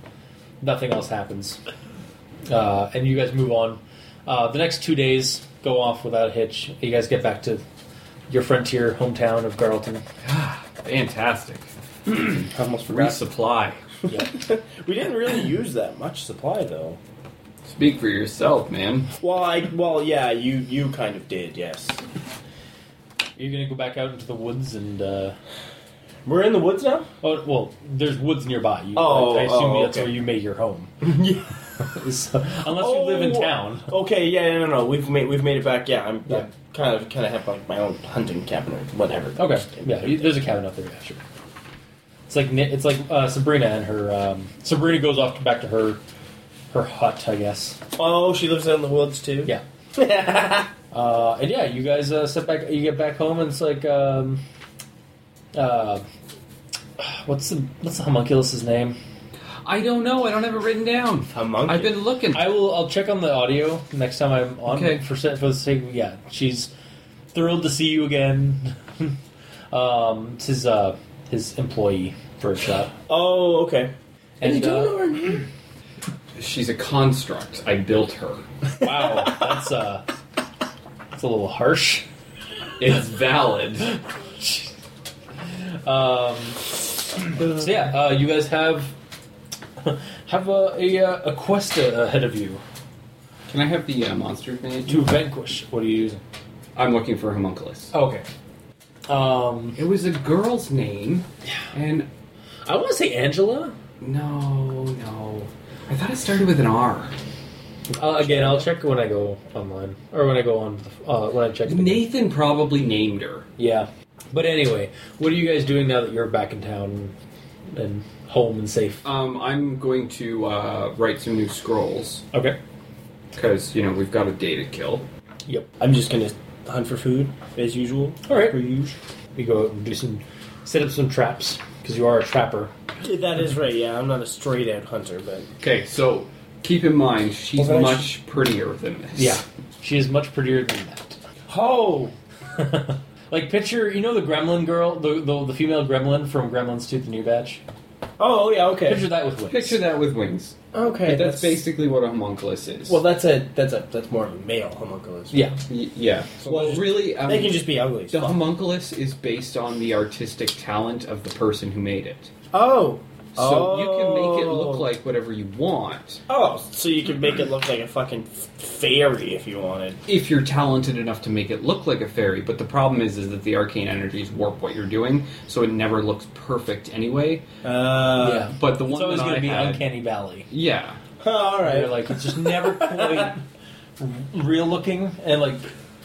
[SPEAKER 2] nothing else happens, uh, and you guys move on. Uh, the next two days go off without a hitch. You guys get back to your frontier hometown of Garleton.
[SPEAKER 4] Fantastic.
[SPEAKER 3] I almost
[SPEAKER 4] Resupply.
[SPEAKER 2] Yeah.
[SPEAKER 3] We didn't really use that much supply though.
[SPEAKER 4] Speak for yourself, man.
[SPEAKER 3] Well, I well yeah, you you kind of did. Yes,
[SPEAKER 2] You're gonna go back out into the woods and. Uh,
[SPEAKER 3] we're in the woods now.
[SPEAKER 2] oh well, there's woods nearby. You,
[SPEAKER 3] Oh,
[SPEAKER 2] I, I assume
[SPEAKER 3] oh,
[SPEAKER 2] that's
[SPEAKER 3] okay.
[SPEAKER 2] where you made your home. So- unless you live in
[SPEAKER 3] Oh.
[SPEAKER 2] town.
[SPEAKER 3] Okay, yeah, no, no, no. We've made we've made it back. Yeah, I'm,
[SPEAKER 2] Yeah.
[SPEAKER 3] I'm kind of kind of have like my own hunting cabin or whatever.
[SPEAKER 2] Okay, yeah, you- there's a cabin up there. Yeah, sure. It's like Ni- it's like uh, Sabrina and her. Um, Sabrina goes off to, back to her her hut, I guess.
[SPEAKER 3] Oh, she lives out in the woods too.
[SPEAKER 2] Yeah. Uh, and yeah, you guys uh, set back. You get back home, and it's like, um, uh, what's the what's the homunculus's name?
[SPEAKER 4] I don't know. I don't have it written down.
[SPEAKER 3] Homunculus.
[SPEAKER 4] I've been looking.
[SPEAKER 2] I will. I'll check on the audio next time I'm on.
[SPEAKER 4] Okay.
[SPEAKER 2] For se- for the sake, yeah, she's thrilled to see you again. um, it's his uh, his employee for a shot.
[SPEAKER 3] Oh, okay.
[SPEAKER 2] And, uh,
[SPEAKER 4] She's a construct. I built her.
[SPEAKER 2] Wow, that's uh, that's a little harsh.
[SPEAKER 4] It's valid.
[SPEAKER 2] Um, so yeah, uh, you guys have have a a, uh, a quest a- ahead of you
[SPEAKER 4] Can I have the uh, monster thing?
[SPEAKER 2] to vanquish. What are you using? Oh,
[SPEAKER 4] I'm looking for homunculus.
[SPEAKER 2] Okay. Um,
[SPEAKER 4] It was a girl's name, and
[SPEAKER 2] I want to say Angela.
[SPEAKER 4] no, no. I thought it started with an R.
[SPEAKER 2] Uh, again, I'll check when I go online or when I go on uh, when I check. it again.
[SPEAKER 4] Nathan probably named her.
[SPEAKER 2] Yeah. But anyway, what are you guys doing now that you're back in town? and home and safe.
[SPEAKER 4] Um, I'm going to uh, write some new scrolls
[SPEAKER 2] Okay.
[SPEAKER 4] because you know we've got a day to kill.
[SPEAKER 3] Yep. I'm just gonna hunt for food as usual.
[SPEAKER 2] All right.
[SPEAKER 3] Per usual.
[SPEAKER 2] You go out and do some, set up some traps because you are a trapper.
[SPEAKER 3] That is right. Yeah, I'm not a straight out hunter, but
[SPEAKER 4] Okay, so keep in mind she's
[SPEAKER 3] Well, then I
[SPEAKER 4] much prettier than this.
[SPEAKER 2] she is much prettier than that.
[SPEAKER 3] oh,
[SPEAKER 2] Like picture, you know the Gremlin girl, the the, the female Gremlin from Gremlins 2: The New Batch.
[SPEAKER 3] oh yeah, okay,
[SPEAKER 2] Picture that with wings.
[SPEAKER 4] Picture that with wings.
[SPEAKER 3] okay.
[SPEAKER 4] That's, basically what a homunculus is.
[SPEAKER 3] Well, that's a that's a that's more of a male homunculus.
[SPEAKER 2] Yeah,
[SPEAKER 4] Y- yeah. well, really, um,
[SPEAKER 3] They can just be ugly. as
[SPEAKER 4] the
[SPEAKER 3] fuck.
[SPEAKER 4] homunculus is based on the artistic talent of the person who made it.
[SPEAKER 3] oh.
[SPEAKER 4] So you can make it
[SPEAKER 2] Oh.
[SPEAKER 4] look like whatever you want
[SPEAKER 3] Oh, so you could make it look like a fucking f- fairy if you wanted.
[SPEAKER 4] if you're talented enough to make it look like a fairy. But the problem is, is that the arcane energies warp what you're doing, so it never looks perfect anyway.
[SPEAKER 3] Uh,
[SPEAKER 2] yeah.
[SPEAKER 4] But the
[SPEAKER 2] It's
[SPEAKER 4] one
[SPEAKER 2] always
[SPEAKER 4] that
[SPEAKER 2] going
[SPEAKER 4] I
[SPEAKER 2] to be
[SPEAKER 4] had,
[SPEAKER 2] uncanny valley.
[SPEAKER 4] yeah,
[SPEAKER 3] All
[SPEAKER 2] Where
[SPEAKER 3] right.
[SPEAKER 2] like it's just never quite real looking and like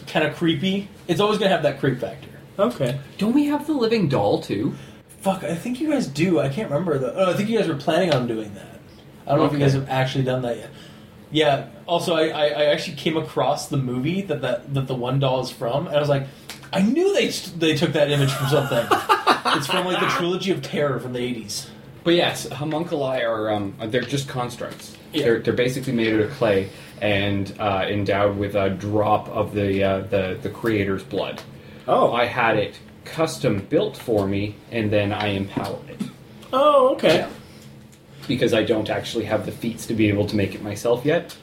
[SPEAKER 2] kind of creepy. It's always going to have that creep factor.
[SPEAKER 3] Okay.
[SPEAKER 4] Don't we have the living doll too?
[SPEAKER 2] Fuck, I think you guys do. I can't remember though. Oh, I think you guys were planning on doing that. I don't know if you
[SPEAKER 4] Okay.
[SPEAKER 2] guys have actually done that yet. Yeah. Also, I, I, I actually came across the movie that, that that the one doll is from, and I was like, I knew they they took that image from something. it's from like the trilogy of terror from the eighties.
[SPEAKER 4] But yes, homunculi are um, they're just constructs.
[SPEAKER 2] Yeah.
[SPEAKER 4] They're, they're basically made out of clay and uh, endowed with a drop of the uh, the the creator's blood.
[SPEAKER 3] Oh.
[SPEAKER 4] I had it custom built for me, and then I empowered it
[SPEAKER 3] Oh, okay.
[SPEAKER 4] because I don't actually have the feats to be able to make it myself yet.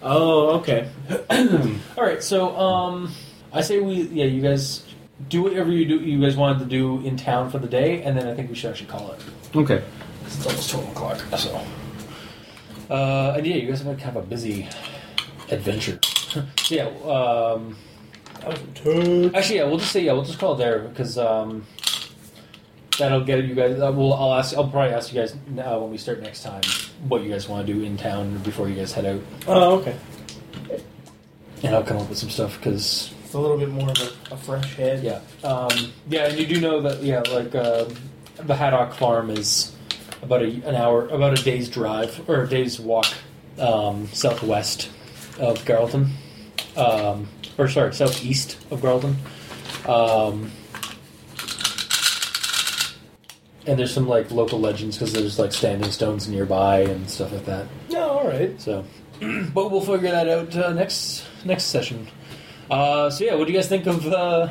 [SPEAKER 3] Oh, okay.
[SPEAKER 2] All right, so um, I say we yeah, you guys do whatever you do you guys wanted to do in town for the day, and then I think we should actually call it.
[SPEAKER 4] Okay.
[SPEAKER 2] It's almost twelve o'clock, so. Uh, and yeah, you guys are gonna have a busy adventure. yeah. Um, actually, yeah, we'll just say yeah, we'll just call it there because um, that'll get you guys. Uh, well, I'll ask. I'll probably ask you guys uh, when we start next time what you guys want to do in town before you guys head out,
[SPEAKER 3] Oh, okay.
[SPEAKER 2] and I'll come up with some stuff because
[SPEAKER 3] It's a little bit more of a, a fresh head.
[SPEAKER 2] Yeah. Um, yeah, and you do know that, yeah, like, uh, the Haddock Farm is about a, an hour, about a day's drive, or a day's walk um, southwest of Garleton. Um, or, sorry, southeast of Garleton. Um, and there's some, like, local legends because there's, like, standing stones nearby and stuff like that.
[SPEAKER 3] No, all right.
[SPEAKER 2] So, but we'll figure that out uh, next next session. Uh, so yeah, what do you guys think of uh,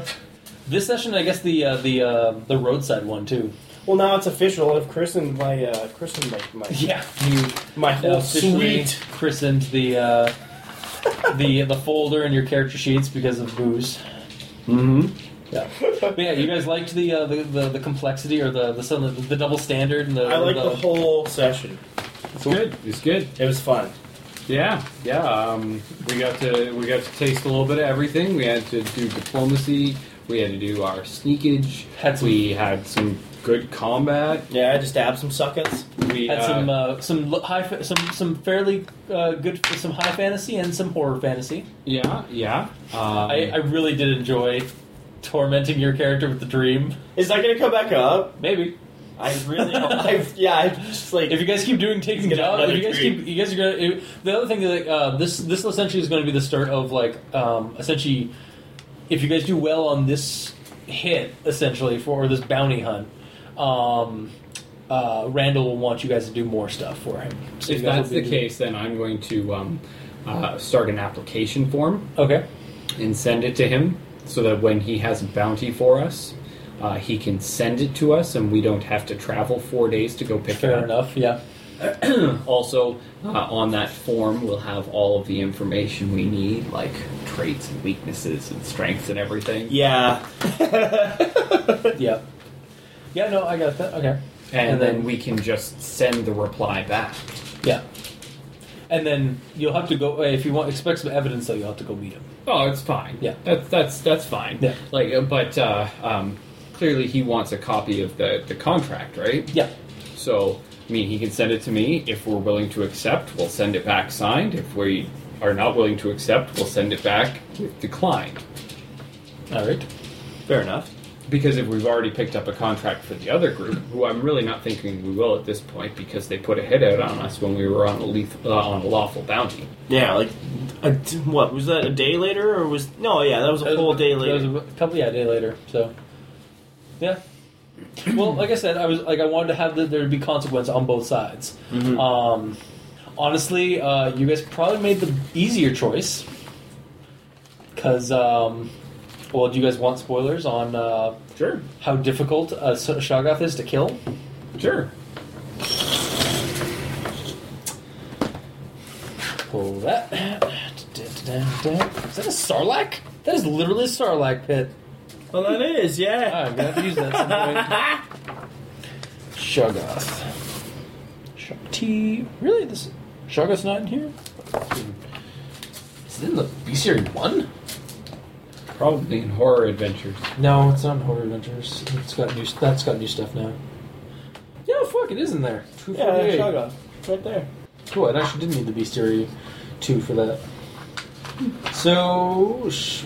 [SPEAKER 2] this session? I guess the uh, the uh, the roadside one too.
[SPEAKER 3] Well, now it's official. I've christened my uh, christened my my,
[SPEAKER 2] you
[SPEAKER 3] my whole
[SPEAKER 2] officially
[SPEAKER 3] Oh, sweet.
[SPEAKER 2] christened the uh, the the folder in your character sheets because of booze.
[SPEAKER 4] Mm-hmm.
[SPEAKER 2] Yeah, but yeah, you guys liked the uh, the, the the complexity or the the some of the, the double standard and the
[SPEAKER 3] I like the
[SPEAKER 2] the-
[SPEAKER 3] whole session.
[SPEAKER 4] It's good. It's good.
[SPEAKER 3] It was fun.
[SPEAKER 4] Yeah, yeah. Um, we got to we got to taste a little bit of everything. We had to do diplomacy. We had to do our sneakage.
[SPEAKER 2] Had some-
[SPEAKER 4] we had some good combat.
[SPEAKER 3] Yeah, I just dabbed some suckets.
[SPEAKER 4] We
[SPEAKER 2] had
[SPEAKER 4] uh,
[SPEAKER 2] some uh, some lo- high fa- some some fairly uh, good some high fantasy and some horror fantasy.
[SPEAKER 4] yeah, yeah. Um,
[SPEAKER 2] I, I really did enjoy tormenting your character with the dream.
[SPEAKER 3] Is that gonna come back up?
[SPEAKER 2] Maybe
[SPEAKER 3] I really hope. i yeah, I just like.
[SPEAKER 2] if you guys keep doing taking
[SPEAKER 3] Get
[SPEAKER 2] jobs,
[SPEAKER 3] another
[SPEAKER 2] if you guys
[SPEAKER 3] dream.
[SPEAKER 2] keep, you guys are gonna. It, the other thing is like uh, this this essentially is going to be the start of like um, essentially if you guys do well on this hit essentially for or this bounty hunt. Um, uh, Randall will want you guys to do more stuff for him. So
[SPEAKER 4] if
[SPEAKER 2] you guys
[SPEAKER 4] that's
[SPEAKER 2] will be
[SPEAKER 4] the
[SPEAKER 2] doing-
[SPEAKER 4] case, then I'm going to um, uh, start an application form
[SPEAKER 2] okay.
[SPEAKER 4] and send it to him, so that when he has a bounty for us, uh, he can send it to us, and we don't have to travel four days to go pick it
[SPEAKER 2] Fair
[SPEAKER 4] up.
[SPEAKER 2] enough. Yeah.
[SPEAKER 4] Also, uh, on that form, we'll have all of the information we need, like traits and weaknesses and strengths and everything.
[SPEAKER 3] yeah.
[SPEAKER 2] Yeah. Yeah. No, I got that. Okay.
[SPEAKER 4] And,
[SPEAKER 2] And
[SPEAKER 4] then,
[SPEAKER 2] then-
[SPEAKER 4] we can just send the reply back.
[SPEAKER 2] Yeah. And then you'll have to go uh, if you want expect some evidence though you'll have to go meet him.
[SPEAKER 4] Oh, it's fine.
[SPEAKER 2] Yeah.
[SPEAKER 4] that's that's that's fine.
[SPEAKER 2] Yeah.
[SPEAKER 4] Like, uh, but uh, um, clearly he wants a copy of the the contract, right?
[SPEAKER 2] Yeah.
[SPEAKER 4] So, I mean, he can send it to me if we're willing to accept. We'll send it back signed. If we are not willing to accept, we'll send it back with declined.
[SPEAKER 2] All right.
[SPEAKER 3] Fair enough.
[SPEAKER 4] because if we've already picked up a contract for the other group, who I'm really not thinking we will at this point, because they put a hit out on us when we were on a lethal, uh, on a lawful bounty.
[SPEAKER 3] Yeah, like a, what was that? A day later, or was no? Yeah, that was a
[SPEAKER 2] That was-
[SPEAKER 3] whole day
[SPEAKER 2] that
[SPEAKER 3] later.
[SPEAKER 2] was a couple, yeah, a day later. So, yeah. Well, like I said, I was like I wanted to have the, there to be consequence on both sides.
[SPEAKER 3] Mm-hmm.
[SPEAKER 2] Um, honestly, uh, you guys probably made the easier choice because, um, well, do you guys want spoilers on uh,
[SPEAKER 4] Sure,
[SPEAKER 2] how difficult uh, S- Shoggoth is to kill?
[SPEAKER 4] sure.
[SPEAKER 2] Pull that. Is that a sarlacc? That is literally a sarlacc pit.
[SPEAKER 3] well, that is
[SPEAKER 2] Ah,
[SPEAKER 3] yeah.
[SPEAKER 2] I'm gonna have to use that at some point. Shoggoth. Shog T. Really? This Shoggoth's not in here?
[SPEAKER 15] Is it in the B Series 1?
[SPEAKER 4] Probably in horror adventures.
[SPEAKER 2] No, it's not in Horror Adventures. It's got new. That's got new stuff now. Yeah, fuck, it is in there. Two
[SPEAKER 3] yeah,
[SPEAKER 2] forty-eight.
[SPEAKER 3] Shoggoth, right there.
[SPEAKER 2] Cool. It actually did need the Bestiary two for that. So sh-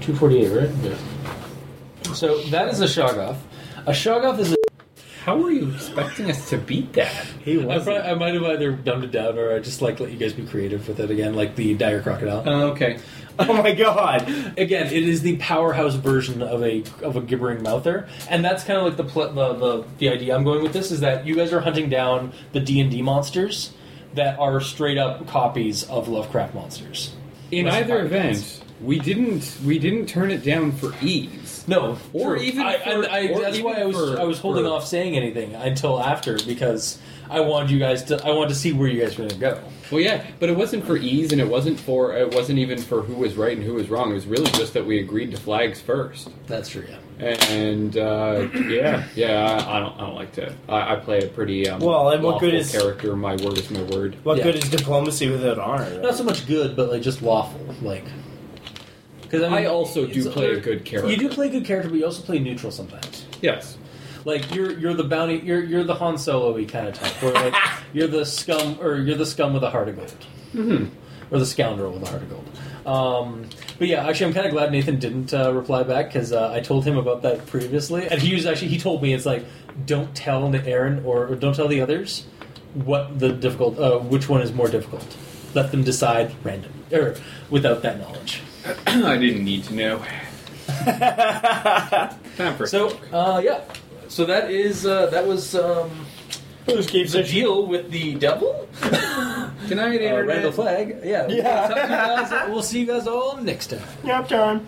[SPEAKER 2] two forty-eight, right? Yeah. So that is a Shoggoth. A Shoggoth is. A-
[SPEAKER 4] How were you expecting us to beat that?
[SPEAKER 2] he I, probably, I might have either dumbed it down or I just like let you guys be creative with it again, like the dire crocodile.
[SPEAKER 4] Uh, okay.
[SPEAKER 3] Oh my god!
[SPEAKER 2] again, it is the powerhouse version of a of a gibbering mouther, and that's kind of like the, pl- the the the idea I'm going with this is that you guys are hunting down the D and D monsters that are straight up copies of Lovecraft monsters.
[SPEAKER 4] In
[SPEAKER 2] What's
[SPEAKER 4] either
[SPEAKER 2] the
[SPEAKER 4] event, we didn't we didn't turn it down for ease.
[SPEAKER 2] No,
[SPEAKER 4] Or
[SPEAKER 2] true.
[SPEAKER 4] even
[SPEAKER 2] I,
[SPEAKER 4] for-
[SPEAKER 2] I, I,
[SPEAKER 4] or
[SPEAKER 2] that's
[SPEAKER 4] even
[SPEAKER 2] why I was
[SPEAKER 4] for-
[SPEAKER 2] I was holding
[SPEAKER 4] for-
[SPEAKER 2] off saying anything until after because I wanted you guys to I wanted to see where you guys were going to go.
[SPEAKER 4] Well, yeah, but it wasn't for ease, and it wasn't for it wasn't even for who was right and who was wrong. It was really just that we agreed to flags first.
[SPEAKER 2] That's true. Yeah.
[SPEAKER 4] And uh, yeah, yeah, I, I don't, I don't like to. I, I play a pretty um,
[SPEAKER 3] Well, and what good
[SPEAKER 4] lawful
[SPEAKER 3] is-
[SPEAKER 4] character? My word is my word.
[SPEAKER 3] What
[SPEAKER 2] Yeah.
[SPEAKER 3] good is diplomacy without honor?
[SPEAKER 2] Not so much good, but like just lawful, like. Because
[SPEAKER 4] I also do play a good character.
[SPEAKER 2] You do play a good character, but you also play neutral sometimes.
[SPEAKER 4] Yes.
[SPEAKER 2] like you're you're the bounty you're you're the Han Solo y kind of type where like you're the scum or you're the scum with a heart of gold or the scoundrel with a heart of gold. Um, but yeah, actually, I'm kind of glad Nathan didn't uh, reply back because uh, I told him about that previously, and he was actually he told me it's like don't tell Aaron or, or don't tell the others what the difficult uh, which one is more difficult. Let them decide random or without that knowledge.
[SPEAKER 4] I didn't need to know. Time for
[SPEAKER 2] So uh, yeah, so that is uh, that was um,
[SPEAKER 3] Who's keeps
[SPEAKER 2] the deal with the devil.
[SPEAKER 4] good night,
[SPEAKER 2] uh,
[SPEAKER 4] Internet.
[SPEAKER 2] Randall Flag. Yeah. We'll, talk to you guys- we'll see you guys all next time.
[SPEAKER 3] Nap time.